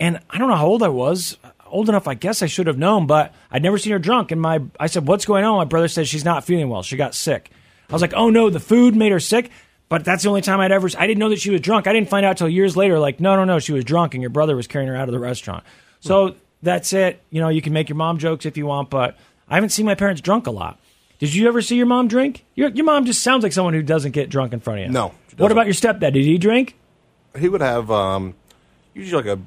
F: and I don't know how old I was. Old enough, I guess I should have known, but I'd never seen her drunk. And my, I said, "What's going on?" My brother said she's not feeling well. She got sick. I was like, "Oh no, the food made her sick." But that's the only time I'd ever. I didn't know that she was drunk. I didn't find out till years later. Like, no, no, no, she was drunk, and your brother was carrying her out of the restaurant. So that's it. You know, you can make your mom jokes if you want, but I haven't seen my parents drunk a lot. Did you ever see your mom drink? Your, your mom just sounds like someone who doesn't get drunk in front of you.
G: No,
F: What about your stepdad? Did he drink?
G: He would have um, usually like a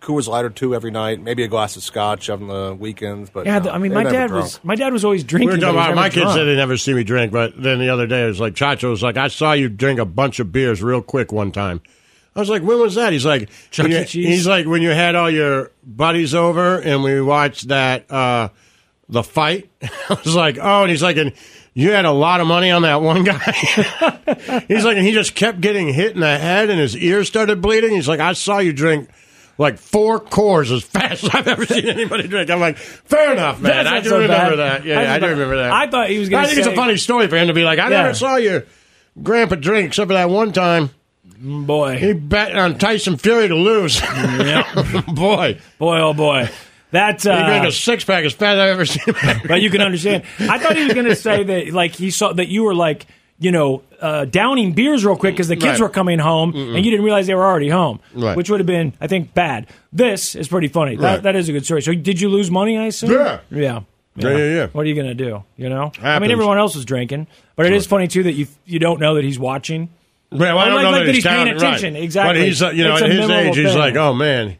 G: Coors Light or two every night, maybe a glass of scotch on the weekends. But
F: yeah,
G: no,
F: th- I mean,
G: they're
F: my
G: never
F: dad
G: drunk.
F: was my dad was always drinking.
E: we were
F: but he
E: talking
F: was
E: about
F: never
E: my kids
F: drunk.
E: said they never see me drink, but then the other day it was like Chacho was like, I saw you drink a bunch of beers real quick one time. I was like, when was that? He's like,
F: Chuck
E: when
F: E.
E: you-
F: Cheese?
E: he's like when you had all your buddies over and we watched that uh the fight. I was like, oh, and he's like, and you had a lot of money on that one guy. he's like, and he just kept getting hit in the head, and his ears started bleeding. He's like, I saw you drink. Like four cores as fast as I've ever seen anybody drink. I'm like, fair enough, man.
F: That's
E: I
F: not
E: do
F: so bad.
E: remember that. Yeah,
F: That's
E: yeah,
F: not
E: I do
F: bad.
E: remember that.
F: I thought he was gonna
E: I think it's a
F: say-
E: funny story for him to be like, I
F: Yeah.
E: never saw your grandpa drink except for that one time.
F: Boy,
E: he bet on Tyson Fury to lose. boy,
F: boy, oh boy, that
E: he
F: uh,
E: drank a six pack as fast as I've ever seen.
F: but you can understand. I thought he was going to say that, like he saw that you were like, you know, uh, downing beers real quick because the kids were
E: Right.
F: coming home
E: Mm-mm.
F: and you didn't realize they were already home,
E: Right.
F: which would have been, I think, bad. This is pretty funny.
E: Right.
F: That, that is a good story. So, did you lose money? I assume.
E: Yeah.
F: yeah,
E: Yeah, yeah, yeah.
F: What are you going to do? You know, I mean,
E: Happens.
F: everyone else was drinking, but it is funny too that you you don't know that he's watching.
E: Right, well, I don't
F: like,
E: know
F: like that he's
E: counting,
F: paying attention.
E: right.
F: Exactly.
E: But he's, uh, you know,
F: It's
E: at
F: a
E: his
F: memorable
E: age, he's
F: thing.
E: like, oh man,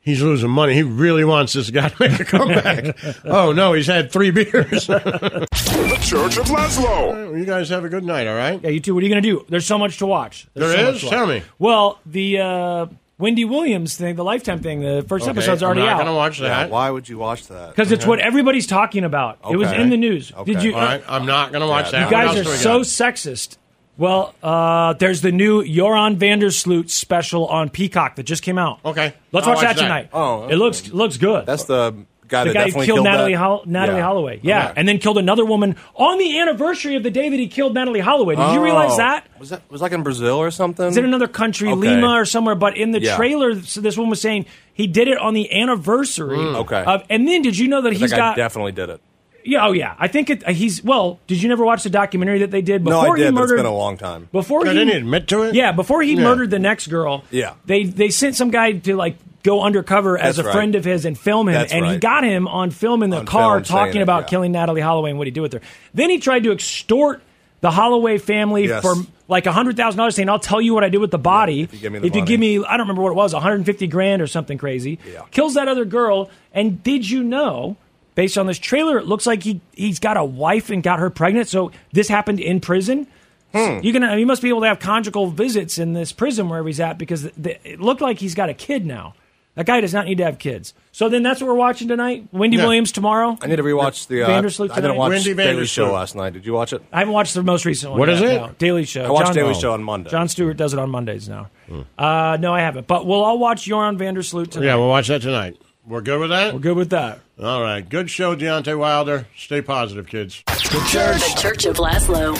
E: he's losing money. He really wants this guy to make a comeback. oh no, he's had three beers. the
M: Church of Laszlo.
E: you guys have a good night. All right.
F: Yeah, you too. What are you going to do? There's so much to watch. There's
E: There
F: so much
E: is?
F: to watch.
E: Tell me.
F: Well, the uh, Wendy Williams thing, the Lifetime thing, the first
G: Okay,
F: episode's
G: I'm
F: already
G: not
F: out.
G: gonna watch
F: Yeah.
G: Yeah, why would you watch that?
F: Because it's what everybody's talking about. It was
G: Okay.
F: in the news.
G: Okay.
F: Did you?
E: All right, I'm not gonna watch that.
F: You guys
E: What
F: are
E: else do we got?
F: so sexist. Well, uh, there's the new Joran Vandersloot special on Peacock that just came out. Okay, let's
G: I'll watch
F: watch, that,
G: that.
F: tonight.
G: Oh,
F: it looks looks good.
G: That's the guy
F: the
G: that
F: guy who
G: definitely
F: killed, Natalie,
G: that.
F: Hol- Natalie
G: Yeah.
F: Holloway, yeah,
G: Okay.
F: and then killed another woman on the anniversary of the day that he killed Natalie Holloway. Did you realize
G: Oh.
F: that?
G: Was that was like in Brazil or something?
F: It's in another country,
G: Okay.
F: Lima or somewhere. But in the
G: Yeah.
F: trailer, so this woman was saying he did it on the anniversary.
G: Mm. Okay.
F: Of, and then did you know that
G: That
F: he's
G: guy
F: got?
G: definitely did it.
F: yeah, oh yeah. I think it, he's well. Did you never watch the documentary that they did before
G: no, I did.
F: he
G: but
F: murdered?
G: it's been a long time.
F: Before
G: No,
F: he
G: didn't he admit to it?
F: Yeah, before he
G: Yeah.
F: murdered the next girl.
G: Yeah.
F: They they sent some guy to like go undercover as
G: That's
F: a
G: right.
F: friend of his and film him,
G: That's
F: and he
G: right.
F: got him on film in the
G: On
F: car
G: film saying
F: talking
G: it,
F: about
G: yeah.
F: killing Natalie Holloway and what he did with her. Then he tried to extort the Holloway family
G: Yes.
F: for like hundred thousand dollars, saying, "I'll tell you what I did with the body if you
G: give me the money."
F: give me- I don't remember what it was, one hundred and fifty grand or something crazy." Kills that other girl, and did you know? Based on this trailer, it looks like he he's got a wife and got her pregnant. So this happened in prison.
G: Hmm.
F: You can you must be able to have conjugal visits in this prison wherever he's at because the, it looked like he's got a kid now. That guy does not need to have kids. So then that's what we're watching tonight. Wendy
G: Yeah.
F: Williams tomorrow.
G: I need to rewatch the. Uh,
F: Vandersloot.
G: I didn't
F: tonight.
G: watch Daily Show last night. Did you watch it?
F: I haven't watched the most recent one.
G: What is
F: yet,
G: it?
F: no. Daily Show.
G: I watched
F: Jon-
G: Daily Show on Monday. Hmm.
F: John Stewart does it on Mondays now. Uh, no, I haven't. But we'll all watch Joran Vandersloot tonight.
E: Yeah, we'll watch that tonight. We're good with that? We're
F: good with that.
E: All right. Good show, Deontay Wilder. Stay positive, kids.
J: The Church of Laszlo.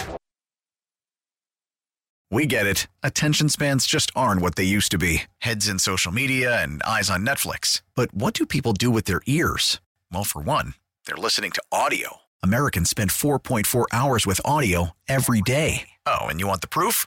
A: We get it. Attention spans just aren't what they used to be heads in social media and eyes on Netflix. But what do people do with their ears? Well, for one, they're listening to audio. Americans spend 4.4 hours with audio every day. Oh, and you want the proof?